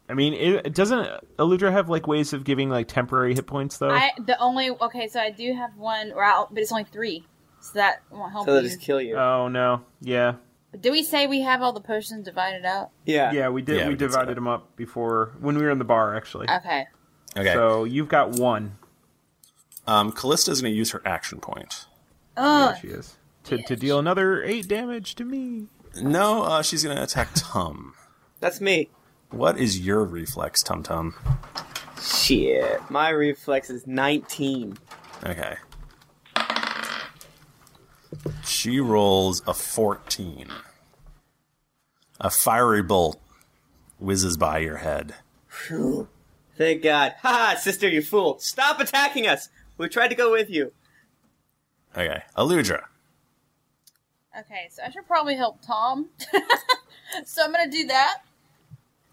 Speaker 4: I mean, it, it doesn't Eludra have like ways of giving like temporary hit points though?
Speaker 3: I the only okay, so I do have one route, but it's only three, so that won't help you.
Speaker 5: kill you.
Speaker 4: Oh no! Yeah,
Speaker 3: Do we say we have all the potions divided out?
Speaker 5: yeah,
Speaker 4: yeah. We did.
Speaker 1: Yeah,
Speaker 4: we,
Speaker 1: we did say
Speaker 4: divided them up before when we were in the bar, actually.
Speaker 3: Okay.
Speaker 1: Okay.
Speaker 4: So you've got one.
Speaker 1: Um, Callista's going to use her action point.
Speaker 3: Oh,
Speaker 4: She is to, to deal another eight damage to me.
Speaker 1: No, uh, she's going to attack Tum.
Speaker 5: That's me.
Speaker 1: What is your reflex, Tum Tum?
Speaker 5: Shit. My reflex is 19.
Speaker 1: Okay. She rolls a 14. A fiery bolt whizzes by your head.
Speaker 5: Phew. Thank God. Ha, ha, sister, you fool. Stop attacking us. We tried to go with you.
Speaker 1: Okay. Aludra.
Speaker 3: okay. So I should probably help Tom. so I'm gonna do that.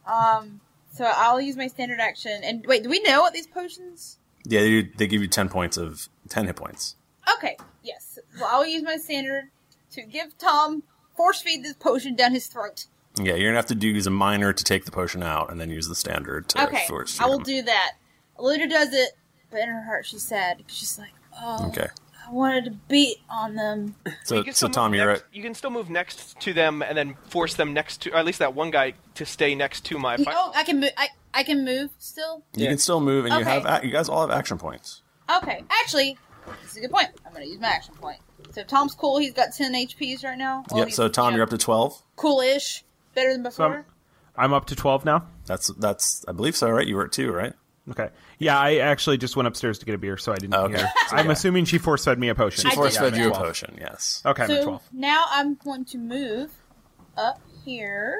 Speaker 3: Um. So I'll use my standard action. And wait, do we know what these potions?
Speaker 1: Yeah, they, they give you 10 points of 10 hit points.
Speaker 3: Okay. Yes. Well, I'll use my standard to give Tom force feed this potion down his throat.
Speaker 1: Yeah, you're going to have to do use a minor to take the potion out and then use the standard to
Speaker 3: okay.
Speaker 1: force
Speaker 3: I will
Speaker 1: him.
Speaker 3: do that. Luda does it, but in her heart she's sad. She's like, oh,
Speaker 1: Okay.
Speaker 3: I wanted to beat on them.
Speaker 1: So, so Tom, you're at.
Speaker 2: You can still move next to them and then force them next to, or at least that one guy to stay next to my. fi-
Speaker 3: Oh, I can move. I, I can move still.
Speaker 1: You can still move, and you
Speaker 3: Okay.
Speaker 1: have ac- you guys all have action points.
Speaker 3: Okay, actually, that's a good point. I'm gonna use my action point. So if Tom's cool. He's got 10 HPs right now. Well,
Speaker 1: yep.
Speaker 3: he's
Speaker 1: So Tom, you're up to twelve.
Speaker 3: cool-ish, better than
Speaker 4: So I'm,
Speaker 3: before.
Speaker 4: I'm up to twelve now.
Speaker 1: That's that's I believe so, right? You were at two, right?
Speaker 4: Okay. Yeah, I actually just went upstairs to get a beer, so I didn't.
Speaker 1: Okay.
Speaker 4: hear.
Speaker 1: So,
Speaker 4: I'm
Speaker 1: yeah.
Speaker 4: assuming she force fed me a potion.
Speaker 1: She
Speaker 3: I
Speaker 1: force
Speaker 3: did
Speaker 1: fed
Speaker 3: that.
Speaker 1: you a potion. Yes.
Speaker 4: Okay, I'm at
Speaker 3: so
Speaker 4: twelve.
Speaker 3: now I'm going to move up here,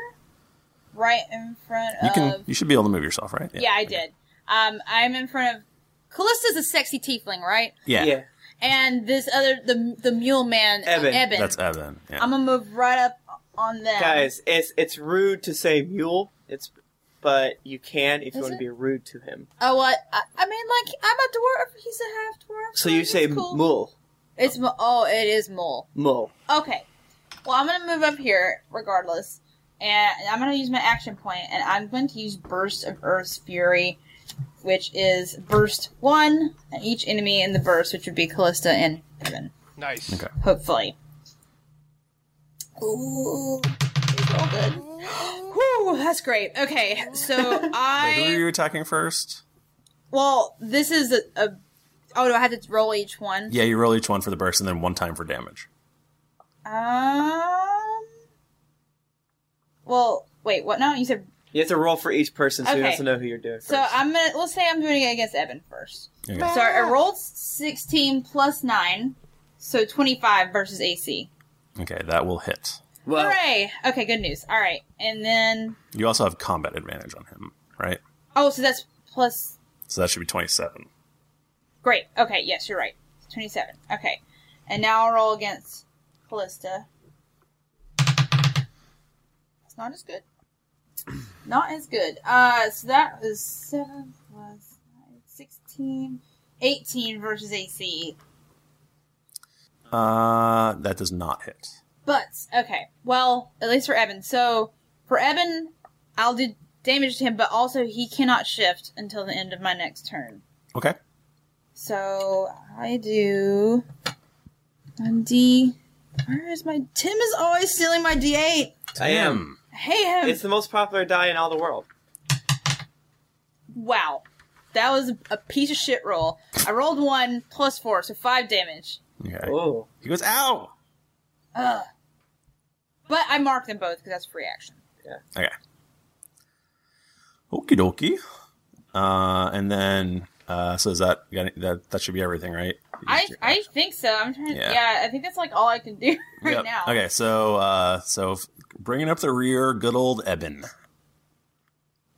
Speaker 3: right in front
Speaker 1: You
Speaker 3: of.
Speaker 1: can. You should be able to move yourself, right?
Speaker 3: yeah, I did. Um, I'm in front of. Callista's a sexy tiefling, right?
Speaker 1: Yeah.
Speaker 5: Yeah.
Speaker 3: And this other, the the mule man,
Speaker 5: Eben.
Speaker 3: Uh, Eben.
Speaker 1: That's Evan. Yeah.
Speaker 3: I'm gonna move right up on them.
Speaker 5: Guys, it's it's rude to say mule. It's but you can if you
Speaker 3: Is
Speaker 5: want
Speaker 3: it?
Speaker 5: to be rude to him.
Speaker 3: Oh, what? I, I mean, like I'm a dwarf. He's a half dwarf.
Speaker 5: So you
Speaker 3: it's
Speaker 5: say
Speaker 3: cool.
Speaker 5: mule.
Speaker 3: It's mo- oh, it is mole.
Speaker 5: Mule.
Speaker 3: Okay. Well, I'm gonna move up here regardless, and I'm gonna use my action point, and I'm going to use burst of Earth's fury, which is burst one, and each enemy in the burst, which would be Callista and Evan,
Speaker 2: nice.
Speaker 1: Okay.
Speaker 3: hopefully. Ooh, it's all good. Whew, that's great. Okay, so
Speaker 1: Wait, who are
Speaker 3: I
Speaker 1: you attacking first?
Speaker 3: well, this is a, a oh, do I have to roll each one?
Speaker 1: Yeah, you roll each one for the burst, and then one time for damage.
Speaker 3: Um. Well, wait. What now? You said
Speaker 5: You have to roll for each person so he
Speaker 3: Okay.
Speaker 5: doesn't know who you're doing.
Speaker 3: so.
Speaker 5: first.
Speaker 3: I'm gonna. Let's say I'm doing it against Evan first.
Speaker 1: Okay.
Speaker 3: So I rolled 16 plus nine, so 25 versus AC.
Speaker 1: Okay, that will hit.
Speaker 5: well,
Speaker 3: Hooray! Okay, good news. All right, and then
Speaker 1: You also have combat advantage on him, right?
Speaker 3: oh, so that's plus.
Speaker 1: So that should be twenty-seven.
Speaker 3: Great. Okay. Yes, you're right. 27. Okay, and now I'll roll against Callista. It's not as good. Not as good. Uh, so that was 7 plus 9, 16, 18 versus AC.
Speaker 1: Uh, that does not hit.
Speaker 3: But, okay. Well, at least for Evan. So, for Evan, I'll do damage to him, but also he cannot shift until the end of my next turn.
Speaker 1: Okay.
Speaker 3: So, I do 1D. Where is my. Tim is always stealing my D8.
Speaker 5: I am.
Speaker 3: I hate him.
Speaker 5: It's the most popular die in all the world.
Speaker 3: Wow. That was a piece of shit roll. I rolled one plus four, so five damage.
Speaker 1: Okay.
Speaker 5: Oh.
Speaker 1: He goes, ow!
Speaker 3: Ugh. But I marked them both because that's free action.
Speaker 5: Yeah.
Speaker 1: Okay. Okie dokie. Uh, and then, uh, so is that, got any- that, that should be everything, right?
Speaker 3: I, I think so. I'm trying.
Speaker 1: Yeah.
Speaker 3: Yeah. I think that's like all I can do right
Speaker 1: Yep.
Speaker 3: now.
Speaker 1: Okay, so, uh, so f- bringing up the rear, good old Eben.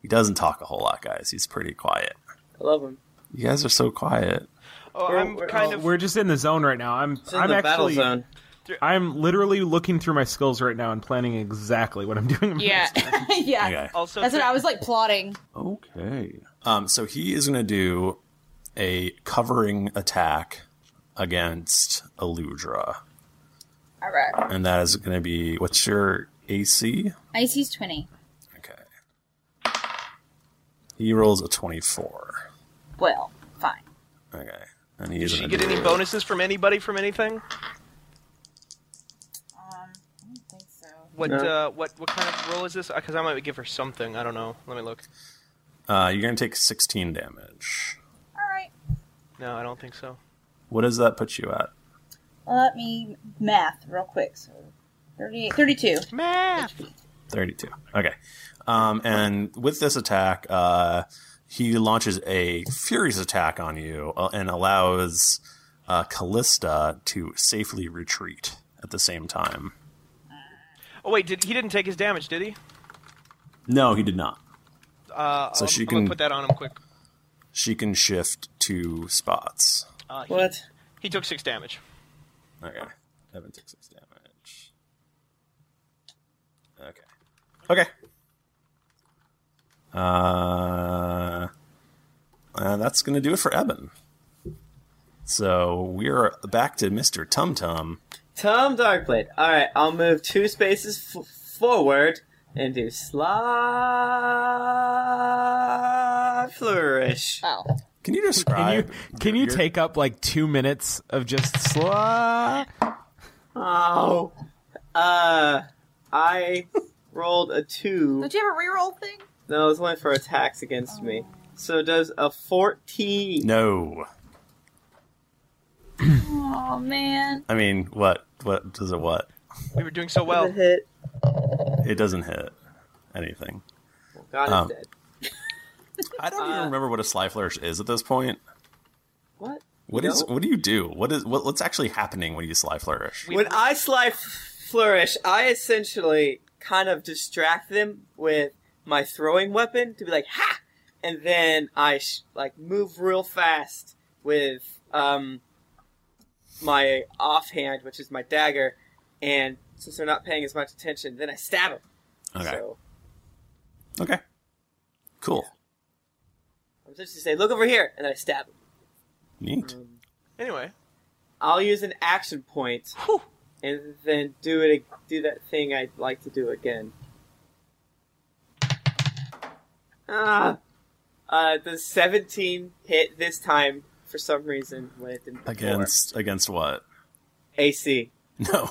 Speaker 1: He doesn't talk a whole lot, guys. He's pretty quiet.
Speaker 5: I love him.
Speaker 1: You guys are so quiet.
Speaker 2: Oh, I'm kind of.
Speaker 4: We're just in the zone right now. I'm.
Speaker 2: in
Speaker 4: I'm
Speaker 2: the battle
Speaker 4: actually.
Speaker 2: zone.
Speaker 4: I'm literally looking through my skills right now and planning exactly what I'm doing.
Speaker 3: Yeah. yeah.
Speaker 1: Okay.
Speaker 2: Also
Speaker 3: that's what I was like plotting.
Speaker 1: Okay. Um, so he is going to do a covering attack against Eludra.
Speaker 3: All right.
Speaker 1: And that is going to be, what's your AC?
Speaker 3: IC's 20.
Speaker 1: He rolls a 24.
Speaker 3: Well, fine.
Speaker 1: Okay. And he
Speaker 2: Did
Speaker 1: is
Speaker 2: she
Speaker 1: gonna
Speaker 2: get
Speaker 1: do-
Speaker 2: any bonuses from anybody from
Speaker 3: Um,
Speaker 2: anything? What
Speaker 1: No.
Speaker 2: uh, what what kind of roll is this? Because I might give her something. I don't know. Let me look.
Speaker 1: Uh, you're going to take 16 damage.
Speaker 2: No, I don't think so.
Speaker 1: What does that put you at?
Speaker 3: Let me math real quick. So 38, 32.
Speaker 2: Math.
Speaker 1: 32. Okay. Um, and with this attack, uh, he launches a furious attack on you uh, and allows uh, Callista to safely retreat at the same time.
Speaker 2: Oh wait, did he didn't take his damage? Did he?
Speaker 1: No, he did not.
Speaker 2: Uh,
Speaker 1: So
Speaker 2: I'm,
Speaker 1: she
Speaker 2: I'm gonna
Speaker 1: can-
Speaker 2: put that on him quick.
Speaker 1: She can shift two spots.
Speaker 2: Uh, he-
Speaker 5: What?
Speaker 2: He took six damage.
Speaker 1: Okay. Evan took six damage. Okay. Okay. Uh, uh, that's going to do it for Eben. So we're back to Mr. Tum Tum.
Speaker 5: Tom Darkblade. All right, I'll move two spaces f- forward and do slide flourish.
Speaker 3: Oh.
Speaker 1: Can you
Speaker 4: Can you
Speaker 1: describe?
Speaker 4: can you take up like two minutes of just sla?
Speaker 5: Oh. Uh, I rolled a two.
Speaker 3: Don't you have a reroll thing?
Speaker 5: No, it was only for attacks against me. So does a fourteen?
Speaker 1: No.
Speaker 3: Oh, man.
Speaker 1: I mean, what? What does it? What?
Speaker 2: We were doing so well.
Speaker 5: hit.
Speaker 1: It doesn't hit anything.
Speaker 5: God
Speaker 1: Um,
Speaker 5: is dead.
Speaker 1: I don't even remember what a sly flourish is at this point.
Speaker 5: What?
Speaker 1: What
Speaker 5: You
Speaker 1: is?
Speaker 5: don't?
Speaker 1: What do you do? What is? What, what's actually happening when you sly flourish?
Speaker 5: When I sly f- flourish, I essentially kind of distract them with my throwing weapon to be like ha, and then I sh- like move real fast with um my offhand, which is my dagger, and since they're not paying as much attention, then I stab them.
Speaker 1: Okay.
Speaker 5: So
Speaker 1: Okay. Cool.
Speaker 5: I'm essentially say, look over here, and then I stab them.
Speaker 1: Neat.
Speaker 2: Anyway,
Speaker 5: I'll use an action point, and then do it do that thing I'd like to do again. Ah, uh, the seventeen hit this time for some reason when it didn't before.
Speaker 1: Against against what?
Speaker 5: AC.
Speaker 1: No.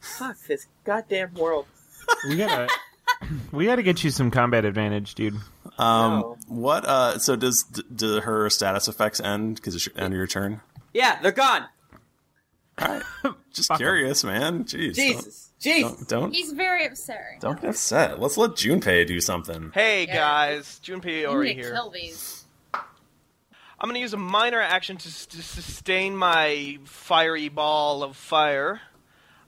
Speaker 5: Fuck this goddamn world.
Speaker 4: We gotta we gotta get you some combat advantage, dude.
Speaker 1: Um.
Speaker 5: No.
Speaker 1: What? Uh. So does d- do her status effects end because it's your- end of your turn?
Speaker 5: Yeah, they're gone.
Speaker 1: Just curious, man. Jeez.
Speaker 5: Jesus, Jesus.
Speaker 1: Don't don't,
Speaker 3: He's very upset.
Speaker 1: don't get upset. Let's let Junpei do something.
Speaker 2: hey
Speaker 3: Yeah.
Speaker 2: guys, Junpei
Speaker 3: You
Speaker 2: Ori
Speaker 3: need to
Speaker 2: here.
Speaker 3: kill these.
Speaker 2: I'm gonna use a minor action to, s- to sustain my fiery ball of fire.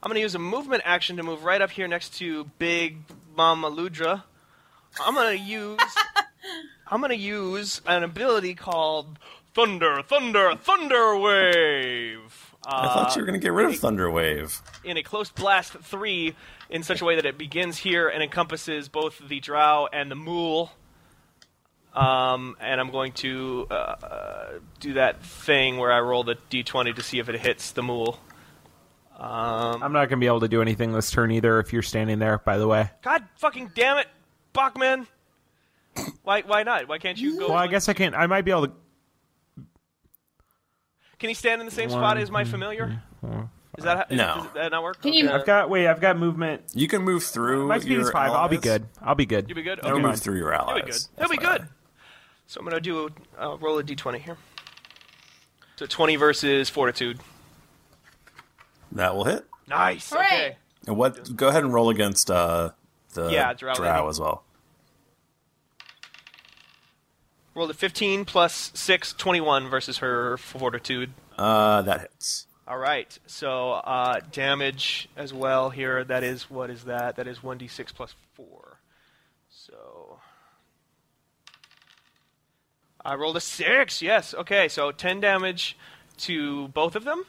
Speaker 2: I'm gonna use a movement action to move right up here next to Big Mama Ludra. I'm gonna use. I'm gonna use an ability called Thunder, Thunder, Thunder Wave. Uh,
Speaker 1: I thought you were gonna get rid of Thunderwave.
Speaker 2: in a close blast three in such a way that it begins here and encompasses both the drow and the mool. Um, and I'm going to uh, uh, do that thing where I roll the d20 to see if it hits the mool. Um,
Speaker 4: I'm not gonna be able to do anything this turn either if you're standing there, by the way.
Speaker 2: God fucking damn it, Bachman! Why, why not? Why can't you go?
Speaker 4: Well, I guess I can I might be able to
Speaker 2: Can he stand in the same spot as my familiar? Is that how,
Speaker 1: No.
Speaker 2: Does that not work?
Speaker 3: Can you-
Speaker 2: Okay.
Speaker 4: I've got uh, wait, I've got movement.
Speaker 1: You can move through.
Speaker 4: My speed
Speaker 1: your
Speaker 4: is five, I'll be
Speaker 1: allies.
Speaker 4: good. I'll be good.
Speaker 2: You be good.
Speaker 1: You
Speaker 2: Okay.
Speaker 1: can move through your
Speaker 2: He'll
Speaker 1: allies.
Speaker 2: be good. He'll be good. So I'm gonna do a uh, roll a d20 here. So 20 versus fortitude.
Speaker 1: That will hit.
Speaker 2: Nice. Okay.
Speaker 1: And what? Go ahead and roll against uh, the
Speaker 2: Yeah, drow,
Speaker 1: drow,
Speaker 2: I think.
Speaker 1: as well.
Speaker 2: Rolled a 15 plus 6, 21 versus her fortitude.
Speaker 1: Uh, that hits.
Speaker 2: All right. So uh, damage as well here. That is what is that? That is 1d6 plus 4. So I rolled a 6. Yes. Okay. So 10 damage to both of them.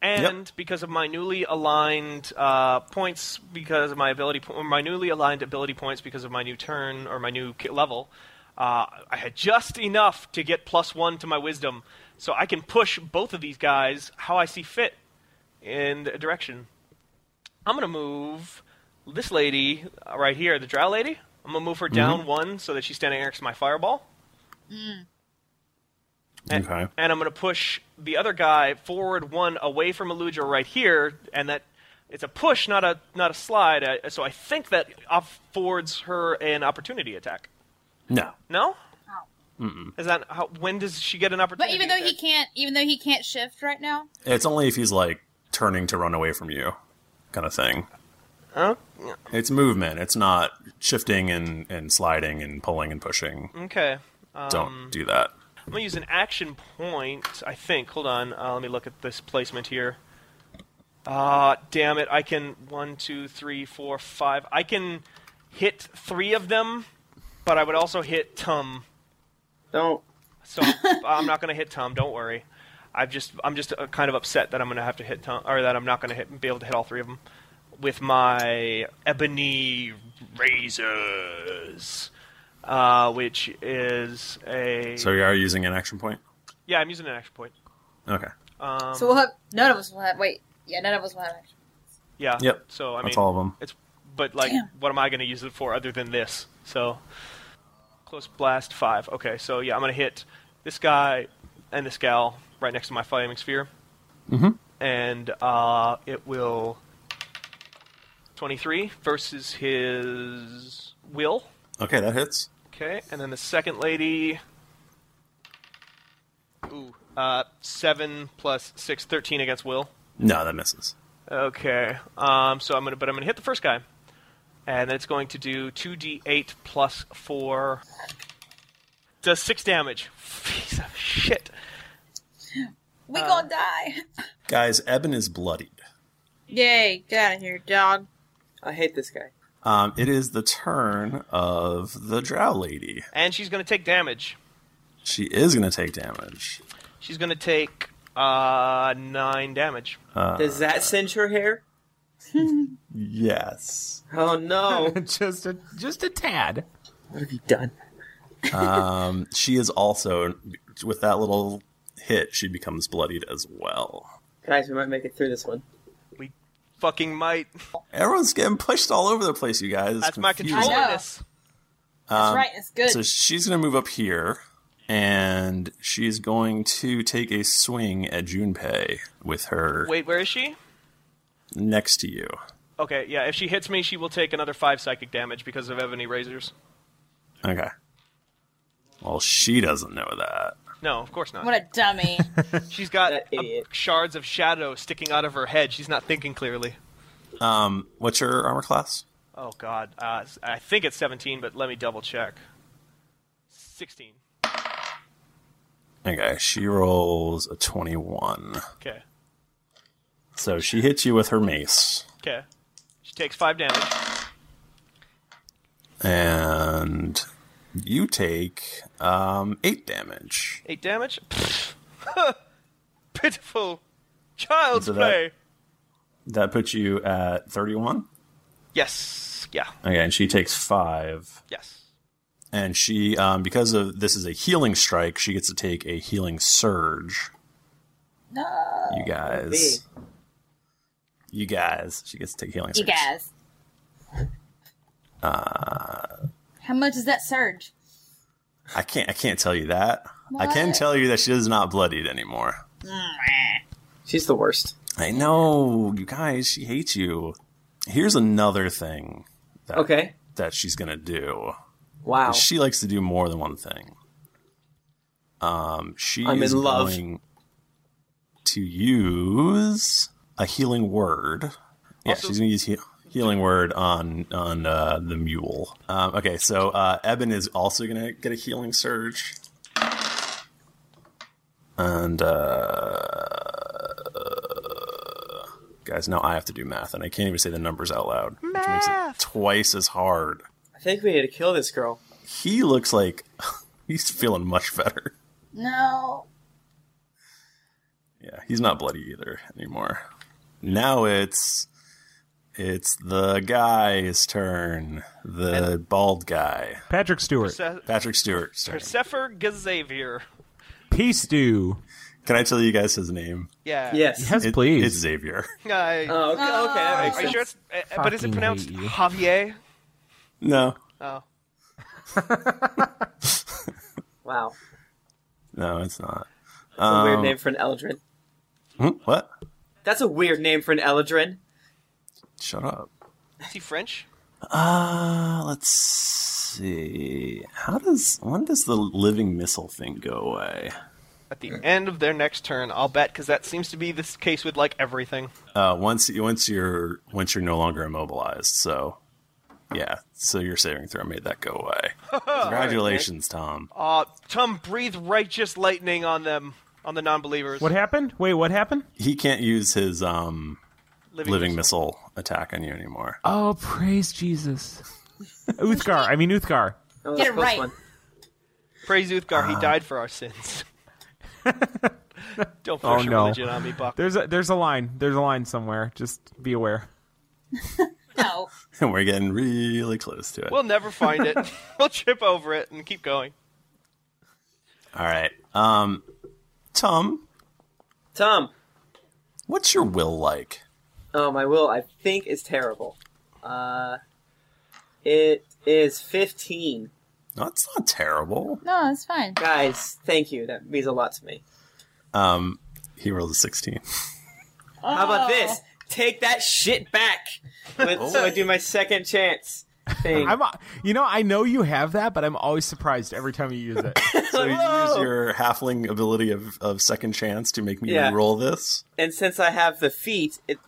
Speaker 2: And because of my newly aligned uh, points, because of my ability, po- or my newly aligned ability points, because of my new turn or my new ki- level, uh, I had just enough to get plus one to my wisdom, so I can push both of these guys how I see fit in a direction. I'm gonna move this lady uh, right here, the Drow lady. I'm gonna move her down
Speaker 1: Mhm.
Speaker 2: one so that she's standing next to my fireball. And,
Speaker 1: Okay.
Speaker 2: and I'm going to push the other guy forward one away from Illuja right here, and that it's a push, not a not a slide. Uh, so I think that affords her an opportunity attack.
Speaker 1: No.
Speaker 2: No,
Speaker 1: Mm-mm.
Speaker 2: is that how, when does she get an opportunity?
Speaker 3: But even though he can't, even though he can't shift right now,
Speaker 1: It's only if he's like turning to run away from you, kind of thing.
Speaker 2: Oh.
Speaker 1: It's movement. It's not shifting and, and sliding and pulling and pushing.
Speaker 2: Okay. Um,
Speaker 1: Don't do that.
Speaker 2: I'm gonna use an action point. I think. Hold on. Uh, let me look at this placement here. Ah, damn it! I can one, two, three, four, five. I can hit three of them, but I would also hit Tum.
Speaker 5: Don't.
Speaker 2: So I'm not gonna hit Tum. Don't worry. I've just I'm just uh, kind of upset that I'm gonna have to hit Tum, or that I'm not gonna hit, be able to hit all three of them with my ebony razors, uh, which is a
Speaker 1: So you are using an action point?
Speaker 2: yeah, I'm using an action point.
Speaker 1: Okay.
Speaker 2: Um,
Speaker 3: so we'll have none of us will have. Wait, yeah, none of us will have. action.
Speaker 2: yeah.
Speaker 1: Yep.
Speaker 2: So I mean,
Speaker 1: That's all of 'em.
Speaker 2: It's but like,
Speaker 3: Damn.
Speaker 2: what am I going to use it for other than this? So close blast five. Okay, so yeah, I'm going to hit this guy and this gal right next to my flaming sphere,
Speaker 1: Mhm.
Speaker 2: and uh, it will twenty-three versus his will.
Speaker 1: Okay, that hits.
Speaker 2: Okay, and then the second lady. Ooh, uh, seven plus six, 13 against will.
Speaker 1: No, that misses.
Speaker 2: Okay. Um, so I'm gonna, but I'm gonna hit the first guy, and then it's going to do two d8 plus four. Does six damage. Piece of shit.
Speaker 3: We gonna die.
Speaker 1: Guys, Eben is bloodied.
Speaker 3: Yay! Get out of here, dog.
Speaker 5: I hate this guy.
Speaker 1: Um, it is the turn of the drow lady.
Speaker 2: And she's gonna take damage.
Speaker 1: She is going to take damage.
Speaker 2: She's gonna take uh nine damage.
Speaker 1: Uh,
Speaker 5: Does that singe her hair?
Speaker 1: Yes.
Speaker 5: Oh no!
Speaker 2: eh.
Speaker 4: just a just a tad.
Speaker 5: What have you done?
Speaker 1: Um, she is also, with that little hit, she becomes bloodied as well.
Speaker 5: Guys, we might make it through this one.
Speaker 2: We fucking might.
Speaker 1: Everyone's getting pushed all over the place, you guys. It's
Speaker 2: That's my
Speaker 1: confusing.
Speaker 2: control in this.
Speaker 1: That's
Speaker 3: right, it's good.
Speaker 1: So she's going to move up here, and she's going to take a swing at Junpei with her
Speaker 2: Wait, where is she?
Speaker 1: next to you.
Speaker 2: Okay, yeah. If she hits me, she will take another five psychic damage because of ebony razors.
Speaker 1: Okay. Well, she doesn't know that.
Speaker 2: No, of course not.
Speaker 3: What a dummy.
Speaker 2: She's got uh, shards of shadow sticking out of her head. She's not thinking clearly.
Speaker 1: Um, what's your armor class?
Speaker 2: Oh God, uh, s- I think it's 17, but let me double check. 16.
Speaker 1: Okay, she rolls a 21.
Speaker 2: Okay.
Speaker 1: So she hits you with her mace,
Speaker 2: Okay. She takes five damage.
Speaker 1: and you take um, 8 damage.
Speaker 2: Eight damage. Pfft. Pitiful. Child's
Speaker 1: So that-
Speaker 2: play.
Speaker 1: That puts you at 31.
Speaker 2: Yes. Yeah.
Speaker 1: Okay, and she takes 5.
Speaker 2: Yes.
Speaker 1: And she, um, because of this is a healing strike, she gets to take a healing surge.
Speaker 3: No.
Speaker 1: You guys. You guys. She gets to take healing surge.
Speaker 3: You guys,
Speaker 1: Uh,
Speaker 3: how much is that surge?
Speaker 1: I can't. I can't tell you that. I can
Speaker 3: What?
Speaker 1: tell you that she is not bloodied anymore.
Speaker 5: She's the worst.
Speaker 1: I know, you guys. She hates you. Here's another thing. That,
Speaker 5: Okay.
Speaker 1: That she's gonna do.
Speaker 5: Wow.
Speaker 1: She likes to do more than one thing. Um, she
Speaker 5: I'm
Speaker 1: is
Speaker 5: in love.
Speaker 1: going to use a healing word. Yeah, she's going to use he- healing word on on uh, the mule. Um, okay, so uh, Eben is also going to get a healing surge, and uh, guys, now I have to do math, and I can't even say the numbers out loud, which makes it twice as hard.
Speaker 5: I think we need to kill this girl.
Speaker 1: He looks like he's feeling much better.
Speaker 3: No.
Speaker 1: Yeah, he's not bloody either anymore. Now it's it's the guy's turn. The bald guy.
Speaker 4: Patrick Stewart.
Speaker 2: Perse-
Speaker 1: Patrick Stewart's turn.
Speaker 2: Persephone Xavier.
Speaker 4: Peace do.
Speaker 1: Can I tell you guys his name?
Speaker 2: Yeah. Yes.
Speaker 4: Yes,
Speaker 1: It-
Speaker 4: please.
Speaker 1: It's Xavier.
Speaker 2: I,
Speaker 5: oh, okay, okay, that makes
Speaker 2: Are you
Speaker 5: sense.
Speaker 2: sure it's, uh, but is it
Speaker 4: Fucking
Speaker 2: pronounced
Speaker 4: hate you.
Speaker 2: Javier?
Speaker 1: No.
Speaker 2: Oh.
Speaker 5: Wow.
Speaker 1: No, it's not.
Speaker 5: That's a weird
Speaker 1: Um,
Speaker 5: name for an Eldrin.
Speaker 1: hmm, What?
Speaker 5: That's a weird name for an Eldrin.
Speaker 1: Shut up.
Speaker 2: Is he French?
Speaker 1: Uh let's see. How does when does the living missile thing go away?
Speaker 2: At the end of their next turn, I'll bet, because that seems to be the case with like everything.
Speaker 1: Uh, once once you're once you're no longer immobilized, so yeah, so your saving throw made that go away. Congratulations, Tom.
Speaker 2: Uh, Tom, breathe righteous lightning on them, on the non-believers.
Speaker 4: What happened? Wait, what happened?
Speaker 1: He can't use his um
Speaker 2: Living
Speaker 1: living, missile. attack on you anymore.
Speaker 4: Oh, praise Jesus. Uthgar. I mean Uthgar.
Speaker 5: Oh,
Speaker 3: Get it right.
Speaker 2: Praise Uthgar, he
Speaker 5: Ah.
Speaker 2: died for our sins. Don't
Speaker 4: Oh
Speaker 2: push
Speaker 4: no.
Speaker 2: religion on me, Buck.
Speaker 4: There's a there's a line. There's a line somewhere. Just be aware.
Speaker 3: No.
Speaker 1: And we're getting really close to it.
Speaker 2: We'll never find it. we'll trip over it and keep going.
Speaker 1: All right. Um Tom,
Speaker 5: Tom.
Speaker 1: what's your will like?
Speaker 5: Oh, my will, I think, is terrible. Uh, it is 15.
Speaker 1: No, it's not terrible.
Speaker 3: No, it's fine.
Speaker 5: Guys, thank you. That means a lot to me.
Speaker 1: Um he rolled a sixteen.
Speaker 5: How
Speaker 3: Oh.
Speaker 5: about this? Take that shit back. Let's so I do my second chance thing.
Speaker 4: I'm a- you know, I know you have that, but I'm always surprised every time you use it.
Speaker 1: So you use your halfling ability of, of second chance to make me
Speaker 5: Yeah.
Speaker 1: roll this.
Speaker 5: and since I have the feet, it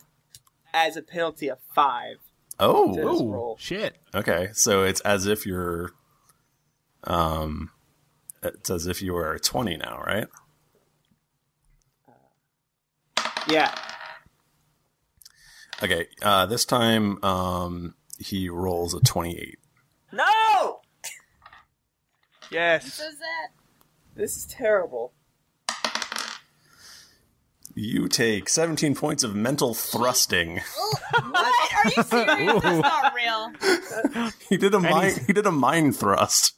Speaker 5: adds a penalty of five.
Speaker 1: Oh,
Speaker 5: to this roll.
Speaker 4: Shit.
Speaker 1: Okay, so it's as if you're, um, it's as if you were twenty now, right?
Speaker 5: Yeah.
Speaker 1: Okay, uh, this time um, he rolls a twenty-eight.
Speaker 5: No!
Speaker 2: Yes.
Speaker 3: Does that?
Speaker 5: This is terrible.
Speaker 1: You take seventeen points of mental thrusting.
Speaker 3: What? Are you serious? That's not real.
Speaker 1: he did a mind, he did a mind thrust.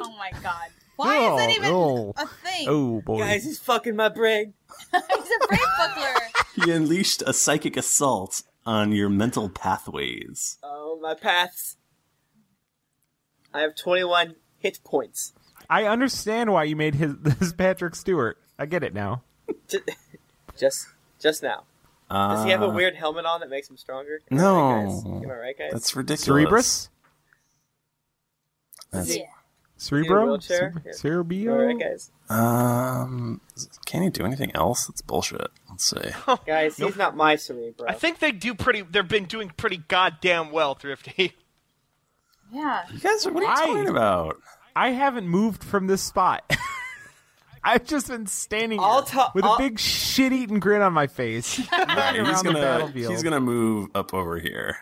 Speaker 3: Oh my god. Why is that even
Speaker 4: oh.
Speaker 3: a thing?
Speaker 4: Oh boy.
Speaker 5: Guys, he's fucking my brain.
Speaker 3: He's a brain buckler.
Speaker 1: He unleashed a psychic assault on your mental pathways.
Speaker 5: Oh, my paths. I have 21 hit points.
Speaker 4: I understand why you made his this Patrick Stewart. I get it now.
Speaker 5: Ju- Just just now.
Speaker 1: Uh,
Speaker 5: Does he have a weird helmet on that makes him stronger? Am I right, guys?
Speaker 1: No,
Speaker 5: Am I right, guys?
Speaker 1: that's ridiculous.
Speaker 4: Cerebrus?
Speaker 1: That's-
Speaker 3: Yeah.
Speaker 5: In a
Speaker 4: Cerebro?
Speaker 5: wheelchair?
Speaker 4: Cere-
Speaker 5: Yeah. Am I
Speaker 4: Cerebio?
Speaker 5: right, guys?
Speaker 1: Um, can he do anything else? That's bullshit. Let's see.
Speaker 5: Guys, he's not my cerebro.
Speaker 2: Oh, I think they do pretty. They've been doing pretty goddamn well, Thrifty.
Speaker 3: Yeah.
Speaker 1: You guys, are- what are you
Speaker 4: I-
Speaker 1: talking about?
Speaker 4: I haven't moved from this spot. I've just been standing
Speaker 5: I'll
Speaker 4: here
Speaker 5: ta-
Speaker 4: with a
Speaker 5: I'll-
Speaker 4: big shit-eating grin on my face.
Speaker 1: Alright, he's
Speaker 4: around the
Speaker 1: gonna
Speaker 4: battlefield.
Speaker 1: he's gonna move up over here.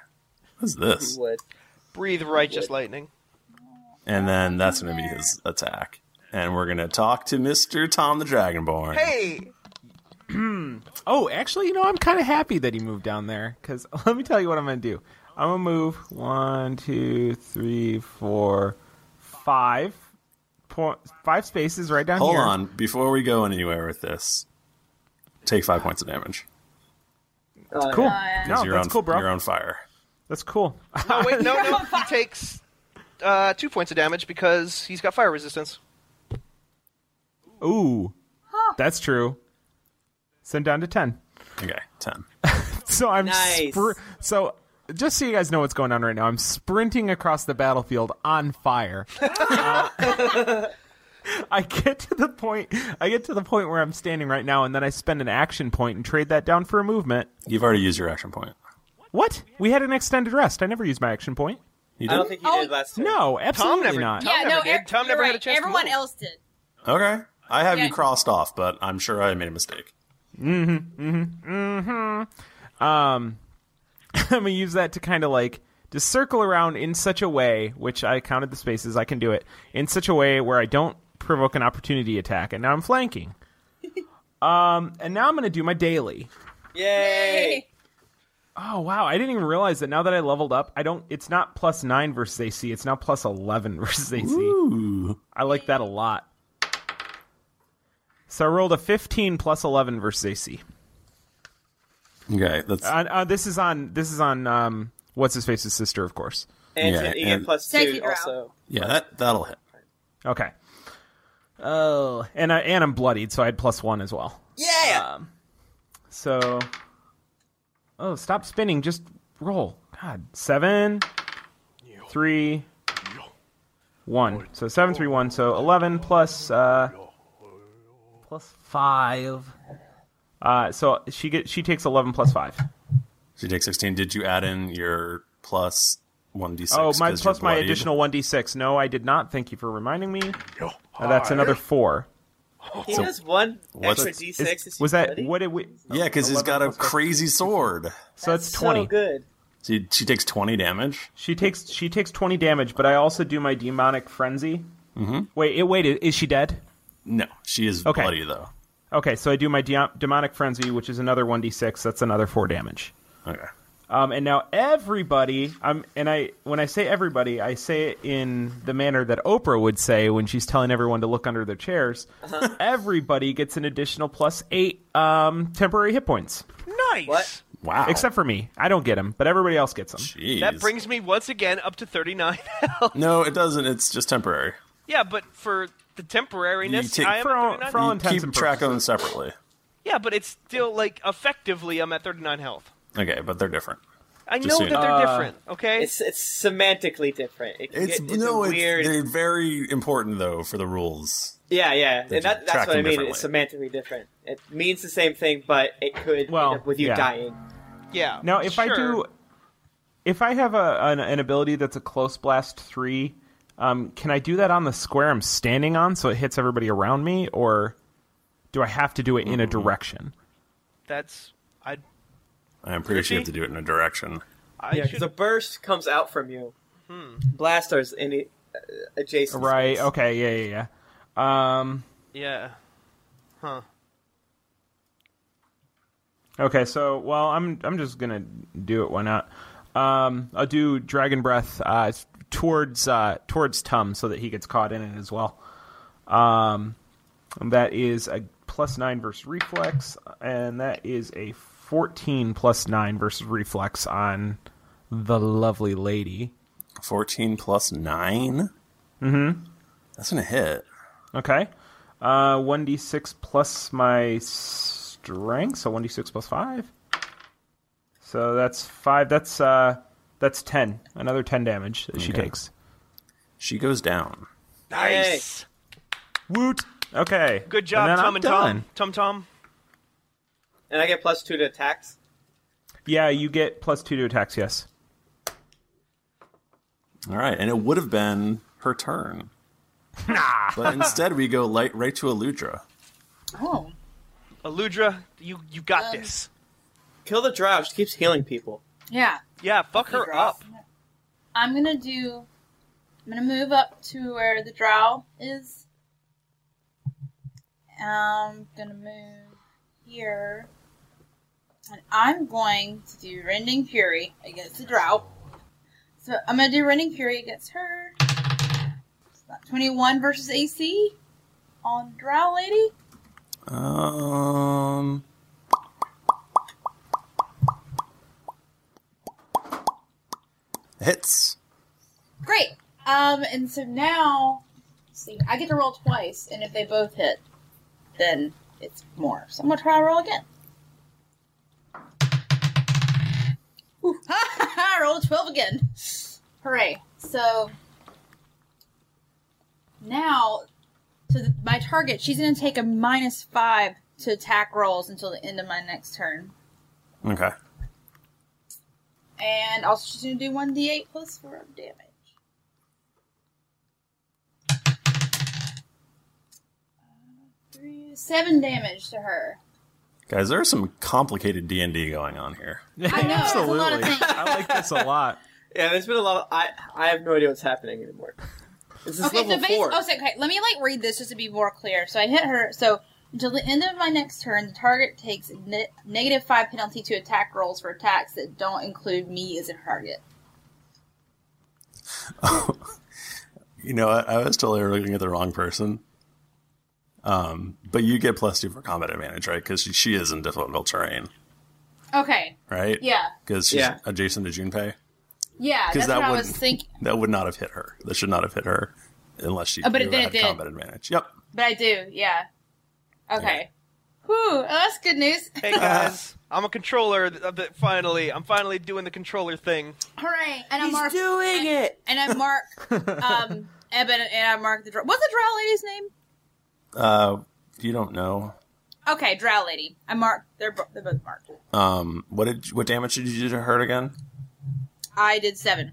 Speaker 1: What's
Speaker 5: he
Speaker 1: this?
Speaker 5: would.
Speaker 2: Breathe righteous lightning.
Speaker 1: And then that's gonna be his attack. And we're gonna talk to Mister Tom the Dragonborn.
Speaker 2: Hey,
Speaker 4: Oh, actually, you know, I'm kind of happy that he moved down there because let me tell you what I'm going to do. I'm going to move one, two, three, four, five, po- five spaces right down
Speaker 1: Hold
Speaker 4: here.
Speaker 1: on, before we go anywhere with this, take five points of damage
Speaker 5: Uh,
Speaker 4: Cool.
Speaker 1: because
Speaker 4: No,
Speaker 1: you're
Speaker 4: that's
Speaker 1: on
Speaker 4: cool, bro.
Speaker 1: you're on fire.
Speaker 4: That's cool.
Speaker 2: no, Oh, wait, no, no. He takes uh, two points of damage because he's got fire resistance.
Speaker 4: Ooh, that's true. So I'm down to ten.
Speaker 1: Okay, ten.
Speaker 4: So I'm
Speaker 5: Nice.
Speaker 4: spr- so just so you guys know what's going on right now, I'm sprinting across the battlefield on fire. Uh, I get to the point. I get to the point where I'm standing right now, and then I spend an action point and trade that down for a movement.
Speaker 1: You've already used your action point.
Speaker 4: What? We had an extended rest. I never used my action point.
Speaker 1: You
Speaker 5: I don't think
Speaker 3: Oh,
Speaker 5: you did last time.
Speaker 4: No, absolutely not.
Speaker 3: yeah, no, Eric, Tom never had a chance. Everyone else did.
Speaker 1: Okay. I have
Speaker 3: Yeah.
Speaker 1: you crossed off, but I'm sure I made a mistake.
Speaker 4: Mm-hmm. Mm-hmm. Mm-hmm. Um, I'm gonna use that to kind of like just circle around in such a way, which I counted the spaces. I can do it in such a way where I don't provoke an opportunity attack, and now I'm flanking. um, and now I'm gonna do my daily.
Speaker 5: Yay!
Speaker 4: Oh wow! I didn't even realize that. Now that I leveled up, I don't. It's not plus nine versus AC. It's now plus eleven versus AC. I like that a lot. So I rolled a fifteen plus eleven versus AC.
Speaker 1: Okay, that's
Speaker 4: On, uh, this is on this is on um, what's his face's sister, of course.
Speaker 5: And yeah, you get plus two also.
Speaker 1: Yeah, that that'll hit.
Speaker 4: Okay. Oh, and I and I'm bloodied, so I had plus one as well.
Speaker 5: Yeah.
Speaker 4: Um, so, oh, stop spinning. Just roll. God, seven, three, one. So seven, three, one. So eleven plus uh, plus five. Uh, so she get she takes eleven plus five.
Speaker 1: So you take 16. Did you add in your plus 1d6?
Speaker 4: oh, my
Speaker 1: 'cause
Speaker 4: plus
Speaker 1: you're
Speaker 4: my
Speaker 1: bloodied?
Speaker 4: additional one d six. No, I did not. Thank you for reminding me. Uh, that's another four.
Speaker 5: He
Speaker 4: So-
Speaker 5: has one
Speaker 4: What's-
Speaker 5: extra d6.
Speaker 4: is-
Speaker 5: as
Speaker 4: was
Speaker 5: you
Speaker 4: that
Speaker 5: bloody.
Speaker 4: what did we?
Speaker 1: Yeah, because he's got a crazy sword.
Speaker 4: So that's,
Speaker 5: So
Speaker 4: twenty.
Speaker 5: good.
Speaker 1: So you, she takes 20 damage.
Speaker 4: she takes she takes twenty damage, but I also do my demonic frenzy.
Speaker 1: Mhm.
Speaker 4: Wait, it, wait, is she dead?
Speaker 1: No, she is
Speaker 4: Okay.
Speaker 1: bloody, though.
Speaker 4: Okay, so I do my de- demonic frenzy, which is another one d six. That's another four damage.
Speaker 1: Okay.
Speaker 4: Um, and now everybody, I'm, and I when I say everybody, I say it in the manner that Oprah would say when she's telling everyone to look under their chairs.
Speaker 2: Uh-huh.
Speaker 4: Everybody gets an additional plus eight um, temporary hit points,
Speaker 2: Nice.
Speaker 5: What?
Speaker 1: Wow.
Speaker 4: except for me. I don't get them, but everybody else gets them.
Speaker 1: Jeez.
Speaker 2: That brings me once again up to 39 health.
Speaker 1: No, it doesn't. It's just temporary.
Speaker 2: yeah, but for the
Speaker 1: You
Speaker 2: temporariness,
Speaker 1: take-
Speaker 2: I am
Speaker 4: For all-
Speaker 2: at 39.
Speaker 4: for all
Speaker 1: You
Speaker 4: intents
Speaker 1: keep
Speaker 4: and
Speaker 1: track of them separately.
Speaker 2: Yeah, but it's still like effectively I'm at 39 health.
Speaker 1: Okay, but they're different.
Speaker 2: I
Speaker 1: Just so
Speaker 2: know that
Speaker 1: you
Speaker 2: they're
Speaker 1: know.
Speaker 2: different, okay?
Speaker 5: Uh, It's it's semantically different. It can
Speaker 1: It's,
Speaker 5: get- it's
Speaker 1: no,
Speaker 5: a
Speaker 1: it's,
Speaker 5: weird.
Speaker 1: they're very important though for the rules.
Speaker 5: yeah, yeah,
Speaker 1: they're
Speaker 5: and that,
Speaker 1: track
Speaker 5: that's what I
Speaker 1: them
Speaker 5: mean. It's semantically different. It means the same thing, but it could
Speaker 4: Well,
Speaker 5: end up with you
Speaker 4: yeah.
Speaker 5: dying.
Speaker 2: yeah.
Speaker 4: Now, if I do,
Speaker 2: sure.
Speaker 4: if I have a an, an ability that's a close blast three, um, can I do that on the square I'm standing on so it hits everybody around me, or do I have to do it in a direction?
Speaker 2: That's. I,
Speaker 1: I'm pretty sure you have to do it in a direction.
Speaker 2: I
Speaker 5: Yeah, 'cause
Speaker 2: should Hmm.
Speaker 5: a burst comes out from you. Blasters in the, uh, adjacent.
Speaker 4: Right.
Speaker 5: space.
Speaker 4: Okay. Yeah. Yeah. Yeah. Um,
Speaker 2: Yeah. Huh.
Speaker 4: okay. So, well, I'm I'm just gonna do it. Why not? Um, I'll do dragon breath uh, towards uh, towards Tum so that he gets caught in it as well. Um, and that is a plus nine versus reflex, and that is a fourteen plus nine versus reflex on the lovely lady.
Speaker 1: 14 plus 9? Mm hmm.
Speaker 4: Mm-hmm.
Speaker 1: That's going to hit.
Speaker 4: Okay, Uh, one d six plus my strength, so one d six plus five. So that's five. That's uh, that's ten. Another ten damage that she
Speaker 1: Okay.
Speaker 4: takes.
Speaker 1: She goes down.
Speaker 2: Nice.
Speaker 4: Woot. Okay.
Speaker 2: Good job,
Speaker 4: then
Speaker 2: Tom
Speaker 4: I'm
Speaker 2: and
Speaker 4: done.
Speaker 2: Tom. Tom Tom.
Speaker 5: And I get plus two to attacks.
Speaker 4: Yeah, you get plus two to attacks. Yes.
Speaker 1: All right. And it would have been her turn. but instead, we go light, right to Eludra.
Speaker 3: Oh,
Speaker 2: Aludra, you, you got
Speaker 3: Um,
Speaker 2: this.
Speaker 5: Kill the drow. She keeps healing people.
Speaker 3: yeah.
Speaker 2: Yeah, fuck her up.
Speaker 3: I'm gonna do. I'm gonna move up to where the drow is. I'm gonna move here, and I'm going to do rending fury against the drow. So I'm gonna do rending fury against her. It's not 21 versus AC on drow lady.
Speaker 1: Um. Hits.
Speaker 3: Great. Um, and so now, see, I get to roll twice, and if they both hit, then it's more. So I'm gonna try to roll again. Ooh, ha ha ha! I rolled a twelve again. Hooray! So now, to my target, she's going to take a minus five to attack rolls until the end of my next turn.
Speaker 1: Okay.
Speaker 3: And also, she's going to do 1d8 plus 4 of damage. Uh, Three- Seven damage to her.
Speaker 1: Guys, there's some complicated D and D going on here.
Speaker 3: I know, it's a lot of things.
Speaker 4: I like this a lot.
Speaker 5: Yeah, there's been a lot. Of, I I have no idea what's happening anymore. This is
Speaker 3: Okay, so
Speaker 5: level
Speaker 3: base-
Speaker 5: four.
Speaker 3: oh, so, okay, let me like read this just to be more clear. So I hit her. So until the end of my next turn, the target takes a ne- negative five penalty to attack rolls for attacks that don't include me as a target.
Speaker 1: You know, I, I was totally looking at the wrong person. Um, but you get plus two for combat advantage, right? Because she, she is in difficult terrain,
Speaker 3: Okay.
Speaker 1: right?
Speaker 3: Yeah.
Speaker 1: Because she's
Speaker 3: Yeah.
Speaker 1: adjacent to Junpei.
Speaker 3: Yeah,
Speaker 1: 'Cause
Speaker 3: that's
Speaker 1: that
Speaker 3: what I was
Speaker 1: wouldn't-
Speaker 3: thinking.
Speaker 1: That would not have hit her. That should not have hit her, unless she
Speaker 3: Oh, but it
Speaker 1: knew
Speaker 3: did, it
Speaker 1: had
Speaker 3: did.
Speaker 1: combat advantage. Yep.
Speaker 3: But I do, yeah. Okay. Whew, oh, that's good news.
Speaker 2: Hey guys, I'm a controller. th- of the- Finally, I'm finally doing the controller thing.
Speaker 3: Hooray! And I'm mark- doing it. And I mark um Eben and I mark the draw. What's the drow lady's name?
Speaker 1: Uh, you don't know.
Speaker 3: Okay, drow lady. I mark. They're bo- they're both marked.
Speaker 1: Um, what did what damage did you do to her again?
Speaker 3: I did seven.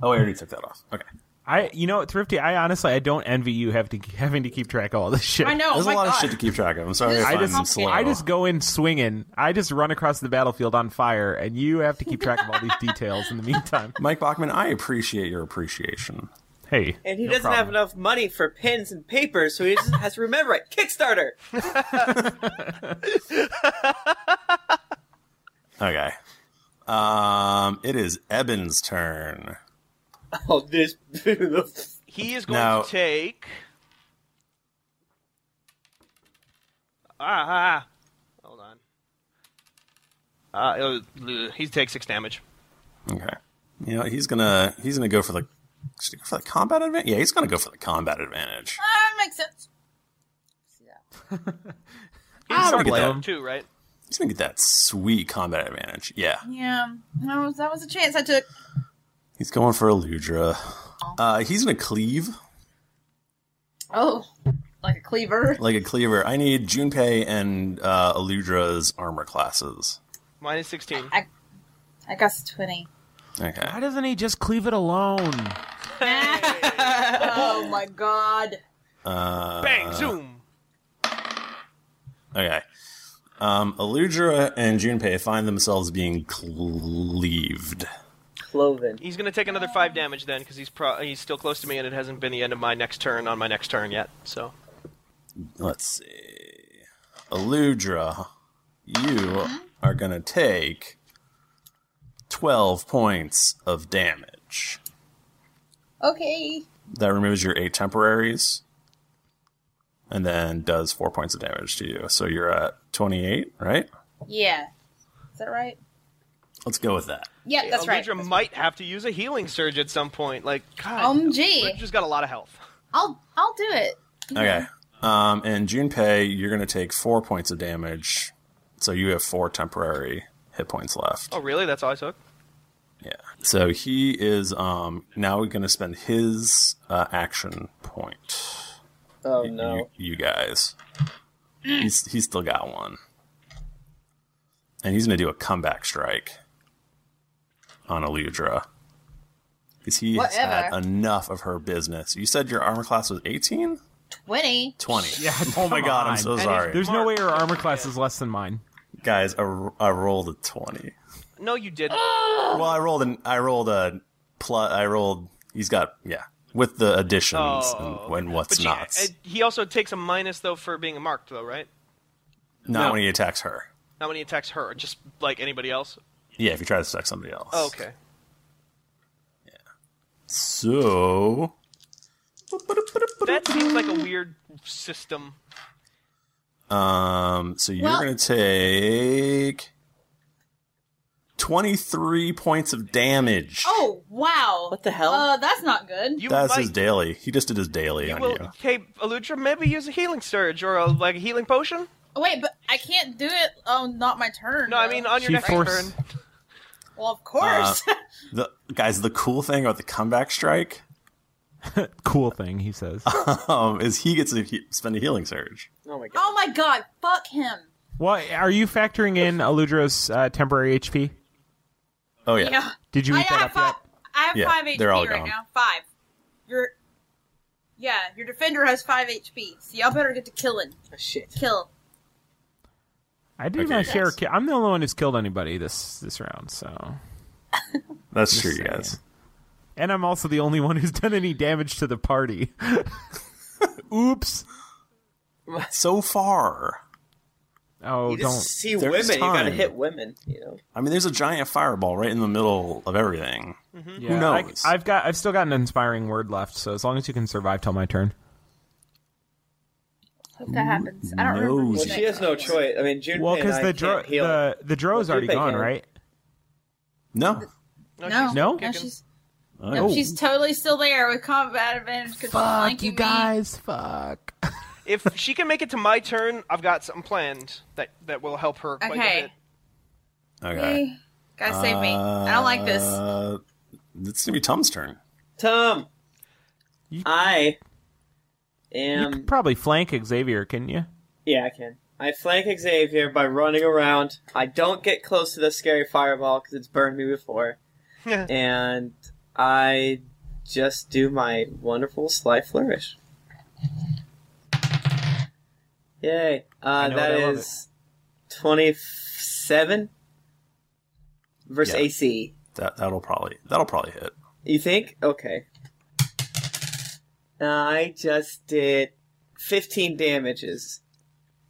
Speaker 1: Oh, I already took that off. Okay.
Speaker 4: I, you know, thrifty. I honestly, I don't envy you have to having to keep track of all this shit.
Speaker 3: I know,
Speaker 1: There's
Speaker 3: oh
Speaker 1: a
Speaker 3: my
Speaker 1: lot of
Speaker 3: God.
Speaker 1: shit to keep track of. I'm sorry. If
Speaker 4: I
Speaker 1: I'm
Speaker 4: just,
Speaker 1: slow.
Speaker 4: I just go in swinging. I just run across the battlefield on fire, and you have to keep track of all these details in the meantime.
Speaker 1: Mike Bachman, I appreciate your appreciation.
Speaker 4: Hey,
Speaker 5: and he doesn't have enough money for pens and paper, so he just has to remember it. Kickstarter.
Speaker 1: Okay. Um, it is Eben's turn.
Speaker 5: Oh, this.
Speaker 2: He is going
Speaker 1: Now-
Speaker 2: to take. Ah, ah, hold on. Uh, it'll- bleh, he takes six damage.
Speaker 1: Okay. You know he's gonna he's gonna go for the should he go for the combat advantage. Yeah, he's gonna go for the combat advantage.
Speaker 3: Ah, makes sense.
Speaker 1: He's gonna
Speaker 2: Sharp
Speaker 1: get
Speaker 2: blade
Speaker 1: that-
Speaker 2: too, right?
Speaker 1: He's gonna get that sweet combat advantage. Yeah,
Speaker 3: Yeah, that was, that was a chance I took.
Speaker 1: he's going for Eludra. Uh, he's gonna cleave
Speaker 3: Oh, like a cleaver.
Speaker 1: like a cleaver. I need Junpei and uh, Eludra's armor classes.
Speaker 2: Minus sixteen.
Speaker 3: I got to twenty.
Speaker 1: Okay.
Speaker 4: Why doesn't he just cleave it alone?
Speaker 3: oh my god.
Speaker 1: Uh,
Speaker 2: Bang, zoom.
Speaker 1: Okay. Um, Eludra and Junpei find themselves being cleaved.
Speaker 5: Cloven.
Speaker 2: He's going to take another five damage then, because he's pro- he's still close to me, and it hasn't been the end of my next turn on my next turn yet. So
Speaker 1: Let's see. Eludra, you are going to take 12 points of damage.
Speaker 3: Okay.
Speaker 1: That removes your eight temporaries and then does four points of damage to you. So you're at 28, right?
Speaker 3: Yeah. Is that right?
Speaker 1: Let's go with that.
Speaker 3: Yep, that's right. Oh,
Speaker 2: Aludra might have to use a healing surge at some point. Like, God,
Speaker 3: OMG.
Speaker 2: Eludra's got a lot of health.
Speaker 3: Um, I'll I'll do it.
Speaker 1: Okay. Um, and Junpei, you're going to take four points of damage. So you have four temporary hit points left.
Speaker 2: Oh, really? That's all I took.
Speaker 1: Yeah. So he is um, now going to spend his uh, action point.
Speaker 5: Oh
Speaker 1: Y-
Speaker 5: no.
Speaker 1: You, you guys. He's, he's still got one. And he's going to do a comeback strike on Eludra. Because he has had
Speaker 3: Whatever.
Speaker 1: enough of her business. You said your armor class was 18?
Speaker 3: Twenty.
Speaker 1: 20. Yeah, oh my god, I'm so sorry.
Speaker 4: There's no way your armor class is less than mine.
Speaker 1: Guys, I, r- I rolled a 20.
Speaker 2: No, you didn't.
Speaker 1: Well, I rolled an I rolled a plus I rolled he's got yeah, with the additions and when what's
Speaker 2: Oh, But
Speaker 1: not.
Speaker 2: she- uh, he also takes a minus though for being marked, though, right?
Speaker 1: Not
Speaker 2: no.
Speaker 1: when he attacks her.
Speaker 2: Not when he attacks her, just like anybody else.
Speaker 1: Yeah, if he tries to attack somebody else.
Speaker 2: Oh, okay.
Speaker 1: So
Speaker 2: That seems like a weird system.
Speaker 1: um so you're
Speaker 2: Well-
Speaker 1: going to take 23 points of damage.
Speaker 3: Oh wow. What the
Speaker 5: hell?
Speaker 3: Uh, that's not good.
Speaker 1: That's his daily. He just did his daily on
Speaker 2: Well,
Speaker 1: you.
Speaker 2: okay, Aludra, maybe use a healing surge or a, like a healing potion.
Speaker 3: Oh, wait, but I can't do it. Oh, not my turn.
Speaker 2: No, I mean on your
Speaker 1: She
Speaker 2: next
Speaker 1: force-
Speaker 2: turn.
Speaker 3: Well, of course.
Speaker 1: Uh, the guys, the cool thing about the comeback strike
Speaker 4: cool thing, he says.
Speaker 1: um, is he gets to he- spend a healing surge.
Speaker 5: Oh my god.
Speaker 3: Oh my god, fuck him.
Speaker 4: What are you factoring in Aludro's uh, temporary HP?
Speaker 1: Oh
Speaker 3: Yeah.
Speaker 4: Did you
Speaker 3: I
Speaker 4: eat that
Speaker 3: have
Speaker 4: up
Speaker 3: five, I have
Speaker 4: Yeah,
Speaker 3: five HP
Speaker 4: they're all
Speaker 3: right
Speaker 4: gone.
Speaker 3: now. Five. Your yeah, your defender has five HP, so y'all better get to killing.
Speaker 5: Oh, shit.
Speaker 3: Kill.
Speaker 4: I do
Speaker 3: Okay.
Speaker 4: my share. of Ki- I'm the only one who's killed anybody this this round, so
Speaker 1: That's
Speaker 4: Just
Speaker 1: true, you
Speaker 4: saying.
Speaker 1: guys.
Speaker 4: And I'm also the only one who's done any damage to the party. Oops.
Speaker 1: So far.
Speaker 4: Oh,
Speaker 5: You just see
Speaker 1: There's
Speaker 5: women. You gotta
Speaker 1: time.
Speaker 5: hit women. You know.
Speaker 1: I mean, there's a giant fireball right in the middle of everything. Who
Speaker 4: I-
Speaker 1: knows?
Speaker 4: I've got. I've still got an inspiring word left. So as long as you can survive till my turn.
Speaker 3: Hope that happens. I don't remember.
Speaker 5: Well, she has no choice. I mean, June.
Speaker 4: Well,
Speaker 5: because
Speaker 4: because the dro-
Speaker 5: heal.
Speaker 4: the the dro is
Speaker 5: Well,
Speaker 4: already
Speaker 5: Junpei
Speaker 4: gone,
Speaker 5: can.
Speaker 4: right?
Speaker 1: No. Oh.
Speaker 3: No, no,
Speaker 4: No?
Speaker 3: she's no,
Speaker 2: Oh.
Speaker 3: she's totally still there with combat advantage because she's flanking me.
Speaker 4: Fuck.
Speaker 2: if she can make it to my turn, I've got something planned that that will help her quite a
Speaker 3: Okay.
Speaker 2: bit.
Speaker 1: Okay.
Speaker 3: Yay. Guys, save me. I don't like this.
Speaker 1: Uh, It's gonna be Tom's turn.
Speaker 5: Tom. I
Speaker 4: You
Speaker 1: Um,
Speaker 5: am.
Speaker 4: could probably flank Xavier, can you?
Speaker 5: Yeah, I can. I flank Xavier by running around. I don't get close to the scary fireball because it's burned me before. and I just do my wonderful sly flourish. Yay. Uh,
Speaker 7: know
Speaker 5: that
Speaker 7: it, I love
Speaker 5: is 27 versus
Speaker 1: Yeah.
Speaker 5: AC.
Speaker 1: That that'll probably that'll probably hit.
Speaker 5: You think? Okay. I just did 15 damages.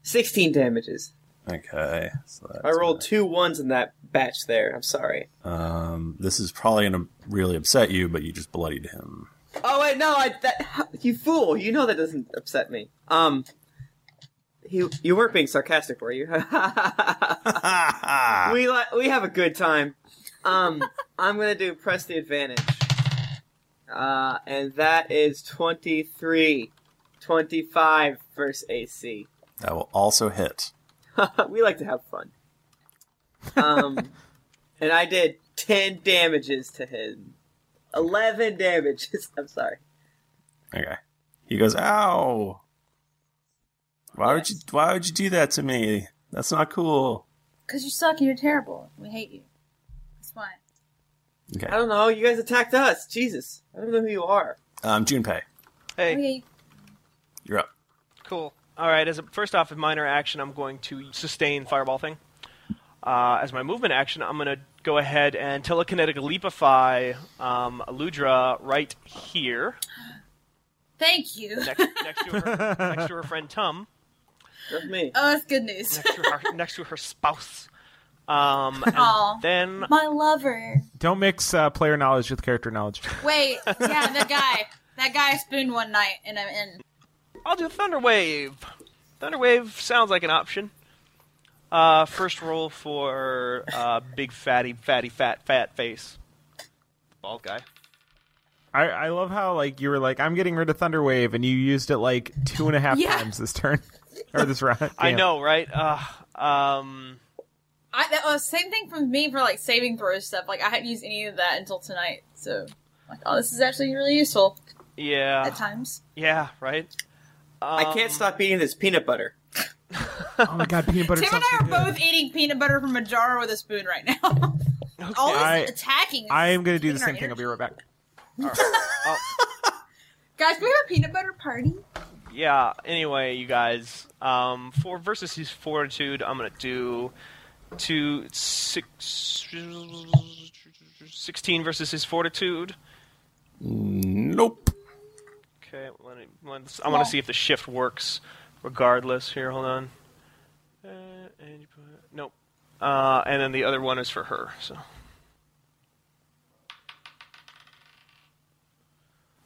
Speaker 5: 16 damages.
Speaker 1: Okay. So that,
Speaker 5: I rolled two ones in that batch there. I'm sorry.
Speaker 1: um, this is probably gonna really upset you, but you just bloodied him.
Speaker 5: Oh wait, no, I that you fool. You know that doesn't upset me. Um he, you weren't being sarcastic, were you? we li- we have a good time. Um I'm going to do press the advantage. Uh and that is 23 25 versus AC.
Speaker 1: That will also hit.
Speaker 5: we like to have fun. Um, and I did 10 damages to him. 11 damages. I'm sorry.
Speaker 1: Okay. He goes, "Ow! Why would you? Why would you do that to me? That's not cool."
Speaker 3: Because you suck and you're terrible. We hate you. That's why.
Speaker 1: Okay.
Speaker 5: I don't know. You guys attacked us. Jesus. I don't know who you are.
Speaker 1: Um, Junpei,
Speaker 2: Hey,
Speaker 1: you're up.
Speaker 2: Cool. All right. As a, first off, a minor action, I'm going to sustain fireball thing. Uh, as my movement action, I'm going to go ahead and telekinetic leapify um, Aludra right here
Speaker 3: Thank you.
Speaker 2: next, next, to her, next to her friend Tum,
Speaker 5: That's me.
Speaker 3: Oh, that's good news.
Speaker 2: next to her, next to her spouse. Um,
Speaker 3: Aw.
Speaker 2: and then
Speaker 3: My lover.
Speaker 4: Don't mix uh, player knowledge with character knowledge.
Speaker 3: Wait, yeah, that guy. That guy I spooned one night and I'm in.
Speaker 2: I'll do Thunder Wave. Thunder Wave sounds like an option. Uh, first roll for uh, big fatty, fatty, fat, fat face. Bald guy.
Speaker 4: I, I love how like you were like I'm getting rid of Thunderwave, and you used it like two and a half
Speaker 3: Yeah.
Speaker 4: times this turn or this round.
Speaker 2: I
Speaker 4: Damn.
Speaker 2: know, right? Uh, um,
Speaker 3: I, that was same thing from me for like saving throw stuff. Like I hadn't used any of that until tonight. So, like, oh, this is actually really useful
Speaker 2: yeah.
Speaker 3: at times.
Speaker 2: Yeah, right?
Speaker 3: um,
Speaker 5: I can't stop eating this peanut butter.
Speaker 4: Oh my god, peanut butter.
Speaker 3: Tim and
Speaker 4: sounds
Speaker 3: I
Speaker 4: so
Speaker 3: are
Speaker 4: good.
Speaker 3: both eating peanut butter from a jar with a spoon right now. Always
Speaker 4: I-
Speaker 3: attacking. us.
Speaker 4: I am going to do the
Speaker 3: Keeping
Speaker 4: same
Speaker 3: our
Speaker 4: thing. I'll be right back.
Speaker 3: Guys, can we have a peanut butter party?
Speaker 2: Yeah, anyway, you guys. Um, for versus his fortitude, I'm going to do two, six, 16 versus his fortitude.
Speaker 1: Nope.
Speaker 2: Okay, let me, let's, I want to see if the shift works regardless. Here, hold on. Uh, and you put, nope. Uh, and then the other one is for her. So.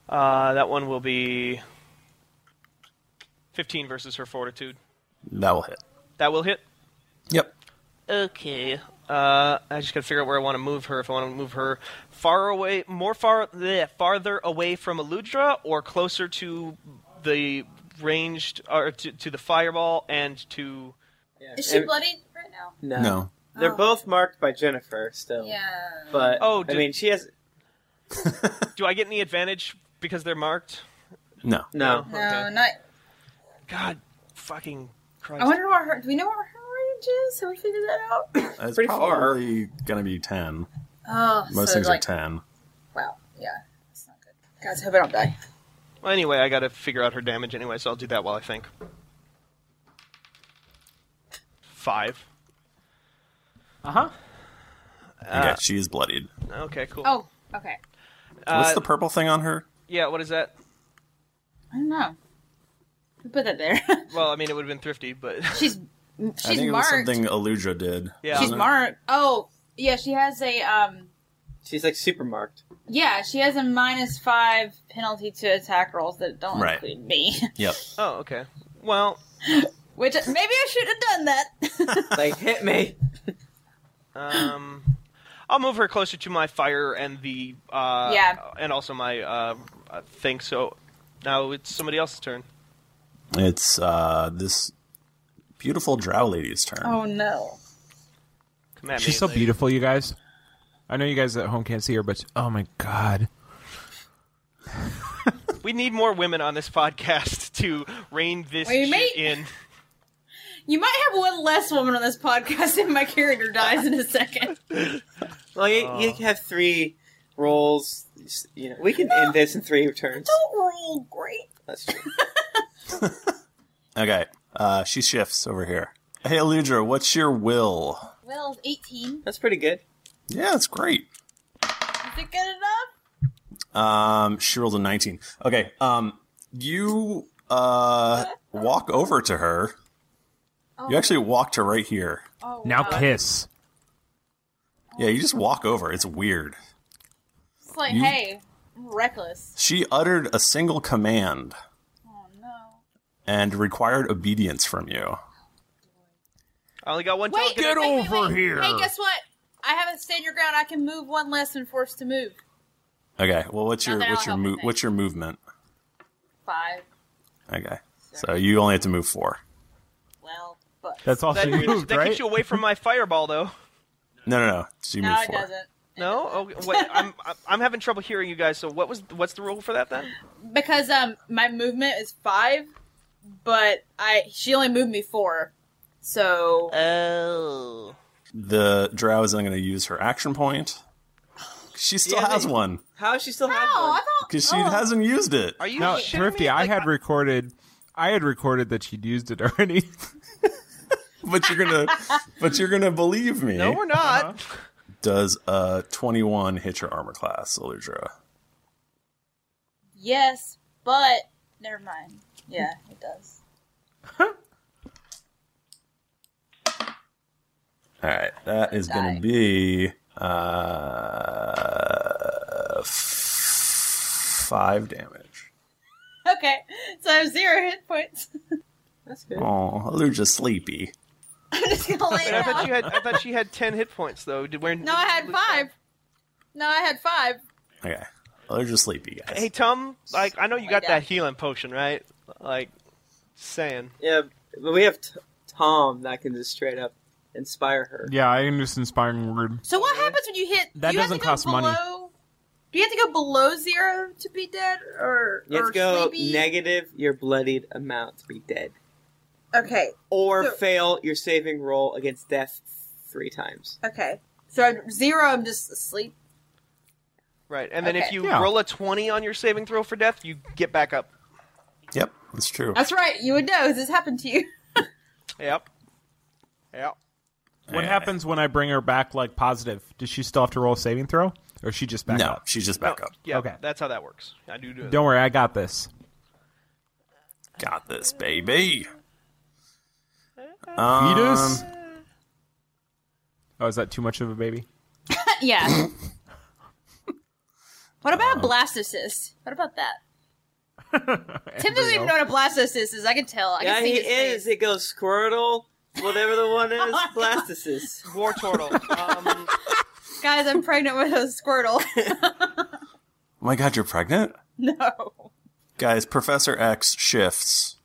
Speaker 2: Uh, that one will be 15 versus her fortitude.
Speaker 1: That will hit.
Speaker 2: That will hit?
Speaker 1: Yep.
Speaker 2: Okay. Uh, I just gotta figure out where I want to move her. If I want to move her far away, more far, bleh, farther away from Aludra, or closer to the ranged, or to, to the fireball and to.
Speaker 3: Is she bloodied right now?
Speaker 5: No.
Speaker 1: No.
Speaker 5: They're both marked by Jennifer still.
Speaker 3: Oh. Yeah.
Speaker 5: But
Speaker 2: Oh,
Speaker 5: I
Speaker 2: did-
Speaker 5: mean, she has.
Speaker 2: Do I get any advantage because they're marked?
Speaker 1: No.
Speaker 5: No.
Speaker 3: No, not.
Speaker 2: God, fucking Christ.
Speaker 3: I wonder what her. Do we know what her range is? Have we figured that out?
Speaker 1: It's
Speaker 3: Pretty far.
Speaker 1: probably gonna be ten.
Speaker 3: Oh,
Speaker 1: Most
Speaker 3: so
Speaker 1: things
Speaker 3: like,
Speaker 1: are ten.
Speaker 3: Wow. Yeah. That's not good. Guys, hope I don't die.
Speaker 2: Well, anyway, I gotta figure out her damage anyway, so I'll do that while I think. Five.
Speaker 4: Uh-huh.
Speaker 5: Uh,
Speaker 1: yeah, she is bloodied.
Speaker 2: Ah. Okay, cool.
Speaker 3: Oh, okay.
Speaker 1: What's
Speaker 2: Uh,
Speaker 1: the purple thing on her?
Speaker 2: Yeah, what is that?
Speaker 3: I don't know. We put that there.
Speaker 2: Well, I mean, it would have been thrifty, but
Speaker 3: she's
Speaker 1: I
Speaker 3: she's
Speaker 1: think
Speaker 3: marked.
Speaker 1: it was something Aludra did.
Speaker 2: Yeah.
Speaker 3: she's
Speaker 1: wasn't it?
Speaker 3: marked. Oh, yeah. She has a um.
Speaker 5: She's like super marked.
Speaker 3: Yeah, she has a minus five penalty to attack rolls that don't
Speaker 5: Right.
Speaker 3: include me.
Speaker 1: Yep.
Speaker 2: Oh, okay. Well,
Speaker 3: Which maybe I should have done that.
Speaker 5: like hit me.
Speaker 2: Um, I'll move her closer to my fire and the uh,
Speaker 3: Yeah.
Speaker 2: and also my uh, uh, thing. So now it's somebody else's turn.
Speaker 1: It's uh, this beautiful drow lady's turn.
Speaker 3: Oh no.
Speaker 2: Come at
Speaker 4: She's so beautiful, you guys. I know you guys at home can't see her, but oh my god.
Speaker 2: We need more women on this podcast to rein this
Speaker 3: Wait,
Speaker 2: shit
Speaker 3: mate.
Speaker 2: in.
Speaker 3: You might have one less woman on this podcast if my character dies in a second.
Speaker 5: Well, you,
Speaker 2: Oh.
Speaker 5: you have three rolls. You know, we can end this in three turns.
Speaker 3: Don't roll great.
Speaker 5: That's true.
Speaker 1: Okay. Uh, she shifts over here. Hey, Aludra, what's your will?
Speaker 3: Well, 18.
Speaker 5: That's pretty good.
Speaker 1: Yeah, it's great.
Speaker 3: Is it good enough?
Speaker 1: Um, she rolled a 19. Okay. Um, you uh walk over to her. You actually walked her right here.
Speaker 3: Oh,
Speaker 4: Now kiss.
Speaker 1: Yeah, you just walk over. It's weird.
Speaker 3: It's like,
Speaker 1: You-
Speaker 3: hey, I'm reckless.
Speaker 1: She uttered a single command.
Speaker 3: Oh,
Speaker 1: And required obedience from you.
Speaker 2: I only got one.
Speaker 3: Wait,
Speaker 2: token.
Speaker 3: wait, wait, wait. Hey, guess what? I have a stand your ground. I can move one less when forced to move.
Speaker 1: Okay. Well, what's your
Speaker 3: Not that
Speaker 1: what's your
Speaker 3: I'll help
Speaker 1: mo-
Speaker 3: with it.
Speaker 1: what's your movement?
Speaker 3: Five.
Speaker 1: Okay. So you only have to move 4.
Speaker 3: Well, but
Speaker 4: That's also
Speaker 2: that,
Speaker 4: you moved,
Speaker 2: that
Speaker 4: right?
Speaker 2: keeps you away from my fireball, though.
Speaker 1: No, no, no. So you
Speaker 3: no,
Speaker 1: move
Speaker 3: it
Speaker 1: 4.
Speaker 3: doesn't.
Speaker 2: No, oh, wait. I'm I'm- I'm having trouble hearing you guys. So what was what's the rule for that then?
Speaker 3: Because um, my movement is five, but I she only moved me four, so
Speaker 2: oh,
Speaker 1: The drow isn't going to use her action point. She still
Speaker 5: Yeah,
Speaker 1: has
Speaker 5: they-
Speaker 1: one
Speaker 5: How does she still have one?
Speaker 1: because
Speaker 5: Oh.
Speaker 3: oh.
Speaker 1: she hasn't used it.
Speaker 2: Are you
Speaker 4: Now, Thrifty, I had recorded I had recorded that she'd used it already.
Speaker 1: But you're gonna, but you're gonna believe me.
Speaker 2: no, we're not.
Speaker 4: Uh-huh.
Speaker 1: Does uh 21 hit your armor class, Aludra?
Speaker 3: yes, but never mind. Yeah, it does.
Speaker 1: All right, that is gonna be uh f- five damage.
Speaker 3: Okay, so I have zero hit points.
Speaker 5: That's good.
Speaker 1: Oh, Aludra's sleepy.
Speaker 3: I'm just gonna lay
Speaker 2: Wait, I thought
Speaker 3: down.
Speaker 2: you had I thought she had ten hit points though. Did where?
Speaker 3: No, I had five. No, I had five.
Speaker 1: Okay, Aludra's sleepy, guys.
Speaker 2: Hey Tom, like I know you got
Speaker 3: yeah.
Speaker 2: that healing potion, right? Like, saying.
Speaker 5: Yeah, but we have t- Tom that can just straight up inspire her.
Speaker 4: yeah, I am just inspiring word.
Speaker 3: So what happens when you hit?
Speaker 4: That
Speaker 3: do you
Speaker 4: doesn't
Speaker 3: have to
Speaker 4: cost
Speaker 3: go
Speaker 4: money.
Speaker 3: below, Do you have to go below zero to be dead, or
Speaker 5: You have
Speaker 3: or
Speaker 5: to go
Speaker 3: sleepy?
Speaker 5: negative your bloodied amount to be dead,
Speaker 3: Okay,
Speaker 5: or
Speaker 3: So-
Speaker 5: fail your saving roll against death three times.
Speaker 3: okay. So I'm zero. I'm just asleep.
Speaker 2: Right, and then if
Speaker 3: Okay.
Speaker 2: you
Speaker 1: Yeah.
Speaker 2: roll a twenty on your saving throw for death, you get back up.
Speaker 1: Yep, that's true.
Speaker 3: That's right. You would know 'cause this happened to you.
Speaker 2: Yep. Yep.
Speaker 4: What
Speaker 1: Yeah.
Speaker 4: happens when I bring her back like positive? Does she still have to roll a saving throw? Or is she just back
Speaker 1: no,
Speaker 4: up?
Speaker 1: she's just back up.
Speaker 2: Yeah.
Speaker 4: Okay.
Speaker 2: That's how that works. I do do it.
Speaker 4: Don't worry, I got this.
Speaker 1: Got this, baby.
Speaker 4: Fetus?
Speaker 1: Um,
Speaker 4: Oh, is that too much of a baby?
Speaker 3: yeah. what about
Speaker 4: Uh,
Speaker 3: blastocyst? What about that? Tim doesn't even know what a blastocyst is. I can tell. I
Speaker 5: yeah,
Speaker 3: can see
Speaker 5: he
Speaker 3: his face.
Speaker 5: is. It goes Squirtle, whatever the one is, Blastocyst.
Speaker 2: War turtle. Um,
Speaker 3: Guys, I'm pregnant with a Squirtle.
Speaker 1: Oh my god, you're pregnant?
Speaker 3: no.
Speaker 1: Guys, Professor X shifts.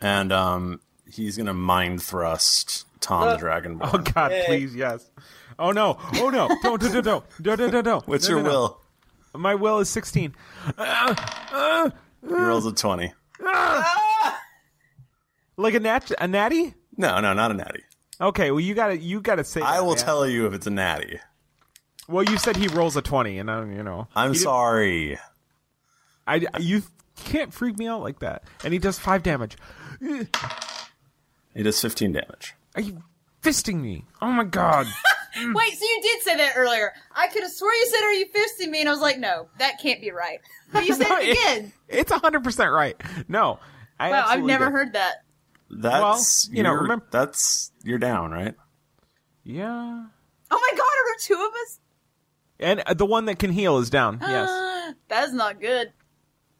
Speaker 1: And um he's gonna mind thrust Tom the Dragonborn.
Speaker 4: Oh God,
Speaker 5: Yeah.
Speaker 4: please, yes. Oh no, oh no, don't, don't, don't, don't, don't, don't, don't.
Speaker 1: What's
Speaker 4: No,
Speaker 1: your
Speaker 4: no, no.
Speaker 1: will?
Speaker 4: My will is 16. Uh, uh,
Speaker 1: He rolls a 20.
Speaker 4: Ah! Like a nat a natty?
Speaker 1: No, no, not a natty.
Speaker 4: Okay, well you gotta you gotta say.
Speaker 1: I will tell you if it's a natty.
Speaker 4: Well, you said he rolls a twenty, and I'm you know.
Speaker 1: I'm
Speaker 4: he did-
Speaker 1: sorry.
Speaker 4: I you can't freak me out like that. And he does five damage. Eh,
Speaker 1: He does 15 damage.
Speaker 4: Are you fisting me? Oh my god!
Speaker 3: Wait, so you did say that earlier. I could have swore you said, "Are you fisting me?" And I was like, "No, that can't be right." But you said
Speaker 4: No,
Speaker 3: it
Speaker 4: it-
Speaker 3: again.
Speaker 4: it's hundred percent right. No, I
Speaker 3: wow, I've
Speaker 4: absolutely
Speaker 3: never
Speaker 4: did.
Speaker 3: heard that.
Speaker 1: That's
Speaker 4: Well, you know,
Speaker 1: you're-
Speaker 4: remember-
Speaker 1: that's you're down, right?
Speaker 4: Yeah.
Speaker 3: Oh my god, are there two of us?
Speaker 4: And uh, the one that can heal is down. Yes,
Speaker 3: Ah, that's not good.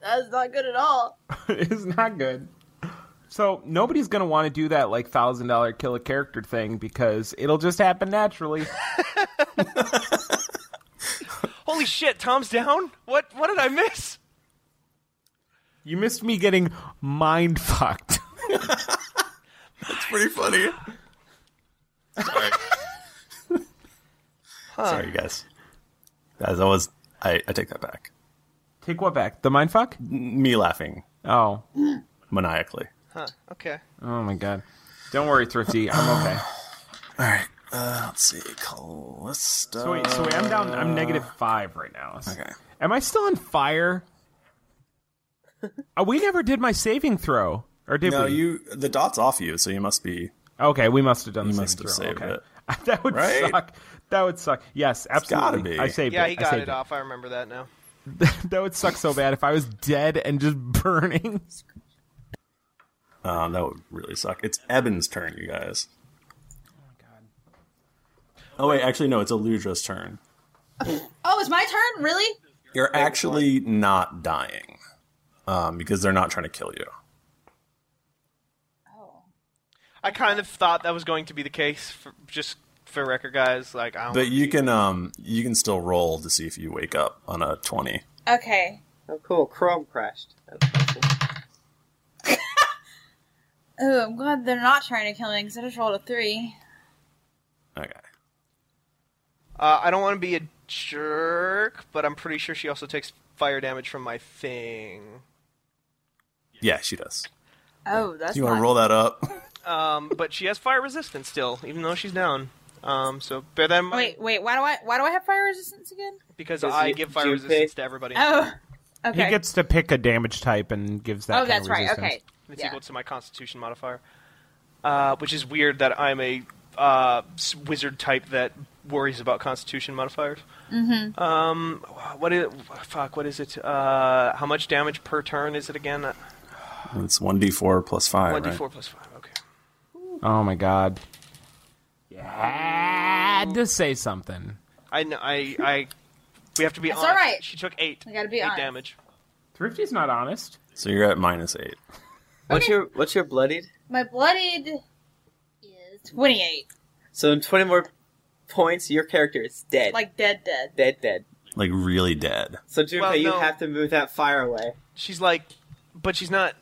Speaker 3: That's not good at all.
Speaker 4: it's not good. So nobody's gonna want to do that like thousand dollar kill a character thing because it'll just happen naturally.
Speaker 2: Holy shit, Tom's down? What what did I miss?
Speaker 4: You missed me getting mind fucked.
Speaker 1: That's pretty funny. Sorry. Sorry, guys. Guys, I was. I, I take that back.
Speaker 4: Take what back? The mind fuck?
Speaker 1: Me laughing
Speaker 4: Oh.
Speaker 1: maniacally.
Speaker 2: Huh, okay.
Speaker 4: Oh my god. Don't worry, Thrifty. I'm okay.
Speaker 1: All right. Uh, let's see. Callista.
Speaker 4: So wait, so wait, I'm down. I'm negative five right now.
Speaker 1: Uh, Okay.
Speaker 4: Am I still on fire? Uh, we never did my saving throw, or did
Speaker 1: no,
Speaker 4: we?
Speaker 1: you. The dot's off you, so you must be.
Speaker 4: Okay, we must have done.
Speaker 1: You
Speaker 4: the
Speaker 1: must
Speaker 4: saving
Speaker 1: have saved
Speaker 4: throw. okay.
Speaker 1: it.
Speaker 4: that would
Speaker 1: Right?
Speaker 4: suck. That would suck. Yes, absolutely.
Speaker 1: be.
Speaker 4: I saved
Speaker 2: yeah,
Speaker 4: it.
Speaker 2: he
Speaker 4: I
Speaker 2: got
Speaker 4: saved
Speaker 2: it off. I remember that now.
Speaker 4: that would suck so bad if I was dead and just burning.
Speaker 1: Um, that would really suck. It's Eben's turn, you guys. Oh wait, actually no, it's Eludra's turn.
Speaker 3: Oh, it's my turn, really?
Speaker 1: You're actually not dying, um, because they're not trying to kill you.
Speaker 2: I kind of thought that was going to be the case, for, just for record, guys. Like, I don't.
Speaker 1: But you can um you can still roll to see if you wake up on a twenty.
Speaker 3: Okay.
Speaker 5: Oh, cool. Chrome crashed.
Speaker 3: Oh, I'm glad they're not trying to kill me because I just rolled a three.
Speaker 1: Okay.
Speaker 2: Uh, I don't want to be a jerk, but I'm pretty sure she also takes fire damage from my thing.
Speaker 1: Yeah, she does.
Speaker 3: Oh, that's
Speaker 1: you want
Speaker 3: not-
Speaker 1: to roll that up?
Speaker 2: Um, but she has fire resistance still, even though she's down. Um, so bear that in mind
Speaker 3: Wait, wait. Why do I why do I have fire resistance again?
Speaker 2: because
Speaker 5: Does
Speaker 2: I
Speaker 5: you-
Speaker 2: give
Speaker 5: do
Speaker 2: fire
Speaker 5: you
Speaker 2: resistance
Speaker 5: pick-
Speaker 2: to everybody.
Speaker 3: Oh, okay.
Speaker 4: He gets to pick a damage type and gives that.
Speaker 3: oh,
Speaker 4: kind of
Speaker 3: that's right.
Speaker 4: resistance.
Speaker 3: Okay.
Speaker 2: It's
Speaker 3: Yeah.
Speaker 2: equal to my Constitution modifier, uh, which is weird that I'm a uh, s- wizard type that worries about Constitution modifiers.
Speaker 3: Mm-hmm.
Speaker 2: Um, what is fuck? What is it? Uh, how much damage per turn is it again? Uh,
Speaker 1: it's one d four plus five.
Speaker 2: One d
Speaker 1: right?
Speaker 2: four plus five. Okay.
Speaker 4: Oh my god. Yeah, just say something.
Speaker 2: I kn- I I. We have to be
Speaker 3: That's
Speaker 2: honest.
Speaker 3: alright.
Speaker 2: She took eight.
Speaker 3: We gotta be
Speaker 2: eight
Speaker 3: honest.
Speaker 2: damage.
Speaker 4: Thrifty's not honest.
Speaker 1: So you're at minus eight.
Speaker 5: What's your What's your bloodied?
Speaker 3: My bloodied is twenty eight.
Speaker 5: So in twenty more points, your character is dead.
Speaker 3: Like dead, dead.
Speaker 5: dead, dead.
Speaker 1: Like really dead.
Speaker 5: So Junpei,
Speaker 2: Well,
Speaker 5: you
Speaker 2: no.
Speaker 5: have to move that fire away.
Speaker 2: She's like, but she's not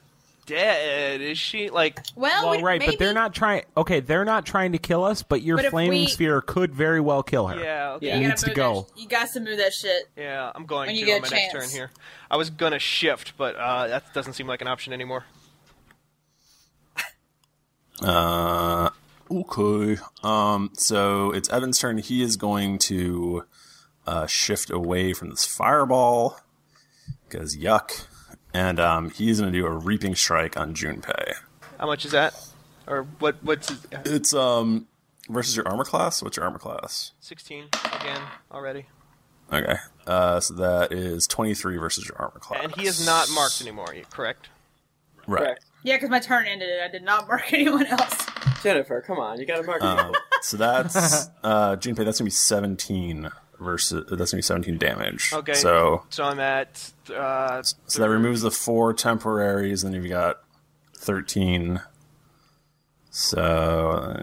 Speaker 2: dead, is she? Like,
Speaker 3: Well,
Speaker 4: well,
Speaker 3: we-
Speaker 4: right,
Speaker 3: maybe-
Speaker 4: but they're not trying. Okay, they're not trying to kill us, but your
Speaker 3: But if
Speaker 4: flaming
Speaker 3: we-
Speaker 4: sphere could very well kill her.
Speaker 2: yeah, okay.
Speaker 5: Yeah.
Speaker 3: You
Speaker 4: It
Speaker 3: gotta
Speaker 4: needs to
Speaker 3: move that
Speaker 4: go.
Speaker 3: sh- you got to move that shit.
Speaker 2: Yeah, I'm going
Speaker 3: When you
Speaker 2: to
Speaker 3: get
Speaker 2: on
Speaker 3: a
Speaker 2: my next turn
Speaker 3: chance.
Speaker 2: here. I was gonna shift, but uh, that doesn't seem like an option anymore.
Speaker 1: Uh, okay. Um, so it's Evan's turn. He is going to uh, shift away from this fireball because yuck, and um, he's going to do a reaping strike on Junpei.
Speaker 2: How much is that? Or what? What's his, uh,
Speaker 1: It's um versus your armor class. What's your armor class?
Speaker 2: sixteen again already?
Speaker 1: Okay. Uh, so that is twenty three versus your armor class.
Speaker 2: And he is not marked anymore. Correct.
Speaker 1: right.
Speaker 5: Correct.
Speaker 3: Yeah, because my turn ended. and I did not mark anyone else.
Speaker 5: Jennifer, come on, you got to mark. it.
Speaker 1: Um, so that's uh, Junpei. That's gonna be seventeen versus. That's gonna be seventeen damage.
Speaker 2: Okay.
Speaker 1: So
Speaker 2: So I'm at. Uh,
Speaker 1: So that removes the four temporaries, and you've got 13. So,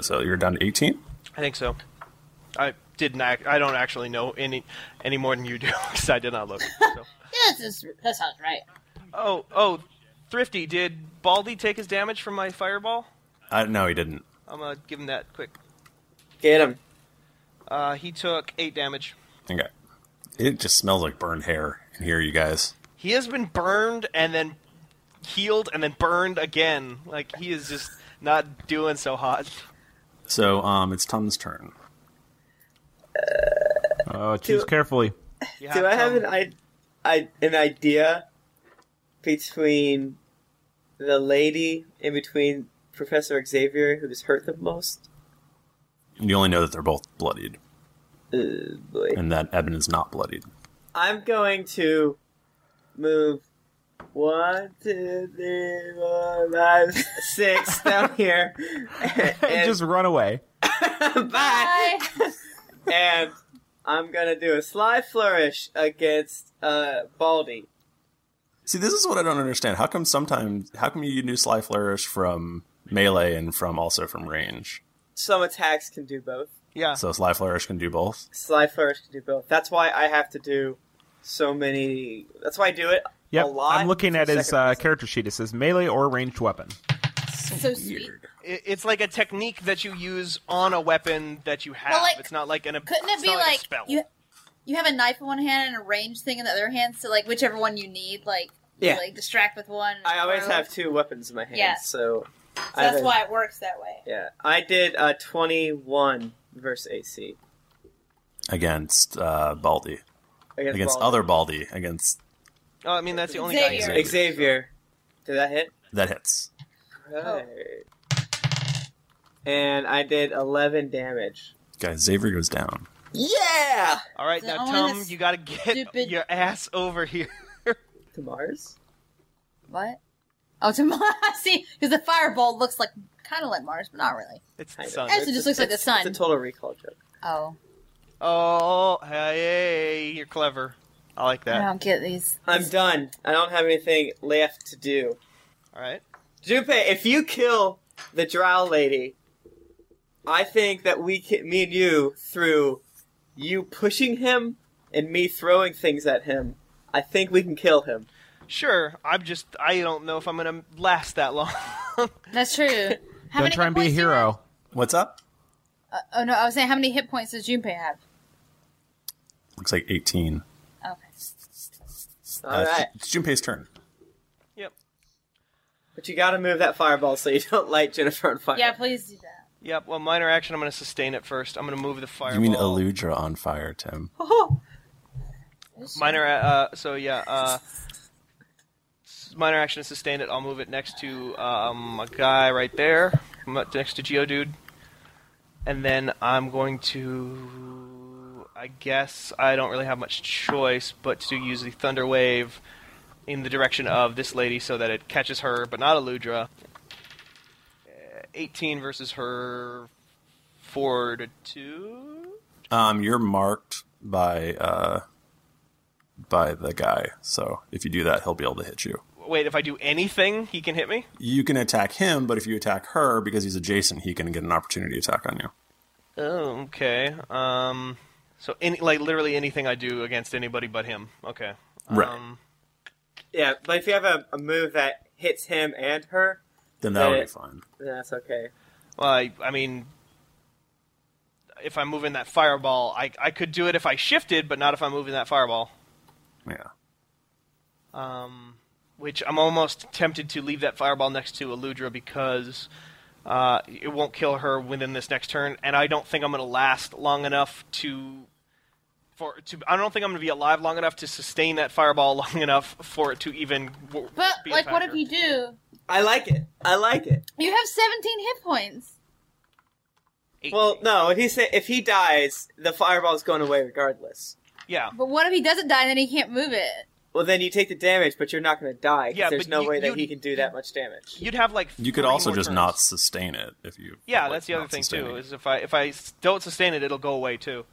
Speaker 1: so you're down to 18?
Speaker 2: I think so. I didn't. Act, I don't actually know any any more than you do because I did not look. So.
Speaker 3: Yeah, this is that sounds right.
Speaker 2: oh, oh, thrifty. Did Baldy take his damage from my fireball?
Speaker 1: I, Uh, no, he didn't.
Speaker 2: I'm gonna give him that quick.
Speaker 5: Get him.
Speaker 2: Uh, he took eight damage.
Speaker 1: Okay. It just smells like burned hair in here, you guys.
Speaker 2: He has been burned and then healed and then burned again. Like he is just not doing so hot.
Speaker 1: So, um, it's Tom's turn.
Speaker 4: Oh, choose carefully.
Speaker 5: Do I have an I, I, an idea between the lady and between Professor Xavier, who was hurt the most?
Speaker 1: You only know that they're both bloodied.
Speaker 5: Uh,
Speaker 1: And that Eben is not bloodied.
Speaker 5: I'm going to move one, two, three, four, five, six down here.
Speaker 4: Just run away.
Speaker 5: Bye. and I'm gonna do a sly flourish against uh, Baldy.
Speaker 1: See, this is what I don't understand. How come sometimes, how come you do Sly Flourish from melee and from also from range?
Speaker 5: Some attacks can do both.
Speaker 2: Yeah.
Speaker 1: So Sly Flourish can do both?
Speaker 5: Sly flourish can do both. That's why I have to do so many. That's why I do it
Speaker 4: Yep,
Speaker 5: a lot.
Speaker 4: I'm looking at his uh, character sheet. It says melee or ranged weapon.
Speaker 3: So sweet.
Speaker 2: It- It's like a technique that you use on a weapon that you have.
Speaker 3: Well, like,
Speaker 2: it's not like an.
Speaker 3: Couldn't
Speaker 2: it's
Speaker 3: it be
Speaker 2: not
Speaker 3: like
Speaker 2: a spell?
Speaker 3: you? You have a knife in one hand and a range thing in the other hand, so like whichever one you need, like you,
Speaker 5: Yeah.
Speaker 3: like distract with one.
Speaker 5: I always
Speaker 3: throw.
Speaker 5: have two weapons in my hand,
Speaker 3: Yeah.
Speaker 5: so,
Speaker 3: So
Speaker 5: I
Speaker 3: that's
Speaker 5: have-
Speaker 3: why it works that way.
Speaker 5: Yeah, I did uh, 21 versus AC.
Speaker 1: Against uh, Baldy.
Speaker 5: Against Baldy.
Speaker 1: other Baldy. Against
Speaker 2: Oh, I mean that's the only guy.
Speaker 5: Xavier.
Speaker 2: you-
Speaker 1: Xavier.
Speaker 5: Did that hit?
Speaker 1: that hits.
Speaker 3: Oh.
Speaker 5: Right. And I did 11 damage.
Speaker 1: Guys, Xavier goes down.
Speaker 5: Yeah.
Speaker 2: All right, now
Speaker 5: I wanna
Speaker 2: Tom, you got to get your ass over here.
Speaker 5: to Mars.
Speaker 3: What? Oh, to Mars. See, because the fireball looks like kind of like Mars, but not really.
Speaker 2: It's
Speaker 5: the
Speaker 2: sun.
Speaker 3: Actually, it just looks like the sun.
Speaker 5: It's a total recall joke.
Speaker 3: Oh,
Speaker 2: Oh, hey, you're clever. I like
Speaker 3: I
Speaker 2: that.
Speaker 3: don't get these.
Speaker 5: I'm done. I don't have anything left to do.
Speaker 2: All right.
Speaker 5: Jupe, if you kill the drow lady, I think that we can, me and you, through you pushing him and me throwing things at him, I think we can kill him.
Speaker 2: Sure. I'm just. I don't know if I'm gonna last that long.
Speaker 3: That's true. How
Speaker 4: Don't
Speaker 3: many?
Speaker 4: try and be a hero.
Speaker 1: What's up?
Speaker 3: Uh, oh no, I was saying how many hit points does Junpei have?
Speaker 1: Looks like 18.
Speaker 3: Okay.
Speaker 5: All right.
Speaker 1: It's Junpei's turn.
Speaker 5: But you gotta move that fireball so you don't light Jennifer on fire.
Speaker 3: Yeah, please do that.
Speaker 2: Yep. Well, minor action. I'm gonna sustain it first. I'm gonna move the fireball.
Speaker 1: You mean Eludra on fire, Tim?
Speaker 2: Minor. Uh, so yeah. Uh, s- minor action is sustained. It. I'll move it next to um, a guy right there, m- next to Geodude, and then I'm going to. I guess I don't really have much choice but to use the thunder wave in the direction of this lady so that it catches her, but not Eludra. Uh, 18 versus her four to two.
Speaker 1: Um, you're marked by uh, by the guy. So if you do that, he'll be able to hit you.
Speaker 2: Wait, if I do anything, he can hit me.
Speaker 1: You can attack him, but if you attack her because he's adjacent, he can get an opportunity attack on you.
Speaker 2: Oh, okay. Um, so any like literally anything I do against anybody but him. Okay.
Speaker 1: Right.
Speaker 2: Um,
Speaker 5: Yeah, but if you have a, a move that hits him and her,
Speaker 1: Then that would
Speaker 5: then
Speaker 1: be
Speaker 5: it-
Speaker 1: fine.
Speaker 5: Then that's okay.
Speaker 2: well, I, I mean, if I'm moving that fireball, I I could do it if I shifted, but not if I'm moving that fireball.
Speaker 1: Yeah.
Speaker 2: Um, which I'm almost tempted to leave that fireball next to Eludra because uh, it won't kill her within this next turn, and I don't think I'm going to last long enough to for to. I don't think I'm going to be alive long enough to sustain that fireball long enough for it to even. W-
Speaker 3: But
Speaker 2: be a
Speaker 3: like, what if
Speaker 2: factor.
Speaker 3: you do?
Speaker 5: I like it. I like it.
Speaker 3: You have 17 hit points.
Speaker 5: Well, no, if he say, if he dies, the fireball's going away regardless.
Speaker 2: Yeah.
Speaker 3: But what if he doesn't die and then he can't move it?
Speaker 5: Well, then you take the damage, but you're not going to die because
Speaker 2: Yeah,
Speaker 5: there's
Speaker 2: but
Speaker 5: no
Speaker 2: you-
Speaker 5: way that
Speaker 2: you'd-
Speaker 5: he can do that much damage.
Speaker 2: You'd have like.
Speaker 1: You could
Speaker 2: three
Speaker 1: also
Speaker 2: more
Speaker 1: just
Speaker 2: turns.
Speaker 1: not sustain it if you.
Speaker 2: Yeah,
Speaker 1: like,
Speaker 2: that's the other
Speaker 1: not
Speaker 2: thing
Speaker 1: sustaining
Speaker 2: too.
Speaker 1: it.
Speaker 2: Is if I if I s- don't sustain it, it'll go away too.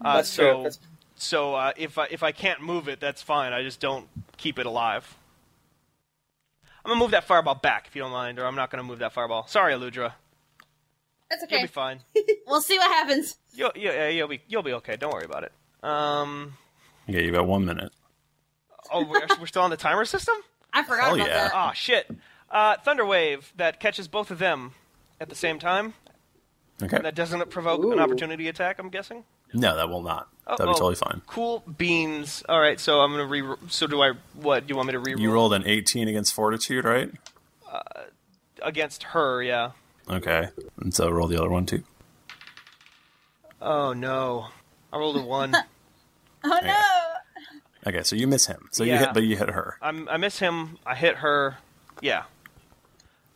Speaker 2: Uh,
Speaker 5: That's
Speaker 2: so,
Speaker 5: true. That's-
Speaker 2: So uh, if I if I can't move it, that's fine. I just don't keep it alive. I'm gonna move that fireball back if you don't mind, or I'm not gonna move that fireball. Sorry, Eludra.
Speaker 3: That's
Speaker 2: You'll
Speaker 3: okay.
Speaker 2: be fine.
Speaker 3: We'll see what happens.
Speaker 2: You'll, you yeah, you'll be you'll be okay. Don't worry about it. Um.
Speaker 1: Okay, you got one minute.
Speaker 2: Oh, we're, we're still on the timer system.
Speaker 3: I forgot
Speaker 1: Hell
Speaker 3: about
Speaker 1: yeah.
Speaker 3: that.
Speaker 2: Ah, shit. Uh, Thunderwave that catches both of them at the same time.
Speaker 1: Okay.
Speaker 2: That doesn't provoke
Speaker 5: Ooh.
Speaker 2: an opportunity attack. I'm guessing.
Speaker 1: No, that will not.
Speaker 2: Oh,
Speaker 1: That'll be
Speaker 2: oh,
Speaker 1: totally fine.
Speaker 2: Cool beans. All right, so I'm gonna re. So do I? What do you want me to re-roll
Speaker 1: You rolled an 18 against Fortitude, right?
Speaker 2: uh, against her? Yeah.
Speaker 1: Okay. And so roll the other one too.
Speaker 2: Oh no, I rolled a one.
Speaker 3: oh
Speaker 1: no. Okay, so you miss him. So you
Speaker 2: Yeah.
Speaker 1: hit, but you hit her.
Speaker 2: I'm, I miss him. I hit her. Yeah.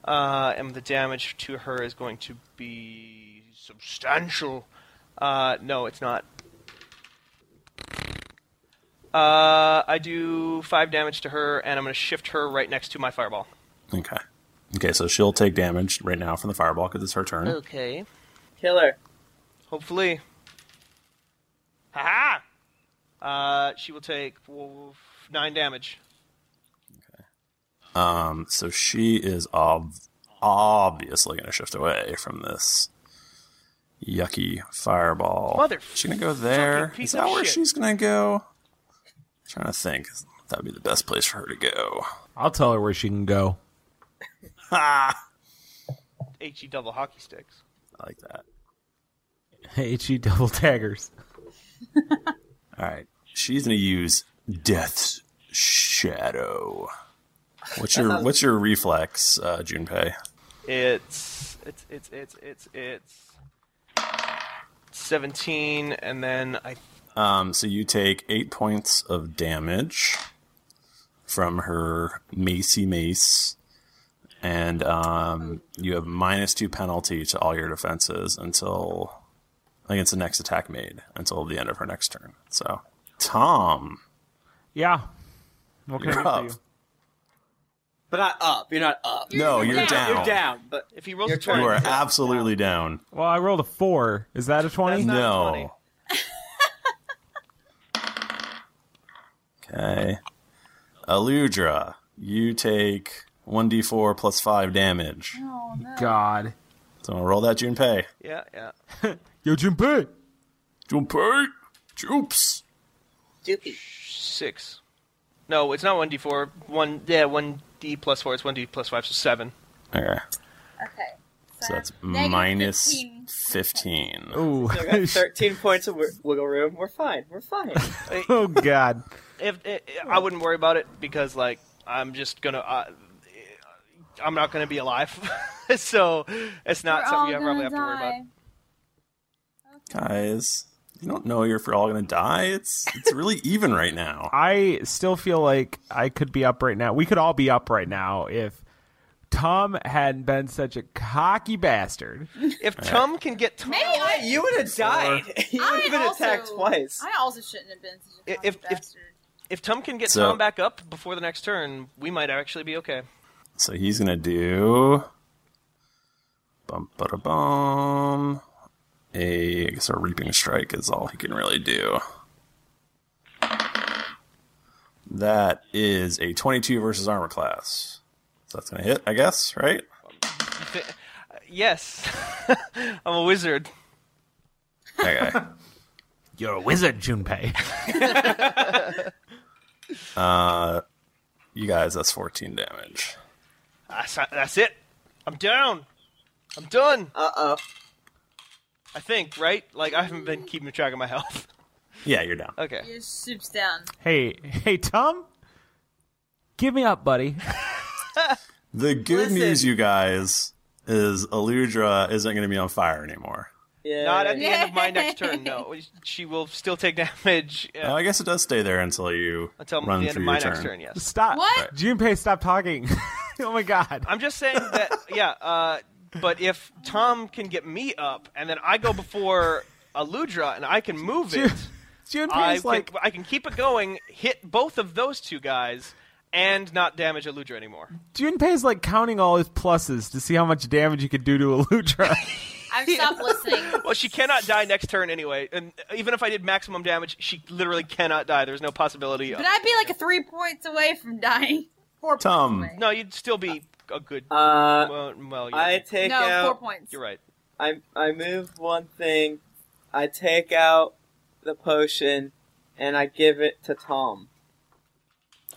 Speaker 2: Uh, and the damage to her is going to be substantial. Uh, no, it's not. Uh, I do five damage to her, and I'm going to shift her right next to my fireball.
Speaker 1: Okay. Okay, so she'll take damage right now from the fireball because it's her turn.
Speaker 2: Okay.
Speaker 5: Killer.
Speaker 2: Hopefully. Haha! Uh, she will take w- nine damage.
Speaker 1: Um, so she is ob- obviously going to shift away from this yucky fireball.
Speaker 2: Mother
Speaker 1: she's going to go there.
Speaker 2: fucking piece
Speaker 1: Is that
Speaker 2: of
Speaker 1: where
Speaker 2: shit.
Speaker 1: she's going to go? trying to think. That would be the best place for her to go.
Speaker 4: I'll tell her where she can go.
Speaker 1: Ha!
Speaker 2: HE E double hockey sticks.
Speaker 1: I like that.
Speaker 4: H E double daggers.
Speaker 1: All right. She's going to use Death's Shadow. What's your what's your reflex, uh, Junpei?
Speaker 2: It's it's it's it's it's it's seventeen, and then I
Speaker 1: Um, so you take eight points of damage from her Macy Mace, and um, you have minus two penalty to all your defenses until against the next attack made until the end of her next turn. So, Tom,
Speaker 4: Yeah. What
Speaker 1: You're
Speaker 4: can I do
Speaker 1: up.
Speaker 4: for
Speaker 5: But not up. You're not up.
Speaker 1: No, you're down.
Speaker 5: You're down. But
Speaker 2: if he rolls
Speaker 5: your
Speaker 2: a
Speaker 1: you are
Speaker 5: turn.
Speaker 1: absolutely down.
Speaker 4: you? Well, I rolled a four. Is that a twenty?
Speaker 1: No. okay. Aludra, you take 1d4 plus 5 damage.
Speaker 3: Oh no.
Speaker 4: God.
Speaker 1: So I'm gonna roll that Junpei.
Speaker 2: yeah yeah
Speaker 4: Yo, Junpei.
Speaker 1: Junpei! Joops!
Speaker 5: Dookie.
Speaker 2: six. No, it's not one d four. One yeah one d plus four. It's one d plus five, so seven.
Speaker 1: Okay.
Speaker 3: Okay.
Speaker 1: So that's
Speaker 3: Negative
Speaker 1: minus
Speaker 3: 15.
Speaker 1: 15.
Speaker 4: Ooh.
Speaker 5: So I got 13 points of wi- wiggle room. We're fine. We're fine.
Speaker 4: oh God.
Speaker 2: If i I wouldn't worry about it because like I'm just gonna uh, I'm not gonna be alive, so it's
Speaker 3: We're
Speaker 2: not
Speaker 3: all
Speaker 2: something you
Speaker 3: gonna
Speaker 2: probably have to worry about.
Speaker 3: die.
Speaker 1: Guys, you don't know if you're all gonna die. It's it's really even right now.
Speaker 4: I still feel like I could be up right now. We could all be up right now if Tom hadn't been such a cocky bastard.
Speaker 2: If Tom can get Tom,
Speaker 3: Maybe I,
Speaker 5: you would have died. You would have
Speaker 3: I
Speaker 5: been
Speaker 3: also,
Speaker 5: attacked twice.
Speaker 3: I also shouldn't have been such a
Speaker 2: If-
Speaker 3: cocky
Speaker 2: if- if-
Speaker 3: bastard.
Speaker 2: if Tom can get
Speaker 1: So-
Speaker 2: Tom back up before the next turn, we might actually be okay.
Speaker 1: So he's gonna do bum bada bum. A I guess a reaping strike is all he can really do. That is a twenty-two versus armor class. So that's gonna hit, I guess, right?
Speaker 2: Yes, I'm a wizard.
Speaker 1: Okay.
Speaker 4: You're a wizard, Junpei.
Speaker 1: uh, you guys, that's fourteen damage.
Speaker 2: That's, that's it. I'm down. I'm done.
Speaker 5: Uh oh.
Speaker 2: I think, right? Like I haven't been keeping track of my health.
Speaker 1: Yeah, you're down.
Speaker 2: Okay.
Speaker 3: Your soup's down.
Speaker 4: hey, hey, Tom. Give me up, buddy.
Speaker 1: The good
Speaker 5: Listen.
Speaker 1: news, you guys, is Aludra isn't gonna be on fire anymore.
Speaker 5: Yeah.
Speaker 2: Not at the end of my next turn. No, she will still take damage uh,
Speaker 1: Uh, I guess it does stay there until you
Speaker 2: until
Speaker 1: run
Speaker 2: the end
Speaker 1: through
Speaker 2: of my
Speaker 1: your
Speaker 2: next turn. Yes.
Speaker 4: Stop.
Speaker 3: What?
Speaker 4: Junpei, stop talking. oh my God.
Speaker 2: I'm just saying that. Yeah. Uh, but if Tom can get me up, and then I go before Aludra, and I can move it. I
Speaker 4: Junpei's
Speaker 2: can,
Speaker 4: like,
Speaker 2: I can keep it going, hit both of those two guys, and not damage Aludra anymore.
Speaker 4: Junpei's like counting all his pluses to see how much damage you could do to Aludra.
Speaker 3: I've stopped listening.
Speaker 2: Well, she cannot die next turn anyway, and even if I did maximum damage, she literally cannot die. There's no possibility. Of...
Speaker 3: But I'd be like a three points away from dying. Four
Speaker 1: Tom.
Speaker 3: points away.
Speaker 2: No, you'd still be a good.
Speaker 5: Uh,
Speaker 2: well, well you're,
Speaker 5: I take
Speaker 3: no, four
Speaker 5: out.
Speaker 3: points.
Speaker 2: you're right.
Speaker 5: I I move one thing. I take out the potion, and I give it to Tom.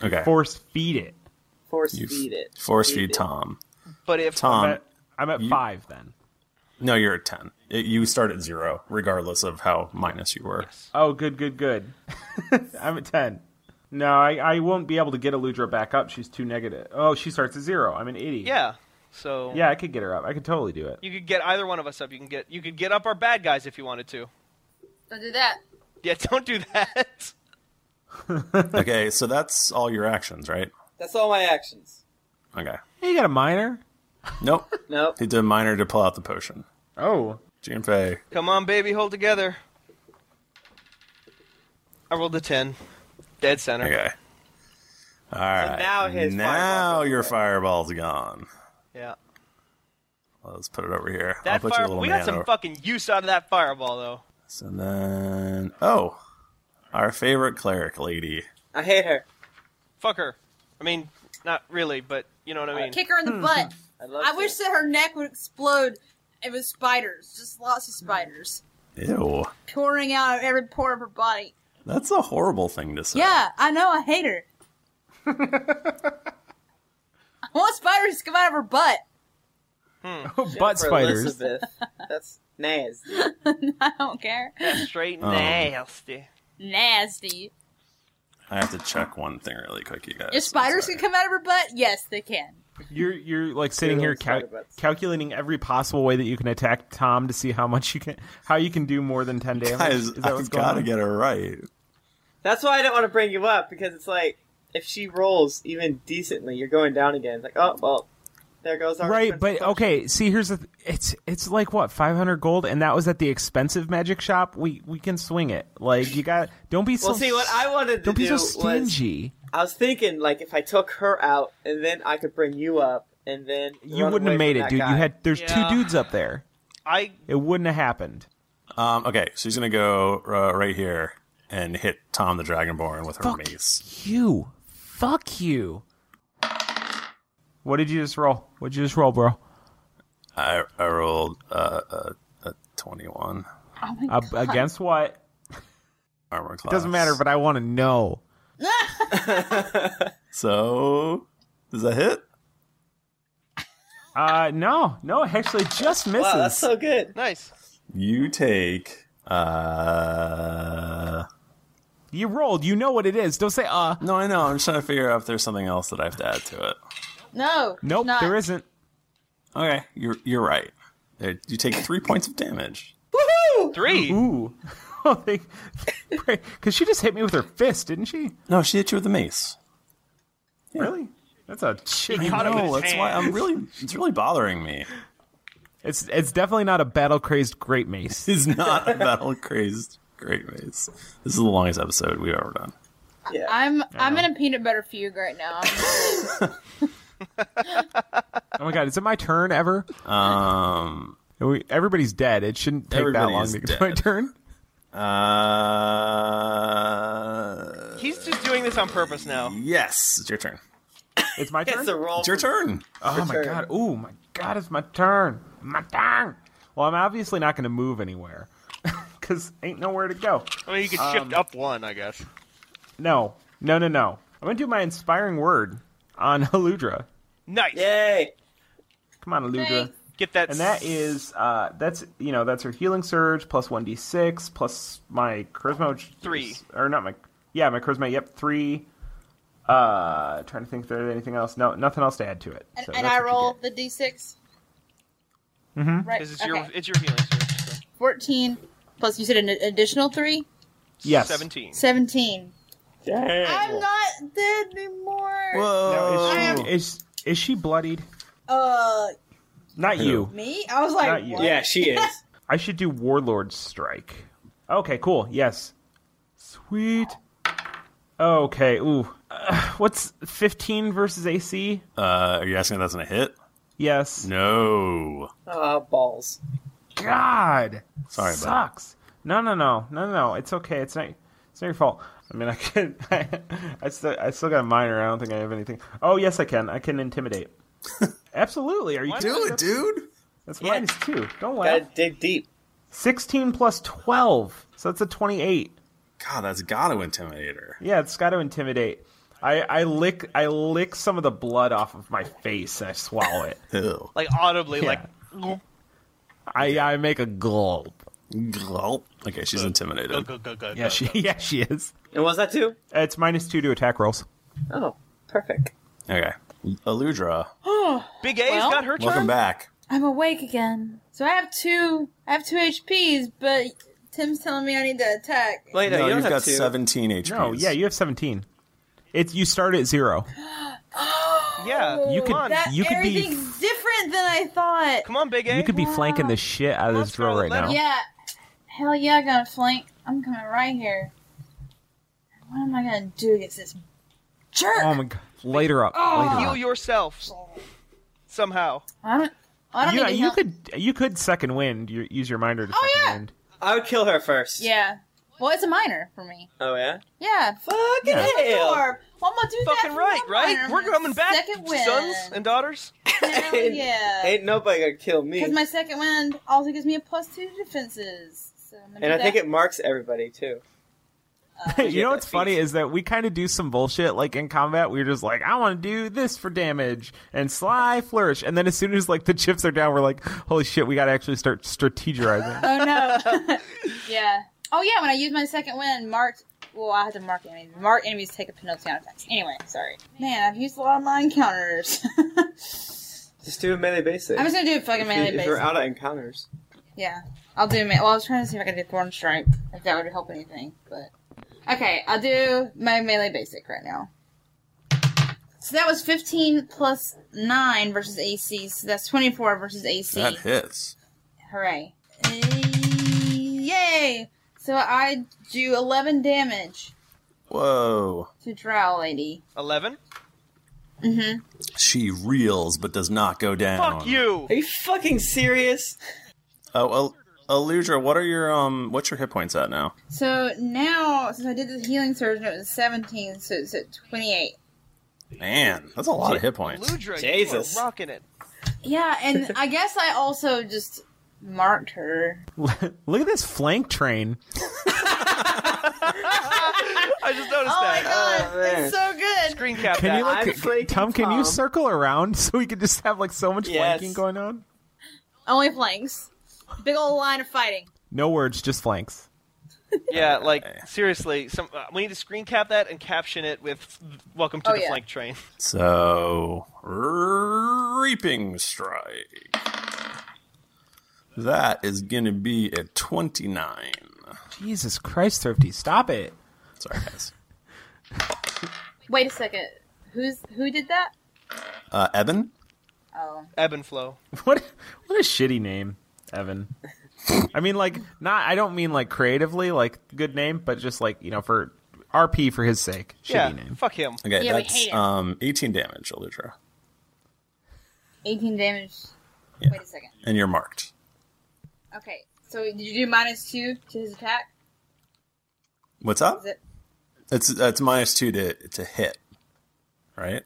Speaker 1: Okay.
Speaker 4: Force feed it.
Speaker 5: Force
Speaker 1: You f-
Speaker 5: feed it.
Speaker 1: Force
Speaker 5: Feed
Speaker 1: feed
Speaker 5: it.
Speaker 1: Tom.
Speaker 2: But if
Speaker 4: I'm
Speaker 1: Tom,
Speaker 4: at, I'm at
Speaker 1: you-
Speaker 4: five then.
Speaker 1: No, you're at 10. It- you start at zero, regardless of how minus you were.
Speaker 4: Oh, good, good, good. I'm at 10. No, I, I won't be able to get Aludra back up. She's too negative. Oh, she starts at zero. I'm an 80.
Speaker 2: Yeah. So
Speaker 4: Yeah, I could get her up. I could totally do it.
Speaker 2: you could get either one of us up. You can get you could get up our bad guys if you wanted to.
Speaker 3: Don't do that.
Speaker 2: Yeah, don't do that.
Speaker 1: okay, so that's all your actions, right?
Speaker 5: That's all my actions.
Speaker 1: Okay.
Speaker 4: You got a minor?
Speaker 1: Nope.
Speaker 5: nope.
Speaker 1: He did a minor to pull out the potion.
Speaker 4: Oh.
Speaker 1: Jinfei.
Speaker 2: Come on, baby, hold together. I rolled a ten. Dead center.
Speaker 1: Okay. All right.
Speaker 2: now his
Speaker 1: Now your fireball's gone.
Speaker 2: Yeah.
Speaker 1: Let's put it over here. I'll
Speaker 2: That
Speaker 1: put you a
Speaker 2: fire-
Speaker 1: little
Speaker 2: we
Speaker 1: man
Speaker 2: got some
Speaker 1: over.
Speaker 2: fucking use out of that fireball though.
Speaker 1: So then, oh, our favorite cleric lady.
Speaker 5: I hate her.
Speaker 2: Fuck her. I mean, not really, but you know
Speaker 5: Uh,
Speaker 2: what I mean.
Speaker 3: Kick her
Speaker 4: Hmm.
Speaker 3: in the butt.
Speaker 5: I,
Speaker 3: wish that her neck would explode. It was spiders, just lots of spiders
Speaker 1: Ew,
Speaker 3: pouring out of every pore of her body.
Speaker 1: that's a horrible thing to say.
Speaker 3: Yeah, I know. I hate her. I want spiders to come out of her butt.
Speaker 2: Hmm.
Speaker 4: Oh, butt spiders.
Speaker 5: Elizabeth. That's nasty.
Speaker 3: I don't care.
Speaker 2: Straight
Speaker 1: Um,
Speaker 2: nasty.
Speaker 3: Nasty.
Speaker 1: I have to check one thing really quick, you guys.
Speaker 3: If spiders can come out of her butt, yes, they can.
Speaker 4: You're you're like sitting
Speaker 1: You're
Speaker 4: here
Speaker 1: excited
Speaker 4: cal-
Speaker 1: about
Speaker 4: calculating every possible way that you can attack Tom to see how much you can how you can do more than 10 damage.
Speaker 1: Guys,
Speaker 4: Is that
Speaker 1: I've
Speaker 4: what's going
Speaker 1: gotta
Speaker 4: on?
Speaker 1: get it right.
Speaker 5: That's why I don't want to bring you up because it's like if she rolls even decently, you're going down again. It's like, oh well, there goes our
Speaker 4: Right, but okay. See, here's the th- it's it's like what five hundred gold, and that was at the expensive magic shop. We we can swing it. Like you got, don't be so.
Speaker 5: Well, see, what I wanted to
Speaker 4: don't be
Speaker 5: do
Speaker 4: so stingy.
Speaker 5: I was thinking like if I took her out and then I could bring you up and then
Speaker 4: You
Speaker 5: run
Speaker 4: wouldn't have
Speaker 5: away
Speaker 4: made
Speaker 5: from
Speaker 4: it,
Speaker 5: that
Speaker 4: dude.
Speaker 5: guy.
Speaker 4: You had there's
Speaker 5: Yeah.
Speaker 4: two dudes up there.
Speaker 2: I
Speaker 4: It wouldn't have happened.
Speaker 1: Um, okay, she's gonna go uh, right here and hit Tom the Dragonborn with her
Speaker 4: Fuck.
Speaker 1: mace.
Speaker 4: You, fuck you. What did you just roll? What did you just roll, bro?
Speaker 1: I I rolled uh, a, a twenty-one
Speaker 3: Oh my
Speaker 4: Ab- against what?
Speaker 1: armor class.
Speaker 4: It doesn't matter, but I want to know.
Speaker 1: So does that hit?
Speaker 4: Uh, no, no, it actually just misses.
Speaker 5: good.
Speaker 2: Nice.
Speaker 1: You take uh
Speaker 4: You rolled. You know what it is. Don't say uh.
Speaker 1: No, I know. I'm just trying to figure out if there's something else that I have to add to it.
Speaker 3: No.
Speaker 4: Nope,
Speaker 3: not.
Speaker 4: there isn't.
Speaker 1: Okay, you're you're right. There- You take three points of damage.
Speaker 2: Woohoo! Three.
Speaker 4: Ooh. Because she just hit me with her fist, didn't she?
Speaker 1: No, she hit you with a mace.
Speaker 4: Really? That's a shit.
Speaker 1: I know. That's why I'm really. It's really bothering me.
Speaker 4: It's it's definitely not a battle crazed great mace.
Speaker 1: It's not a battle crazed great mace. This is the longest episode we've ever done.
Speaker 3: I'm I'm in a peanut butter fugue right now.
Speaker 4: Oh my god, is it my turn ever?
Speaker 1: Um,
Speaker 4: We- everybody's dead. It shouldn't take that
Speaker 1: Everybody
Speaker 4: long
Speaker 1: is
Speaker 4: to get to my
Speaker 1: dead.
Speaker 4: turn.
Speaker 1: Uh,
Speaker 2: He's just doing this on purpose now.
Speaker 1: yes, it's your turn.
Speaker 4: It's my turn.
Speaker 1: It's your turn.
Speaker 4: oh my god. Ooh, my god, it's my turn. My turn. Well, I'm obviously not going to move anywhere because ain't nowhere to go. Um,
Speaker 2: I mean, you could shift up one, I guess.
Speaker 4: No, no, no, no. I'm going to do my inspiring word on Aludra.
Speaker 2: Nice.
Speaker 5: Yay!
Speaker 4: Come on, Aludra.
Speaker 3: Thanks.
Speaker 2: Get that.
Speaker 4: and that is uh, that's you know that's her healing surge plus one d six plus my charisma which is-
Speaker 2: Three.
Speaker 4: or not my yeah my charisma yep three. Uh, trying to think if there's anything else. No, nothing else to add to it.
Speaker 3: and
Speaker 4: So
Speaker 3: and
Speaker 4: that's
Speaker 3: I
Speaker 4: what you
Speaker 3: roll
Speaker 4: get.
Speaker 3: the d6.
Speaker 4: Mhm.
Speaker 3: Right.
Speaker 2: Because it's your
Speaker 3: okay.
Speaker 2: it's your healing. surge, so.
Speaker 3: 14 plus you said an additional 3?
Speaker 4: Yes.
Speaker 2: Seventeen.
Speaker 3: 17. I'm not dead anymore.
Speaker 4: Now,
Speaker 1: Whoa.
Speaker 4: is, she,
Speaker 3: I am-
Speaker 4: is is she bloodied?
Speaker 3: Uh,
Speaker 4: Not you.
Speaker 3: me? I was like,
Speaker 4: Not you.
Speaker 3: what?
Speaker 5: Yeah, she is.
Speaker 4: I should do Warlord Strike. Okay, cool. Yes. Sweet. Okay. Ooh. Uh, what's 15 versus AC?
Speaker 1: Uh, are you asking if that's gonna hit?
Speaker 4: Yes.
Speaker 1: No.
Speaker 5: Oh, balls.
Speaker 4: God.
Speaker 1: Sorry, bud.
Speaker 4: Sucks. No, no, no, no, no, no. It's okay. It's not. It's not your fault. I mean, I can. I, still. I still got a minor. I don't think I have anything. Oh, yes, I can. I can intimidate. Absolutely. Are you kidding?
Speaker 1: Do it, dude.
Speaker 4: That's minus two. Don't laugh.
Speaker 5: Gotta dig deep.
Speaker 4: Sixteen plus twelve. So that's a twenty-eight.
Speaker 1: God, that's got to intimidate her.
Speaker 4: Yeah, it's got to intimidate. I, I lick. I lick some of the blood off of my face and I swallow it.
Speaker 1: Ew.
Speaker 2: Like audibly,
Speaker 4: Yeah.
Speaker 2: like.
Speaker 4: I, I make a gulp.
Speaker 1: Gulp. Okay, she's intimidated.
Speaker 2: Go, go, go,
Speaker 4: Yeah, she yeah she is.
Speaker 5: And was that two?
Speaker 4: It's minus two to attack rolls.
Speaker 5: Oh, perfect.
Speaker 1: Okay. Aludra,
Speaker 2: Big A's
Speaker 3: Well,
Speaker 2: got her turn.
Speaker 1: welcome back.
Speaker 3: I'm awake again. So I have two. I have two HPs, but Tim's telling me I need to attack.
Speaker 5: Wait, no,
Speaker 1: No,
Speaker 5: you don't
Speaker 1: you've
Speaker 5: have
Speaker 1: got
Speaker 5: two.
Speaker 1: 17 HP.
Speaker 4: No, yeah, you have seventeen. It's you start at zero.
Speaker 2: Yeah,
Speaker 4: You could
Speaker 2: come on.
Speaker 3: Oh, That
Speaker 4: you could be
Speaker 3: everything's different than I thought.
Speaker 2: Come on, Big A.
Speaker 4: you could be flanking the shit out of this drill right now.
Speaker 3: Yeah. Hell yeah, I'm gonna flank. I'm coming right here. What am I gonna do against this jerk?
Speaker 4: Oh my god. Later up. later
Speaker 2: oh, Heal
Speaker 4: up.
Speaker 2: yourself somehow.
Speaker 3: I don't. I don't
Speaker 4: You,
Speaker 3: need to
Speaker 4: you
Speaker 3: help.
Speaker 4: could you could second wind. You use your minder to
Speaker 3: Oh,
Speaker 4: second
Speaker 3: yeah.
Speaker 4: wind.
Speaker 5: I would kill her first.
Speaker 3: Yeah. Well, it's a minor for me.
Speaker 5: Oh yeah.
Speaker 3: Yeah. Fucking
Speaker 5: Yeah. hell.
Speaker 3: Well, I'm gonna do that.
Speaker 2: Fucking
Speaker 3: for
Speaker 2: right,
Speaker 3: one
Speaker 2: right?
Speaker 3: minor.
Speaker 2: We're coming back,
Speaker 3: Second win.
Speaker 2: sons and daughters.
Speaker 3: Hell
Speaker 5: Ain't-
Speaker 3: yeah.
Speaker 5: Ain't nobody gonna kill me.
Speaker 3: Because Uh, my second wind also gives me a plus two to defenses. So I'm gonna
Speaker 5: and
Speaker 3: do
Speaker 5: I think
Speaker 3: that.
Speaker 5: it marks everybody too.
Speaker 4: you know
Speaker 5: that
Speaker 4: what's funny
Speaker 5: feat.
Speaker 4: is that we kind of do some bullshit like in combat we're just like i want to do this for damage and sly flourish and then as soon as like the chips are down we're like holy shit we gotta actually start strategizing
Speaker 3: Oh no. yeah. Oh yeah. When I use my second win, marked. Well, I have to mark enemies. Mark enemies take a penalty on attacks. Anyway, sorry. Man, I've used a lot of line counters. I'm
Speaker 5: Just do a melee basic.
Speaker 3: just gonna do a fucking melee
Speaker 5: if, you- if
Speaker 3: base.
Speaker 5: you're out of encounters.
Speaker 3: Yeah, I'll do. Ma- well, I was trying to see if I could do Thorn Strike if that would help anything, but okay, I'll do my melee basic right now. So that was 15 plus 9 versus AC, so that's 24 versus AC.
Speaker 1: That hits.
Speaker 3: Hooray. Eh, Yay! So I do 11 damage
Speaker 1: Whoa.
Speaker 3: to Drow Lady.
Speaker 2: Eleven.
Speaker 3: Mm-hmm.
Speaker 1: She reels but does not go down.
Speaker 2: Fuck you.
Speaker 5: Are you fucking serious?
Speaker 1: Oh, Al- Aludra, what are your um? What's your hit points at now?
Speaker 3: So now, since I did the healing surge, it was 17, so it's at 28.
Speaker 1: Man, that's a lot of hit points.
Speaker 2: Ludra,
Speaker 5: Jesus.
Speaker 2: you are rocking it.
Speaker 3: Yeah, and I guess I also just marked her
Speaker 4: look at this flank train
Speaker 2: I just noticed
Speaker 3: Oh my
Speaker 2: that.
Speaker 3: god,
Speaker 5: Oh, man.
Speaker 3: it's so good.
Speaker 2: Screen cap
Speaker 4: can
Speaker 2: that.
Speaker 4: you
Speaker 5: I'm
Speaker 4: like
Speaker 5: flanking
Speaker 4: tom can you
Speaker 5: Tom.
Speaker 4: circle around so we can just have like so much
Speaker 5: Yes.
Speaker 4: flanking going on
Speaker 3: Only flanks. Big old line of fighting.
Speaker 4: no words just flanks
Speaker 2: yeah, like seriously, some uh, we need to screen cap that and caption it with "Welcome to
Speaker 3: Oh,
Speaker 2: the
Speaker 3: yeah.
Speaker 2: Flank Train."
Speaker 1: So, reaping strike. That is gonna be a twenty-nine.
Speaker 4: jesus christ thrifty stop it
Speaker 1: Sorry, guys.
Speaker 3: Wait a second. Who's who did that?
Speaker 1: Uh, Evan.
Speaker 3: Oh.
Speaker 2: Ebb and flow.
Speaker 4: What what a shitty name, Evan. I mean like not I don't mean like creatively, like good name, but just like, you know, for RP for his sake. Shitty
Speaker 2: yeah,
Speaker 4: name.
Speaker 2: fuck him.
Speaker 1: Okay,
Speaker 3: Yeah, we
Speaker 1: that's
Speaker 3: hate him.
Speaker 1: um eighteen damage, Aludra,
Speaker 3: 18 damage. Wait a second.
Speaker 1: and you're marked.
Speaker 3: Okay. So did you do minus two to his attack?
Speaker 1: What's up?
Speaker 3: Is it
Speaker 1: It's that's minus two to to hit, right?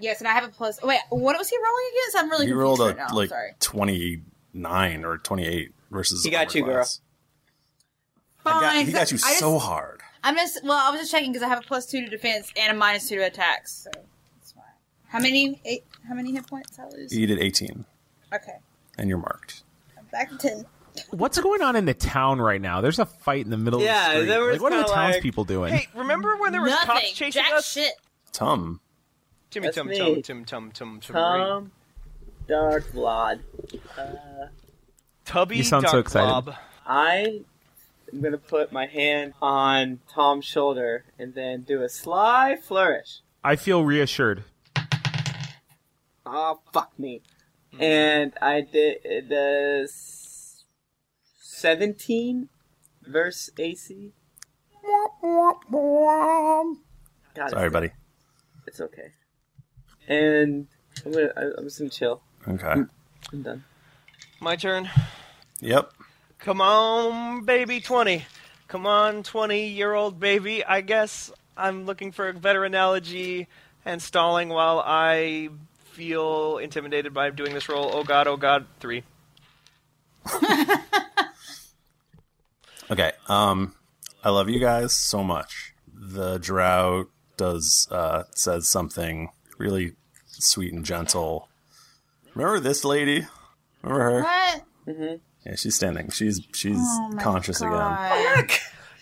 Speaker 3: Yes, and I have a plus wait, what was he rolling against? I'm really
Speaker 1: He
Speaker 3: confused
Speaker 1: rolled
Speaker 3: right
Speaker 1: a
Speaker 3: now.
Speaker 1: like
Speaker 3: Sorry.
Speaker 1: twenty nine or twenty eight versus.
Speaker 5: He got
Speaker 1: armor
Speaker 5: you, girl.
Speaker 1: class.
Speaker 3: Fine.
Speaker 1: Got- he got you
Speaker 3: I just-
Speaker 1: so hard.
Speaker 3: I'm just well, I was just checking because I have a plus two to defense and a minus two to attacks, so that's why. How many eight, how many hit points I lose?
Speaker 1: You did eighteen,
Speaker 3: Okay.
Speaker 1: and you're marked.
Speaker 3: I'm back to ten.
Speaker 4: What's going on in the town right now? There's a fight in the middle
Speaker 5: Yeah,
Speaker 4: of the street.
Speaker 5: there was
Speaker 4: like what are the
Speaker 5: kinda like-
Speaker 4: townspeople doing?
Speaker 2: Hey, remember when there was
Speaker 3: Nothing.
Speaker 2: cops chasing
Speaker 3: Jack
Speaker 2: us?
Speaker 3: shit.
Speaker 1: Tom,
Speaker 2: Timmy,
Speaker 5: That's
Speaker 2: tum,
Speaker 5: me.
Speaker 2: tum, tum, tum, tum, tum, tum.
Speaker 5: Tom, Dark Blood.
Speaker 2: Tubby,
Speaker 4: You sound so
Speaker 2: Dark
Speaker 4: excited.
Speaker 2: Blob.
Speaker 5: I am gonna put my hand on Tom's shoulder and then do a sly flourish.
Speaker 4: I feel reassured.
Speaker 5: Oh fuck me!
Speaker 2: Mm.
Speaker 5: And I did the s- seventeen verse AC. God,
Speaker 1: sorry, buddy.
Speaker 5: It's okay. And I'm gonna, I- I'm just gonna chill.
Speaker 1: Okay.
Speaker 3: Mm.
Speaker 5: I'm done.
Speaker 2: My turn.
Speaker 1: Yep.
Speaker 2: Come on, baby 20. Come on, 20 year old baby. I guess I'm looking for a better analogy and stalling while I feel intimidated by doing this roll. Oh god, oh god, three.
Speaker 1: Okay. Um, I love you guys so much. The drought does uh says something really sweet and gentle. Remember this lady? Remember her?
Speaker 3: What?
Speaker 5: Mm-hmm.
Speaker 1: Yeah, she's standing. She's she's
Speaker 2: Oh my
Speaker 1: conscious again.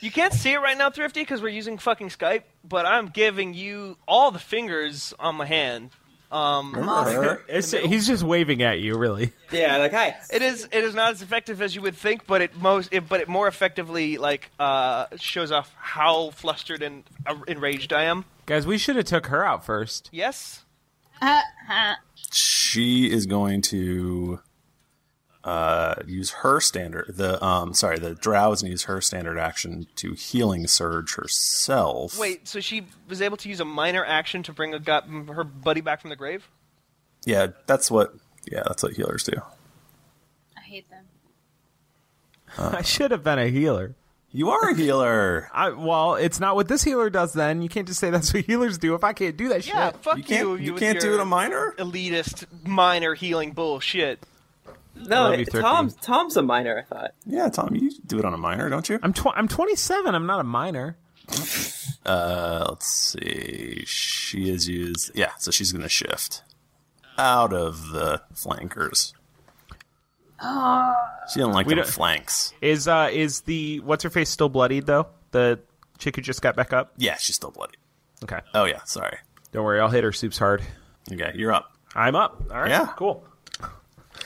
Speaker 2: You can't see it right now, Thrifty, because we're using fucking Skype. But I'm giving you all the fingers on my hand. Um,
Speaker 4: It's- he's just waving at you, really.
Speaker 5: Yeah, like hi.
Speaker 2: It is. It is not as effective as you would think, but it most. It, but it more effectively like uh, shows off how flustered and uh, enraged I am.
Speaker 4: Guys, we should have took her out first.
Speaker 2: Yes. Uh,
Speaker 1: She is going to uh, use her standard. The um, sorry, the Drow is going to use her standard action to healing surge herself.
Speaker 2: Wait. So she was able to use a minor action to bring a got her buddy back from the grave.
Speaker 1: Yeah, that's what. Yeah, that's what healers do.
Speaker 3: I hate them.
Speaker 4: I should have been a healer.
Speaker 1: Uh, You are a healer.
Speaker 4: I, well, it's not what this healer does. Then you can't just say that's what healers do. If I can't do that
Speaker 2: Yeah.
Speaker 4: shit,
Speaker 2: Fuck you. with your Elitist minor healing bullshit.
Speaker 5: No,
Speaker 4: Love you, Thrifty.
Speaker 5: Tom's Tom's a minor. I thought.
Speaker 1: Yeah, Tom, you do it on a minor, don't you?
Speaker 4: I'm tw- I'm 27. I'm not a minor.
Speaker 1: Uh, let's see. She is used. Yeah, so she's going to shift out of the flankers.
Speaker 3: Ah.
Speaker 1: She doesn't like
Speaker 4: We
Speaker 1: the
Speaker 4: don't-
Speaker 1: flanks.
Speaker 4: Is uh is the what's her face still bloodied though? The chick who just got back up.
Speaker 1: Yeah, she's still bloody.
Speaker 4: Okay.
Speaker 1: Oh yeah, sorry.
Speaker 4: Don't worry, I'll hit her soups hard.
Speaker 1: Okay, you're up.
Speaker 4: I'm up. All right.
Speaker 1: Yeah.
Speaker 4: Cool.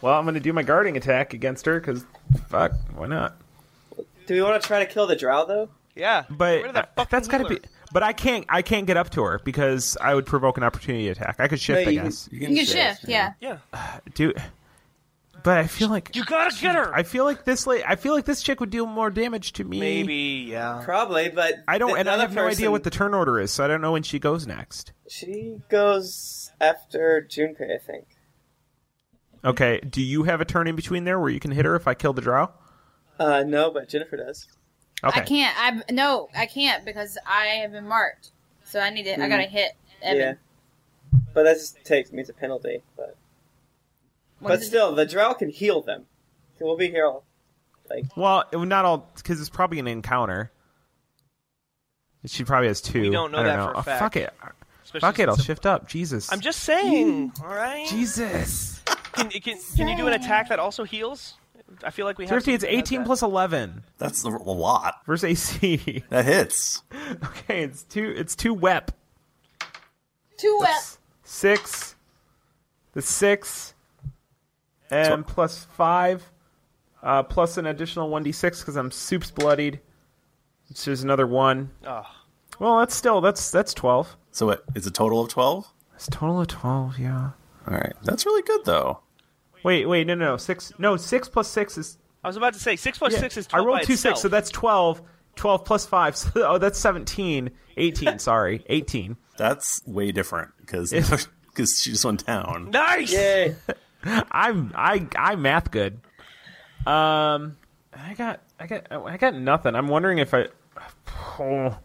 Speaker 4: well, I'm going to do my guarding attack against her because fuck, why not?
Speaker 5: Do we want to try to kill the drow though?
Speaker 2: Yeah,
Speaker 4: but that's got to be. But I can't. I can't get up to her because I would provoke an opportunity attack. I could shift,
Speaker 5: No, you
Speaker 4: I
Speaker 5: can-
Speaker 4: guess.
Speaker 3: You can shift, yeah.
Speaker 2: Yeah.
Speaker 4: Dude, but I feel like
Speaker 2: You gotta get her.
Speaker 4: I feel like this. La- I feel like this chick would deal more damage to me.
Speaker 2: Maybe. Yeah.
Speaker 5: Probably, but
Speaker 4: I don't,
Speaker 5: th-
Speaker 4: and I
Speaker 5: another
Speaker 4: have no idea
Speaker 5: person-
Speaker 4: what the turn order is, so I don't know when she goes next.
Speaker 5: She goes after Junpei, I think.
Speaker 4: Okay, do you have a turn in between there where you can hit her if I kill the drow?
Speaker 5: Uh, no, but Jennifer does.
Speaker 4: Okay,
Speaker 3: I can't. I no, I can't because I have been marked. So I need to. I gotta hit Evan.
Speaker 5: Mm-hmm. Yeah. But that just takes means a penalty. But
Speaker 3: What
Speaker 5: but
Speaker 3: is it?
Speaker 5: still, the drow can heal them. So we'll be here all.
Speaker 4: Well, it- not all because it's probably an encounter. She probably has two.
Speaker 2: We don't know
Speaker 4: I
Speaker 2: that
Speaker 4: know.
Speaker 2: for a
Speaker 4: Oh,
Speaker 2: fact.
Speaker 4: Fuck it.
Speaker 2: Especially
Speaker 4: fuck it.
Speaker 2: since
Speaker 4: I'll
Speaker 2: it's a-
Speaker 4: shift up. Jesus.
Speaker 2: I'm just saying. All right.
Speaker 4: Jesus.
Speaker 2: Can, can, can you do an attack that also heals? I feel like we have.
Speaker 4: Thrifty, it's
Speaker 2: something that does
Speaker 4: 18
Speaker 2: that.
Speaker 4: plus 11
Speaker 1: That's a lot.
Speaker 4: versus AC.
Speaker 1: That hits.
Speaker 4: okay, it's two. It's two wep.
Speaker 3: Two wet.
Speaker 4: Six. The six. And plus five. Uh, plus an additional 1d6 because I'm soups bloodied. Which is another one.
Speaker 2: Ugh.
Speaker 4: Well, that's still that's that's 12.
Speaker 1: So what? It's a total of twelve.
Speaker 4: It's a total of 12. Yeah.
Speaker 1: All right, that's really good though.
Speaker 4: Wait, wait, no, no, no. Six, no, six plus six is.
Speaker 2: I was about to say six plus
Speaker 4: yeah.
Speaker 2: six is.
Speaker 4: I
Speaker 2: 12
Speaker 4: rolled
Speaker 2: by
Speaker 4: two
Speaker 2: itself.
Speaker 4: six, so that's twelve. Twelve plus five, so oh, that's seventeen. Eighteen, sorry, eighteen.
Speaker 1: That's way different because because she just went down.
Speaker 2: nice.
Speaker 5: Yay!
Speaker 4: I'm I I math good. Um, I got I got I got nothing. I'm wondering if I. Oh,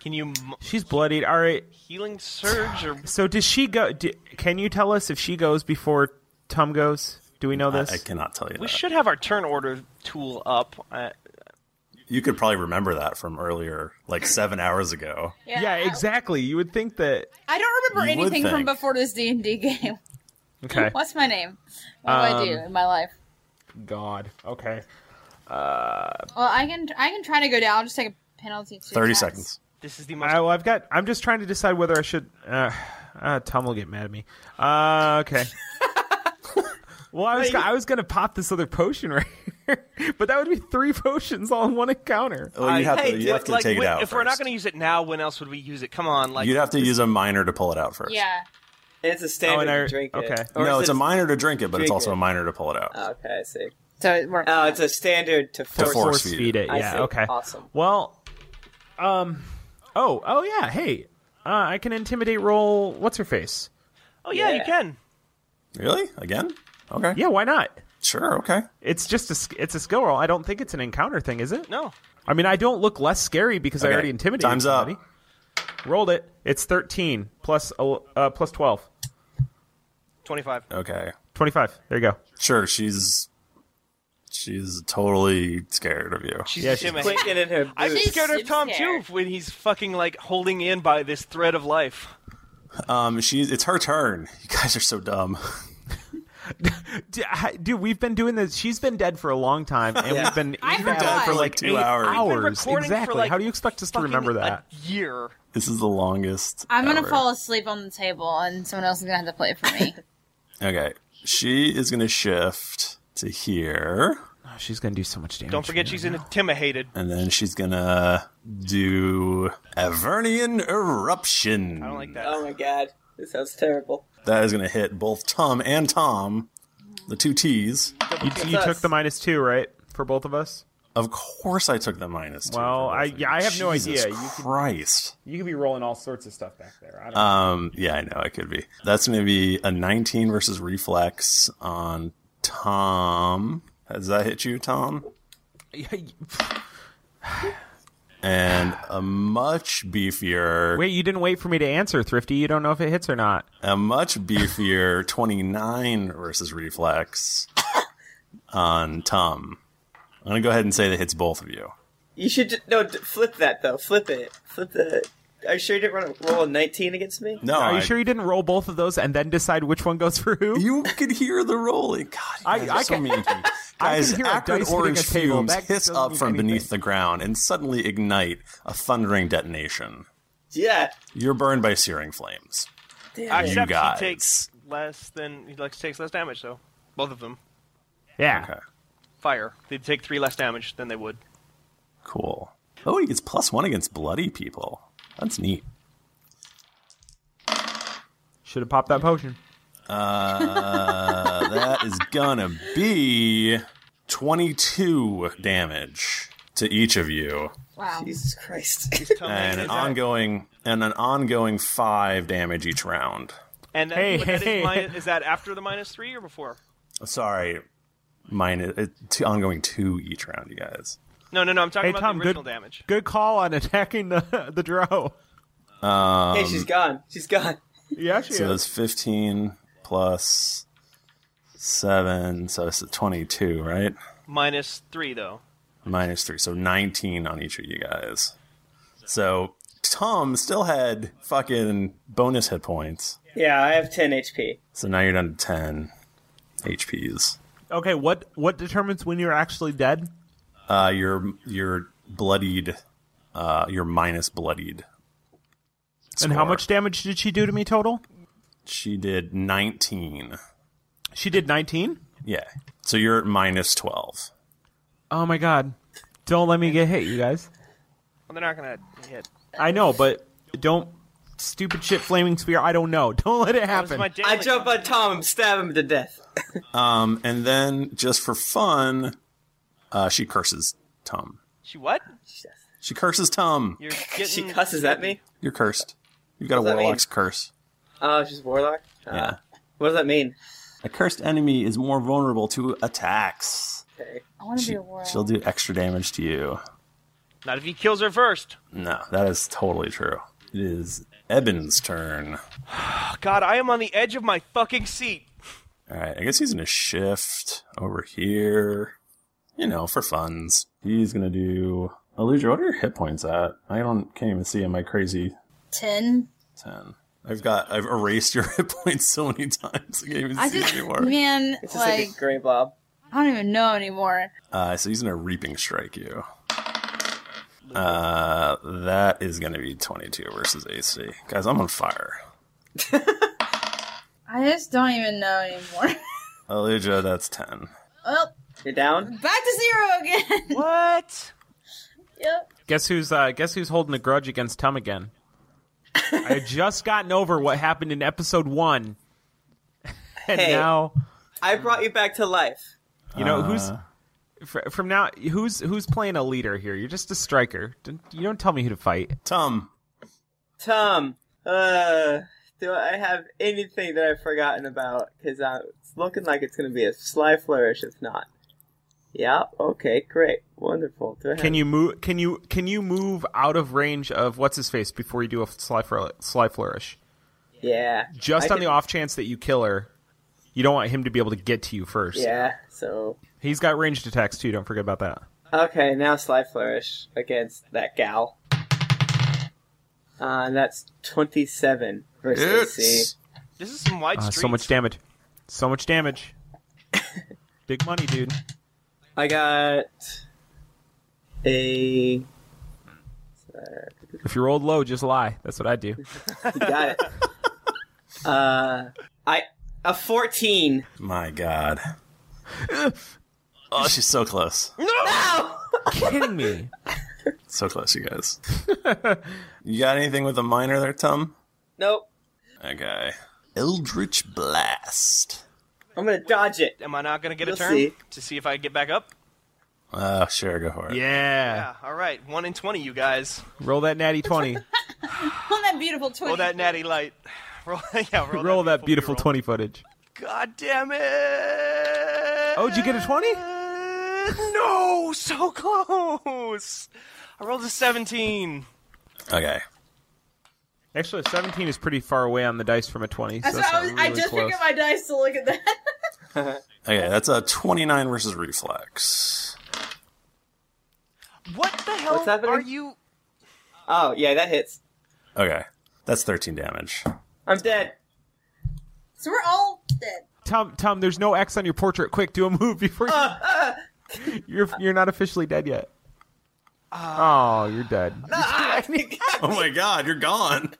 Speaker 2: Can you m-
Speaker 4: she's bloodied. All right.
Speaker 2: healing surge or
Speaker 4: So does she go? d can you tell us if she goes before Tum goes? Do we know
Speaker 1: I,
Speaker 4: this?
Speaker 1: I cannot tell you.
Speaker 2: we
Speaker 1: that.
Speaker 2: should have our turn order tool up. Uh,
Speaker 1: You could probably remember that from earlier, like seven hours ago.
Speaker 3: Yeah.
Speaker 4: yeah,
Speaker 3: I-
Speaker 4: exactly. You would think that.
Speaker 3: I, don't remember
Speaker 1: You would
Speaker 3: anything
Speaker 1: think.
Speaker 3: from before this D and D game.
Speaker 4: Okay.
Speaker 3: What's my name? What do I
Speaker 1: Um,
Speaker 3: do in my life?
Speaker 4: God. Okay. Uh,
Speaker 3: Well, I can. I can try to go down. I'll just take a penalty. To
Speaker 1: Thirty
Speaker 3: attacks.
Speaker 1: seconds.
Speaker 2: this is the most.
Speaker 4: I, well, I've got. I'm just trying to decide whether I should. Uh, uh, Tom will get mad at me. Uh, okay. well, I was. go- I was gonna pop this other potion right here, but that would be three potions all in one encounter.
Speaker 1: Well, you have
Speaker 5: hey,
Speaker 1: to, you
Speaker 5: dude,
Speaker 1: have to
Speaker 2: like,
Speaker 1: take
Speaker 2: when-
Speaker 1: it out.
Speaker 2: if we we're not
Speaker 1: first.
Speaker 2: going to use it now, when else would we use it? Come on, like
Speaker 1: you'd have to use a minor to pull it out first.
Speaker 3: Yeah.
Speaker 5: And it's a standard
Speaker 4: Oh, and I-
Speaker 5: to drink it.
Speaker 4: okay.
Speaker 5: Or
Speaker 1: no,
Speaker 5: is
Speaker 1: it's
Speaker 5: it-
Speaker 1: a minor to drink it, but it's
Speaker 5: drink
Speaker 1: also
Speaker 5: it.
Speaker 1: a minor to pull it out.
Speaker 5: Okay, I see.
Speaker 3: So it works.
Speaker 5: Oh, it's a standard to force.
Speaker 1: force.
Speaker 4: Force feed it.
Speaker 5: I
Speaker 4: Yeah.
Speaker 5: see.
Speaker 4: Okay.
Speaker 5: Awesome.
Speaker 4: Well, um, oh, oh yeah. Hey, uh, I can intimidate roll. What's her face?
Speaker 2: oh yeah, you
Speaker 5: Yeah.
Speaker 2: can.
Speaker 1: Really? Again? Okay.
Speaker 4: Yeah. Why not?
Speaker 1: Sure. Okay.
Speaker 4: It's just a. sk- It's a skill roll. I don't think it's an encounter thing, is it?
Speaker 2: No,
Speaker 4: I mean, I don't look less scary because I
Speaker 1: Okay,
Speaker 4: already intimidated
Speaker 1: time's up.
Speaker 4: somebody. Rolled it. It's 13 plus, el- uh, plus 12.
Speaker 2: twenty-five.
Speaker 1: Okay.
Speaker 4: 25. There you go.
Speaker 1: Sure. She's she's totally scared of you.
Speaker 2: She's
Speaker 4: Yeah,
Speaker 2: yeah,
Speaker 4: she's
Speaker 5: Clinking in her
Speaker 2: I'm
Speaker 5: boots.
Speaker 2: scared of
Speaker 3: She's
Speaker 2: Tom
Speaker 3: scared.
Speaker 2: too when he's fucking like holding in by this thread of life.
Speaker 1: Um. She's. It's her turn. You guys are so dumb.
Speaker 4: D- I- Dude, we've been doing this. She's been dead for a long time, and
Speaker 2: Yeah.
Speaker 4: we've been
Speaker 2: I
Speaker 4: we've been
Speaker 2: forgot.
Speaker 4: dead for like
Speaker 1: Like two
Speaker 4: eight
Speaker 1: hours.
Speaker 4: hours.
Speaker 1: We've been
Speaker 2: recording for,
Speaker 4: exactly.
Speaker 2: like,
Speaker 4: How do you expect us to
Speaker 2: fucking
Speaker 4: remember that?
Speaker 2: year.
Speaker 1: This is the longest.
Speaker 3: I'm gonna
Speaker 1: ever.
Speaker 3: fall asleep on the table, and someone else is gonna have to play it for me.
Speaker 1: Okay, she is gonna shift to here.
Speaker 4: Oh, she's gonna do so much damage.
Speaker 2: Don't forget she's intimidated.
Speaker 1: And then she's gonna do Avernian Eruption. I don't like
Speaker 5: Oh my god, this sounds terrible.
Speaker 1: That is gonna hit both Tom and Tom, the two T's.
Speaker 4: You, you took the minus two, right, for both of us?
Speaker 1: Of course, I took the minus two.
Speaker 4: Well, I yeah, I have no
Speaker 1: Jesus
Speaker 4: idea. You could,
Speaker 1: Christ.
Speaker 4: you could be rolling all sorts of stuff back there. I don't
Speaker 1: Um, yeah, I know it could be. That's going to be a 19 versus reflex on Tom. Has that hit you, Tom? And a much beefier,
Speaker 4: Wait, you didn't wait for me to answer, Thrifty. You don't know if it hits or not.
Speaker 1: a much beefier 29 versus reflex on Tom. I'm going to go ahead and say that hits both of you.
Speaker 5: You should ju- no d- flip that though. Flip it. Flip the. Are you sure you didn't run a roll a 19 against me?
Speaker 4: Are you sure you didn't roll both of those and then decide which one goes for who?
Speaker 1: You could hear the rolling. God,
Speaker 4: I,
Speaker 1: guys are
Speaker 4: I
Speaker 1: so
Speaker 4: can.
Speaker 1: mean to me.
Speaker 4: I
Speaker 1: Guys,
Speaker 4: can hear a dice
Speaker 1: acrid
Speaker 4: hitting
Speaker 1: orange
Speaker 4: a table.
Speaker 1: fumes
Speaker 4: That
Speaker 1: hiss
Speaker 4: doesn't
Speaker 1: up
Speaker 4: mean
Speaker 1: from
Speaker 4: anything.
Speaker 1: beneath the ground and suddenly ignite a thundering detonation.
Speaker 5: Yeah.
Speaker 1: You're burned by searing flames.
Speaker 2: Except
Speaker 1: You guys.
Speaker 2: she takes less than he like, takes less damage though. Both of them
Speaker 4: Yeah.
Speaker 2: fire. They take three less damage than they would.
Speaker 1: Cool. Oh, he gets plus one against bloody people. That's neat.
Speaker 4: Should have popped that potion.
Speaker 1: Uh, that is gonna be 22 damage to each of you.
Speaker 3: Wow.
Speaker 5: Jesus Christ.
Speaker 1: And an ongoing and an ongoing five damage each round.
Speaker 2: And that,
Speaker 4: Hey,
Speaker 2: but that is
Speaker 4: hey,
Speaker 2: mi- is that after the minus three or before?
Speaker 1: Sorry, mine is it, two, ongoing two each round, you guys.
Speaker 2: No, no, no. I'm talking
Speaker 4: Hey
Speaker 2: about
Speaker 4: Tom,
Speaker 2: the original
Speaker 4: good
Speaker 2: damage.
Speaker 4: good call on attacking the the drow.
Speaker 1: Um,
Speaker 5: Hey, she's gone. She's gone.
Speaker 4: Yeah, she
Speaker 1: so
Speaker 4: is.
Speaker 1: that's fifteen plus seven, so it's twenty-two, right?
Speaker 2: Minus three though.
Speaker 1: Minus three, so nineteen on each of you guys. So Tom still had fucking bonus hit points,
Speaker 5: Yeah, I have 10 HP.
Speaker 1: so now you're down to ten HPs.
Speaker 4: Okay, what what determines when you're actually dead?
Speaker 1: Uh, you're you're bloodied. Uh, you're minus bloodied.
Speaker 4: And how
Speaker 1: Score.
Speaker 4: much damage did she do to me total?
Speaker 1: She did nineteen.
Speaker 4: She did 19.
Speaker 1: Yeah. So you're at minus 12.
Speaker 4: Oh my god. Don't let me get hit, you guys.
Speaker 2: Well, they're not gonna hit.
Speaker 4: I know, but don't stupid shit flaming spear. I don't know. Don't let it
Speaker 2: This is
Speaker 4: happen.
Speaker 2: my
Speaker 5: I
Speaker 2: daily-
Speaker 5: jump on Tom and stab him to death.
Speaker 1: Um, and then just for fun, uh, she curses Tom.
Speaker 2: She what?
Speaker 1: She curses Tom.
Speaker 2: You're getting.
Speaker 5: Hmm. She cusses at me.
Speaker 1: You're cursed. You've got a
Speaker 5: does that mean?
Speaker 1: warlock's curse.
Speaker 5: Oh, she's warlock. Uh,
Speaker 1: Yeah.
Speaker 5: What does that mean?
Speaker 1: A cursed enemy is more vulnerable to attacks.
Speaker 5: Okay.
Speaker 3: I want to be
Speaker 1: She,
Speaker 3: a world.
Speaker 1: she'll do extra damage to you.
Speaker 2: Not if he kills her first.
Speaker 1: No, that is totally true. It is Eben's turn.
Speaker 2: Oh, God, I am on the edge of my fucking seat.
Speaker 1: All right, I guess he's gonna shift over here. You know, for funs. He's gonna do. Illusion, what are your hit points at? I don't can't even see in my crazy
Speaker 3: Ten.
Speaker 1: 10. I've got I've erased your hit points so many times. I can't even
Speaker 3: I
Speaker 1: see
Speaker 3: just,
Speaker 1: anymore.
Speaker 3: man,
Speaker 5: It's just like,
Speaker 3: like
Speaker 5: a gray blob.
Speaker 3: I don't even know anymore.
Speaker 1: Uh, so he's gonna reaping strike you. Uh, that is gonna be 22 versus AC. Guys, I'm on fire.
Speaker 3: I just don't even know anymore.
Speaker 1: Aluja, that's 10.
Speaker 3: well,
Speaker 5: You're down?
Speaker 3: back to zero again.
Speaker 2: What?
Speaker 3: yep.
Speaker 4: guess who's uh, guess who's holding a grudge against Tom again? I had just gotten over what happened in episode 1. And
Speaker 5: Hey.
Speaker 4: now,
Speaker 5: I brought you back to life.
Speaker 4: you know, who's
Speaker 1: Uh.
Speaker 4: fr- from now who's who's playing a leader here? You're just a striker. Don't- You don't tell me who to fight.
Speaker 1: Tom,
Speaker 5: Tom, uh, do I have anything that I've forgotten about? Because it's looking like it's going to be a sly flourish if not. Yeah, okay, great. Wonderful. Do I have-
Speaker 4: Can you move? Can you can you move out of range of what's his face before you do a sly, flour- sly flourish?
Speaker 5: Yeah.
Speaker 4: Just
Speaker 5: I
Speaker 4: on the
Speaker 5: can-
Speaker 4: off chance that you kill her, you don't want him to be able to get to you first.
Speaker 5: Yeah, so.
Speaker 4: He's got ranged attacks too. Don't forget about that.
Speaker 5: Okay, now Sly Flourish against that gal. Uh, and that's 27 versus AC.
Speaker 2: This is some wide
Speaker 4: Uh,
Speaker 2: streets.
Speaker 4: so much damage. So much damage. Big money, dude.
Speaker 5: I got a.
Speaker 4: If you're rolled low, just lie. That's what I do.
Speaker 5: You got it. uh, I a fourteen.
Speaker 1: My God. Oh, she's so close.
Speaker 5: No.
Speaker 4: Kidding me.
Speaker 1: So close, you guys. you got anything with a minor there, Tom?
Speaker 5: Nope.
Speaker 1: Okay. Eldritch Blast.
Speaker 5: I'm gonna dodge it.
Speaker 2: Am I not gonna get
Speaker 5: You'll
Speaker 2: a turn
Speaker 5: see.
Speaker 2: to see if I get back up?
Speaker 1: Oh, sure, go for it.
Speaker 4: Yeah.
Speaker 2: All right, one in twenty, you guys.
Speaker 4: Roll that natty 20.
Speaker 3: On that beautiful twin.
Speaker 2: Roll that natty light. Roll, yeah, roll,
Speaker 4: roll, that beautiful 20 footage.
Speaker 2: God damn it!
Speaker 4: Oh, did you get a 20?
Speaker 2: No, so close. I rolled a seventeen.
Speaker 1: Okay.
Speaker 4: Actually, a 17 is pretty far away on the dice from a 20. So
Speaker 3: That's
Speaker 4: that's
Speaker 3: what I, was,
Speaker 4: not
Speaker 3: I
Speaker 4: really
Speaker 3: just
Speaker 4: close.
Speaker 3: picked up my dice to look at that.
Speaker 1: Okay, that's a 29 versus reflex.
Speaker 2: What the hell
Speaker 5: What's happening?
Speaker 2: are you?
Speaker 5: Oh yeah, that hits.
Speaker 1: Okay. That's 13 damage.
Speaker 5: I'm dead.
Speaker 3: So we're all dead.
Speaker 4: Tom, Tom, there's no X on your portrait. Quick, do a move before you... you're you're not officially dead yet.
Speaker 3: Uh,
Speaker 4: oh, you're dead.
Speaker 1: Oh my god, you're gone.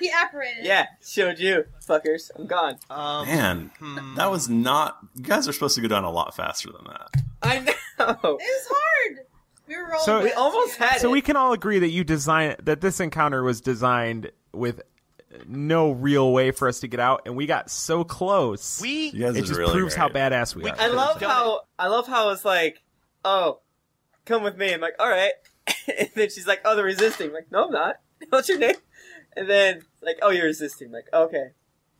Speaker 3: He apparated.
Speaker 5: Yeah, showed you fuckers. I'm gone.
Speaker 2: Um,
Speaker 1: Man,
Speaker 5: Hmm.
Speaker 1: that was not. You guys are supposed to go down a lot faster than that.
Speaker 5: I know.
Speaker 3: It was hard. We were rolling.
Speaker 4: So-
Speaker 5: Oh. We almost had
Speaker 4: So
Speaker 5: it.
Speaker 4: we can all agree that you design that this encounter was designed with no real way for us to get out, and we got so close.
Speaker 2: We
Speaker 1: You guys
Speaker 4: it
Speaker 1: are
Speaker 4: just
Speaker 1: really
Speaker 4: proves how
Speaker 1: great.
Speaker 4: badass we, are.
Speaker 5: I love how I love how it's like, oh, come with me. I'm like, all right. and then she's like, oh, they're resisting. I'm like, no, I'm not. What's your name? And then like, oh, you're resisting. I'm like, okay.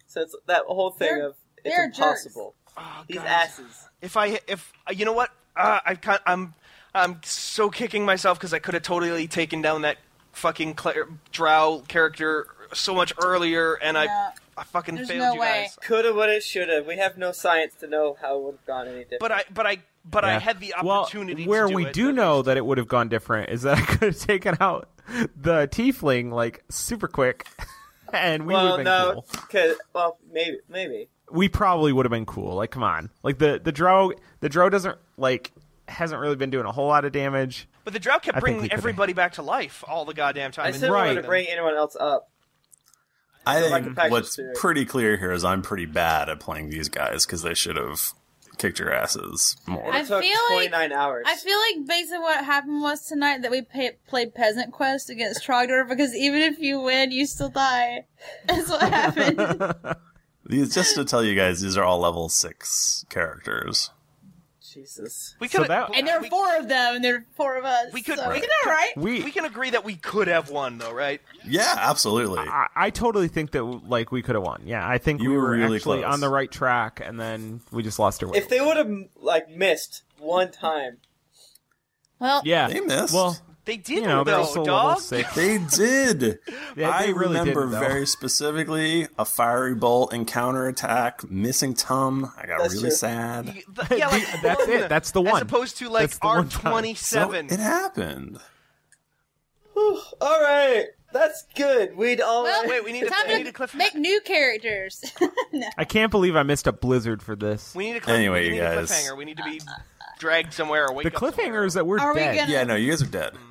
Speaker 5: So it's that whole thing
Speaker 3: They're-
Speaker 5: of it's
Speaker 3: they're jerks.
Speaker 5: impossible.
Speaker 2: Oh,
Speaker 5: These
Speaker 2: God.
Speaker 5: asses.
Speaker 2: If I if you know what uh, I can I'm I'm so kicking myself because I could have totally taken down that fucking Claire, Drow character so much earlier, and
Speaker 3: Yeah.
Speaker 2: I I fucking
Speaker 3: There's
Speaker 2: failed
Speaker 3: no
Speaker 2: you
Speaker 3: way.
Speaker 2: guys.
Speaker 5: Coulda, woulda, shoulda. We have no science to know how it would have gone any different.
Speaker 2: But I but I but I
Speaker 4: Yeah.
Speaker 2: had the
Speaker 4: Well,
Speaker 2: opportunity.
Speaker 4: where
Speaker 2: to do
Speaker 4: we
Speaker 2: it,
Speaker 4: do
Speaker 2: but-
Speaker 4: know that it would have gone different is that I could have taken out the tiefling like super quick, and we would have
Speaker 5: well,
Speaker 4: been
Speaker 5: no,
Speaker 4: cool.
Speaker 5: 'cause- well, maybe, maybe.
Speaker 4: we probably would have been cool. Like, come on. Like the the drow the drow doesn't like hasn't really been doing a whole lot of damage.
Speaker 2: But the drought
Speaker 4: I
Speaker 2: kept
Speaker 4: think we
Speaker 2: bringing
Speaker 4: could've-
Speaker 2: everybody back to life all the goddamn time.
Speaker 5: I
Speaker 2: and
Speaker 5: said we
Speaker 4: Right.
Speaker 5: want to bring anyone else up.
Speaker 1: I
Speaker 5: like
Speaker 1: think
Speaker 5: the package
Speaker 1: what's
Speaker 5: theory.
Speaker 1: pretty clear here is I'm pretty bad at playing these guys because they should have kicked your asses more.
Speaker 3: I
Speaker 5: It took
Speaker 3: feel like-
Speaker 5: 29 hours.
Speaker 3: I feel like basically what happened was tonight that we pay- played Peasant Quest against Trogdor because even if you win, you still die. That's what happened.
Speaker 1: These, just to tell you guys, these are all level six characters.
Speaker 5: Jesus.
Speaker 2: we
Speaker 4: So
Speaker 2: could
Speaker 4: that-
Speaker 3: and there are
Speaker 2: we,
Speaker 3: four of them, and there are four of us.
Speaker 2: We could-
Speaker 3: so
Speaker 2: we
Speaker 3: we did
Speaker 2: could-
Speaker 3: all right.
Speaker 4: We,
Speaker 2: we can agree that we could have won though, right?
Speaker 1: Yeah, absolutely.
Speaker 4: I, I totally think that like we could have won. Yeah, I think
Speaker 1: You
Speaker 4: we
Speaker 1: were
Speaker 4: were
Speaker 1: really
Speaker 4: actually
Speaker 1: close.
Speaker 4: on the right track, and then we just lost our way.
Speaker 5: If they would have like missed one time,
Speaker 3: Well,
Speaker 4: yeah,
Speaker 1: They missed.
Speaker 4: Well,
Speaker 2: They did
Speaker 4: you know,
Speaker 2: though,
Speaker 4: they're also
Speaker 2: dog.
Speaker 4: level six.
Speaker 1: They did.
Speaker 4: they
Speaker 1: I
Speaker 4: really didn't,
Speaker 1: remember
Speaker 4: though.
Speaker 1: very specifically a fiery bolt and counterattack, missing Tom. I got
Speaker 5: That's
Speaker 1: really
Speaker 5: true.
Speaker 1: sad.
Speaker 2: The- yeah, like,
Speaker 4: That's
Speaker 2: one,
Speaker 4: it. That's the one.
Speaker 2: As opposed to like
Speaker 4: That's the
Speaker 2: R
Speaker 4: one time.
Speaker 2: twenty
Speaker 1: So
Speaker 2: seven.
Speaker 1: it happened.
Speaker 5: Whew, all right, that's good. We'd all
Speaker 3: well,
Speaker 2: Wait, we need a-
Speaker 3: time
Speaker 2: we
Speaker 3: to
Speaker 2: need a cliffhanger.
Speaker 3: make new characters. no.
Speaker 4: I can't believe I missed a blizzard for this.
Speaker 2: We need a cliff-
Speaker 1: Anyway,
Speaker 2: we
Speaker 1: you
Speaker 2: need
Speaker 1: guys.
Speaker 2: A cliffhanger. We need to be dragged somewhere. Or wake
Speaker 4: the
Speaker 2: up somewhere.
Speaker 4: cliffhanger is that we're
Speaker 3: Are we
Speaker 4: dead.
Speaker 3: gonna-
Speaker 1: Yeah, no, you guys are dead.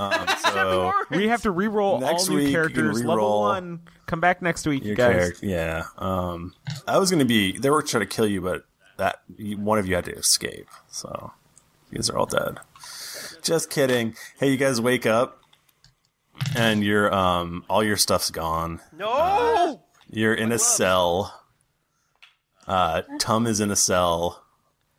Speaker 1: Um, so
Speaker 4: We have to re-roll
Speaker 1: Next
Speaker 4: all new
Speaker 1: week, you can
Speaker 4: characters. Level
Speaker 1: re-roll
Speaker 4: one. Come back next week,
Speaker 1: your
Speaker 4: you guys.
Speaker 1: character, yeah. Um, I was gonna be. They were trying to kill you, but that you- one of you had to escape. So you guys are all dead. Just kidding. Hey, you guys wake up, and your um, all your stuff's gone.
Speaker 2: No.
Speaker 1: You're in a cell. Uh, Tum is in a cell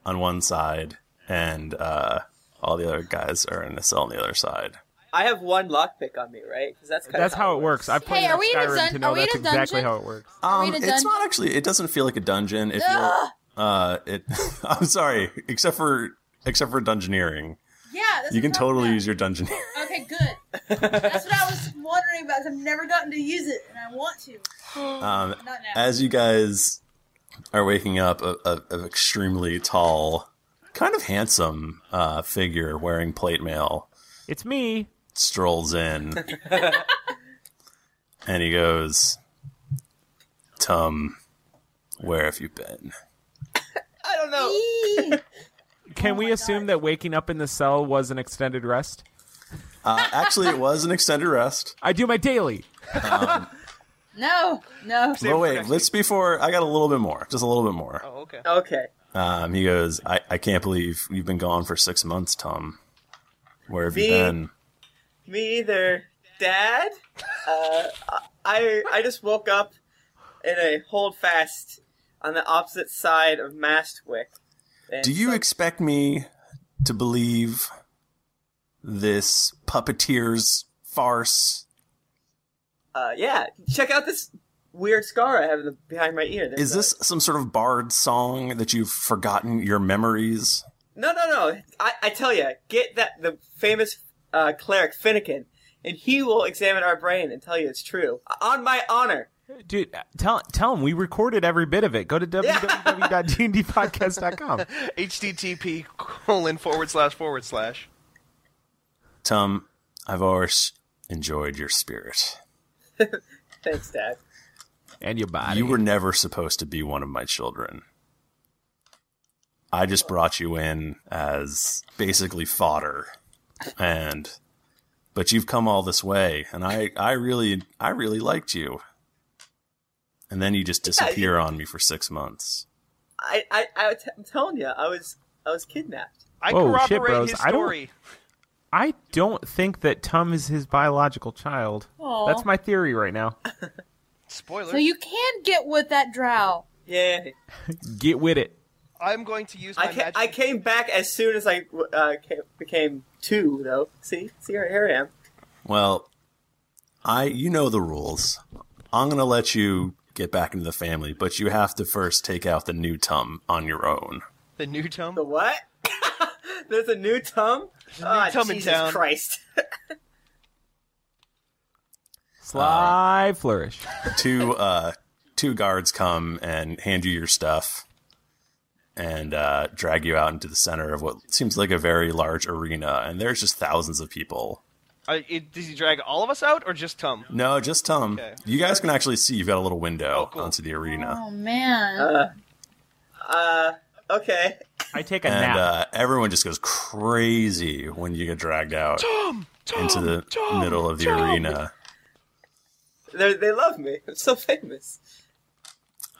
Speaker 1: on one side, and uh, all the other guys are in a cell on the other side.
Speaker 5: I have one lockpick on me, right? 'Cause that's kinda
Speaker 4: That's how it works. I played
Speaker 3: Hey, are
Speaker 4: enough
Speaker 3: we in a
Speaker 4: Skyrim
Speaker 3: dun-
Speaker 4: to know
Speaker 3: are we in
Speaker 4: that's
Speaker 3: a
Speaker 4: exactly
Speaker 3: dungeon?
Speaker 4: how it works.
Speaker 3: Are
Speaker 1: Um,
Speaker 3: we in a
Speaker 1: it's not
Speaker 3: dungeon?
Speaker 1: actually. It doesn't feel like a dungeon. It feels. Uh, it. I'm sorry. Except for except for dungeoneering,
Speaker 3: Yeah, that's
Speaker 1: you
Speaker 3: what
Speaker 1: can
Speaker 3: I'm
Speaker 1: totally
Speaker 3: about.
Speaker 1: use your dungeoneering.
Speaker 3: Okay, good. That's what I was wondering about. 'cause I've never gotten to use it, and I want to.
Speaker 1: Um,
Speaker 3: Not now.
Speaker 1: as you guys are waking up, a, a, an extremely tall, kind of handsome uh, figure wearing plate mail
Speaker 4: It's me.
Speaker 1: strolls in and he goes, Tum, where have you been?
Speaker 2: Oh
Speaker 4: Can we assume that waking up in the cell was an extended rest?
Speaker 1: Uh, actually, it was an extended rest. Um,
Speaker 4: I do my daily.
Speaker 3: No, no.
Speaker 1: Well, wait, let's before I got a little bit more, just a little bit more.
Speaker 2: Oh, okay.
Speaker 5: Okay.
Speaker 1: Um, he goes, I, I can't believe you've been gone for six months, Tom. Where have you
Speaker 5: Me?
Speaker 1: been?
Speaker 5: Me either, Dad. Uh, I I just woke up in a hold fast on the opposite side of Mastwick. And
Speaker 1: Do you expect me to believe this puppeteer's farce?
Speaker 5: Uh, yeah, check out this weird scar I have in the, behind my ear. There's
Speaker 1: Is
Speaker 5: a-
Speaker 1: this some sort of bard song that you've forgotten your memories?
Speaker 5: No, no, no. I, I tell you, get that the famous uh, cleric Finnegan, and he will examine our brain and tell you it's true. On my honor.
Speaker 4: Dude, tell tell him we recorded every bit of it. Go to www.dndpodcast.com.
Speaker 2: HTTP colon forward slash forward slash.
Speaker 1: Tom, I've always enjoyed your spirit.
Speaker 5: Thanks, Dad.
Speaker 4: And your body.
Speaker 1: You were never supposed to be one of my children. I just brought you in as basically fodder. And but you've come all this way and I I really I really liked you. And then you just disappear on me for 6 months.
Speaker 5: I, I, I t- I'm telling you, I was, I was kidnapped.
Speaker 2: I
Speaker 4: Whoa,
Speaker 2: corroborate
Speaker 4: shit, bros.
Speaker 2: his
Speaker 4: I don't-
Speaker 2: story.
Speaker 4: I don't think that Tom is his biological child.
Speaker 3: Aw.
Speaker 4: That's my theory right now.
Speaker 2: Spoilers.
Speaker 3: So you can get with that drow.
Speaker 5: Yeah.
Speaker 4: Get with it.
Speaker 2: I'm going to use my
Speaker 5: I, ca- I came back as soon as I uh, came, became two, though. See, see, here, here I am.
Speaker 1: Well, I you know the rules. I'm going to let you get back into the family, but you have to first take out the new Tom on your own.
Speaker 2: the new Tom.
Speaker 5: The what? There's a new Tom. Ah,
Speaker 2: Tom in
Speaker 5: Jesus
Speaker 2: town.
Speaker 5: Christ.
Speaker 4: Sly flourish.
Speaker 1: Uh, two uh two guards come and hand you your stuff and uh drag you out into the center of what seems like a very large arena and there's just thousands of people
Speaker 2: I, it, did he drag all of us out or just Tom?
Speaker 1: no just tom
Speaker 2: Okay.
Speaker 1: you guys can actually see you've got a little window onto the arena
Speaker 3: Oh man.
Speaker 5: Uh, okay.
Speaker 4: I take a
Speaker 1: and
Speaker 4: nap.
Speaker 1: uh everyone just goes crazy when you get dragged out into the middle of the arena
Speaker 5: They're, they love me. I'm so famous.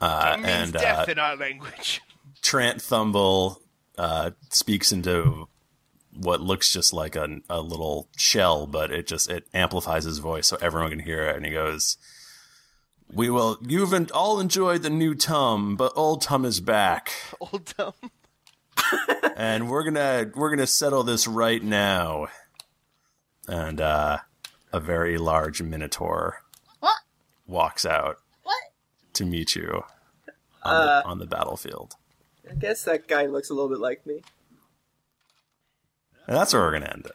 Speaker 1: uh and uh,
Speaker 2: in our language.
Speaker 1: Trant Thumble uh, speaks into what looks just like a, a little shell, but it just it amplifies his voice so everyone can hear it. And he goes, "We will. You've en- all enjoyed the new Tum, but old Tum is back,
Speaker 2: Old Tom.
Speaker 1: and we're gonna we're gonna settle this right now." And uh, a very large Minotaur
Speaker 3: What?
Speaker 1: walks out
Speaker 3: What?
Speaker 1: to meet you on, the, on the battlefield.
Speaker 5: I guess that guy looks a little bit like me.
Speaker 1: And that's where we're gonna end it.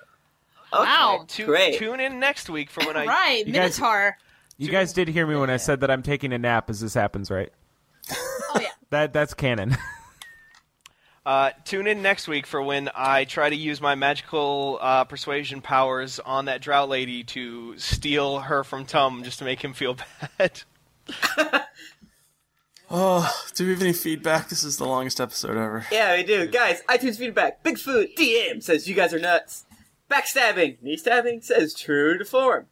Speaker 3: Wow.
Speaker 2: Tu-
Speaker 5: Great.
Speaker 2: Tune in next week for when I.
Speaker 3: Right,
Speaker 4: You guys-
Speaker 3: Minotaur.
Speaker 4: you guys did hear me when I said that I'm taking a nap as this happens, right?
Speaker 3: Oh yeah.
Speaker 4: That that's canon.
Speaker 2: Uh, tune in next week for when I try to use my magical uh, persuasion powers on that drought lady to steal her from Tom just to make him feel bad.
Speaker 1: Oh, do we have any feedback? This is the longest episode ever.
Speaker 5: Yeah, we do. Guys, iTunes feedback. Bigfoot DM says you guys are nuts. Backstabbing. Knee stabbing says true to form.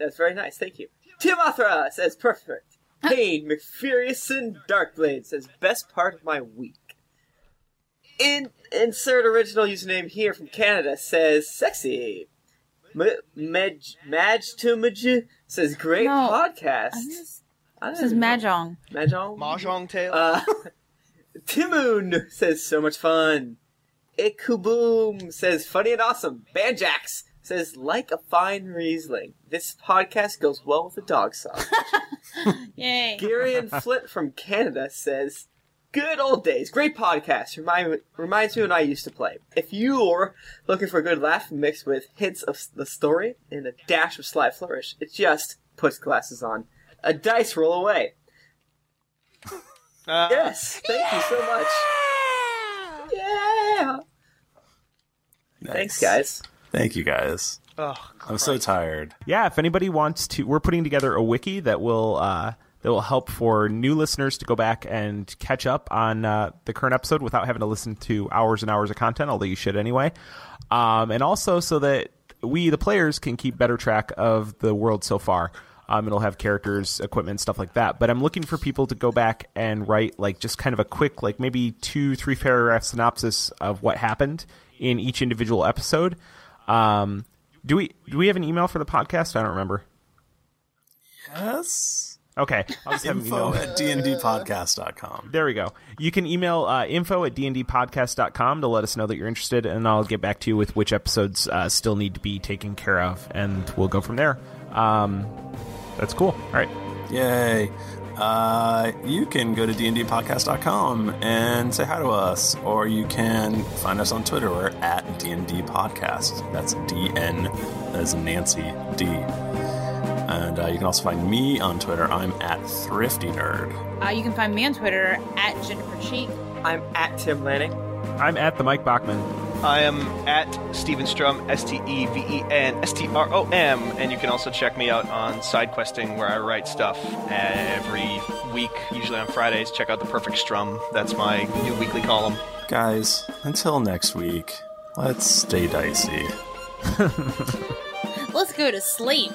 Speaker 5: That's very nice. Thank you. Timothra says perfect. Payne McFuriousson Darkblade says best part of my week. In, insert original username here from Canada says sexy. M- Maj, Maj to Maj says great
Speaker 3: No,
Speaker 5: podcast.
Speaker 3: I'm just-
Speaker 5: I don't
Speaker 3: This is
Speaker 1: Hmm.
Speaker 5: even know.
Speaker 3: Mahjong.
Speaker 5: Mahjong?
Speaker 2: Mahjong tail.
Speaker 5: Uh, Timoon says so much fun. Ikuboom says funny and awesome. Banjax says like a fine Riesling. This podcast goes well with the dog song.
Speaker 3: Yay.
Speaker 5: Gary and Flint from Canada says, "Good old days, great podcast. Remind, reminds me when I used to play. If you're looking for a good laugh mixed with hints of the story and a dash of sly flourish, it just puts glasses on. A dice roll away.
Speaker 2: Uh,
Speaker 5: Yes, thank you so much. Yeah. Thanks, guys.
Speaker 1: Thank you guys.
Speaker 2: oh,
Speaker 1: I'm so tired.
Speaker 4: yeah, if anybody wants to, we're putting together a wiki that will uh, that will help for new listeners to go back and catch up on uh, the current episode without having to listen to hours and hours of content, although you should anyway. Um, and also so that we, the players, can keep better track of the world so far. Um, it'll have characters, equipment, stuff like that. But I'm looking for people to go back and write like just kind of a quick, like maybe two, three paragraph synopsis of what happened in each individual episode. Um, do we do we have an email for the podcast? I don't remember.
Speaker 1: Yes.
Speaker 4: Okay. have an
Speaker 1: Info
Speaker 4: email.
Speaker 1: at dndpodcast.com.
Speaker 4: There we go. You can email uh, info at dndpodcast.com to let us know that you're interested, and I'll get back to you with which episodes uh, still need to be taken care of, and we'll go from there. Um, that's cool. All right.
Speaker 1: Yay. Uh, you can go to dndpodcast.com and say hi to us, or you can find us on Twitter. We're at dndpodcast. That's DN, that is Nancy D. And uh, you can also find me on Twitter. I'm at Thrifty Nerd.
Speaker 3: Uh, you can find me on Twitter at Jennifer Cheek.
Speaker 5: I'm at Tim Lanning.
Speaker 4: I'm at the Mike Bachman.
Speaker 2: I am at Steven Strum, S T E V E N S T R O M, and you can also check me out on Side Questing, where I write stuff every week, usually on Fridays. Check out The Perfect Strum. That's my new weekly column.
Speaker 1: Guys, until next week, let's stay dicey.
Speaker 3: Let's go to sleep.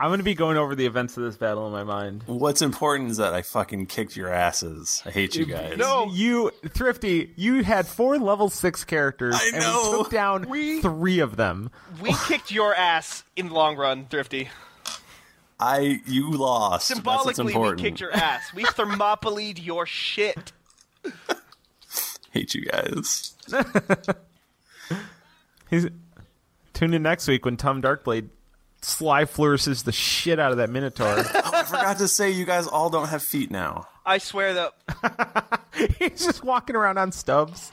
Speaker 4: I'm going to be going over the events of this battle in my mind.
Speaker 1: What's important is that I fucking kicked your asses. I hate you guys.
Speaker 4: you thrifty. You had four level six characters,
Speaker 1: I
Speaker 4: and
Speaker 2: know.
Speaker 4: we took down three of them.
Speaker 2: We kicked your ass in the long run, Thrifty.
Speaker 1: I you lost. That's what's
Speaker 2: Symbolically, we
Speaker 1: important.
Speaker 2: kicked your ass. We thermopolied your shit.
Speaker 1: hate you guys.
Speaker 4: He's, tune in next week when Tom Darkblade sly flourishes the shit out of that Minotaur.
Speaker 1: Oh, I forgot to say you guys all don't have feet now.
Speaker 2: I swear that
Speaker 4: He's just walking around on stubs.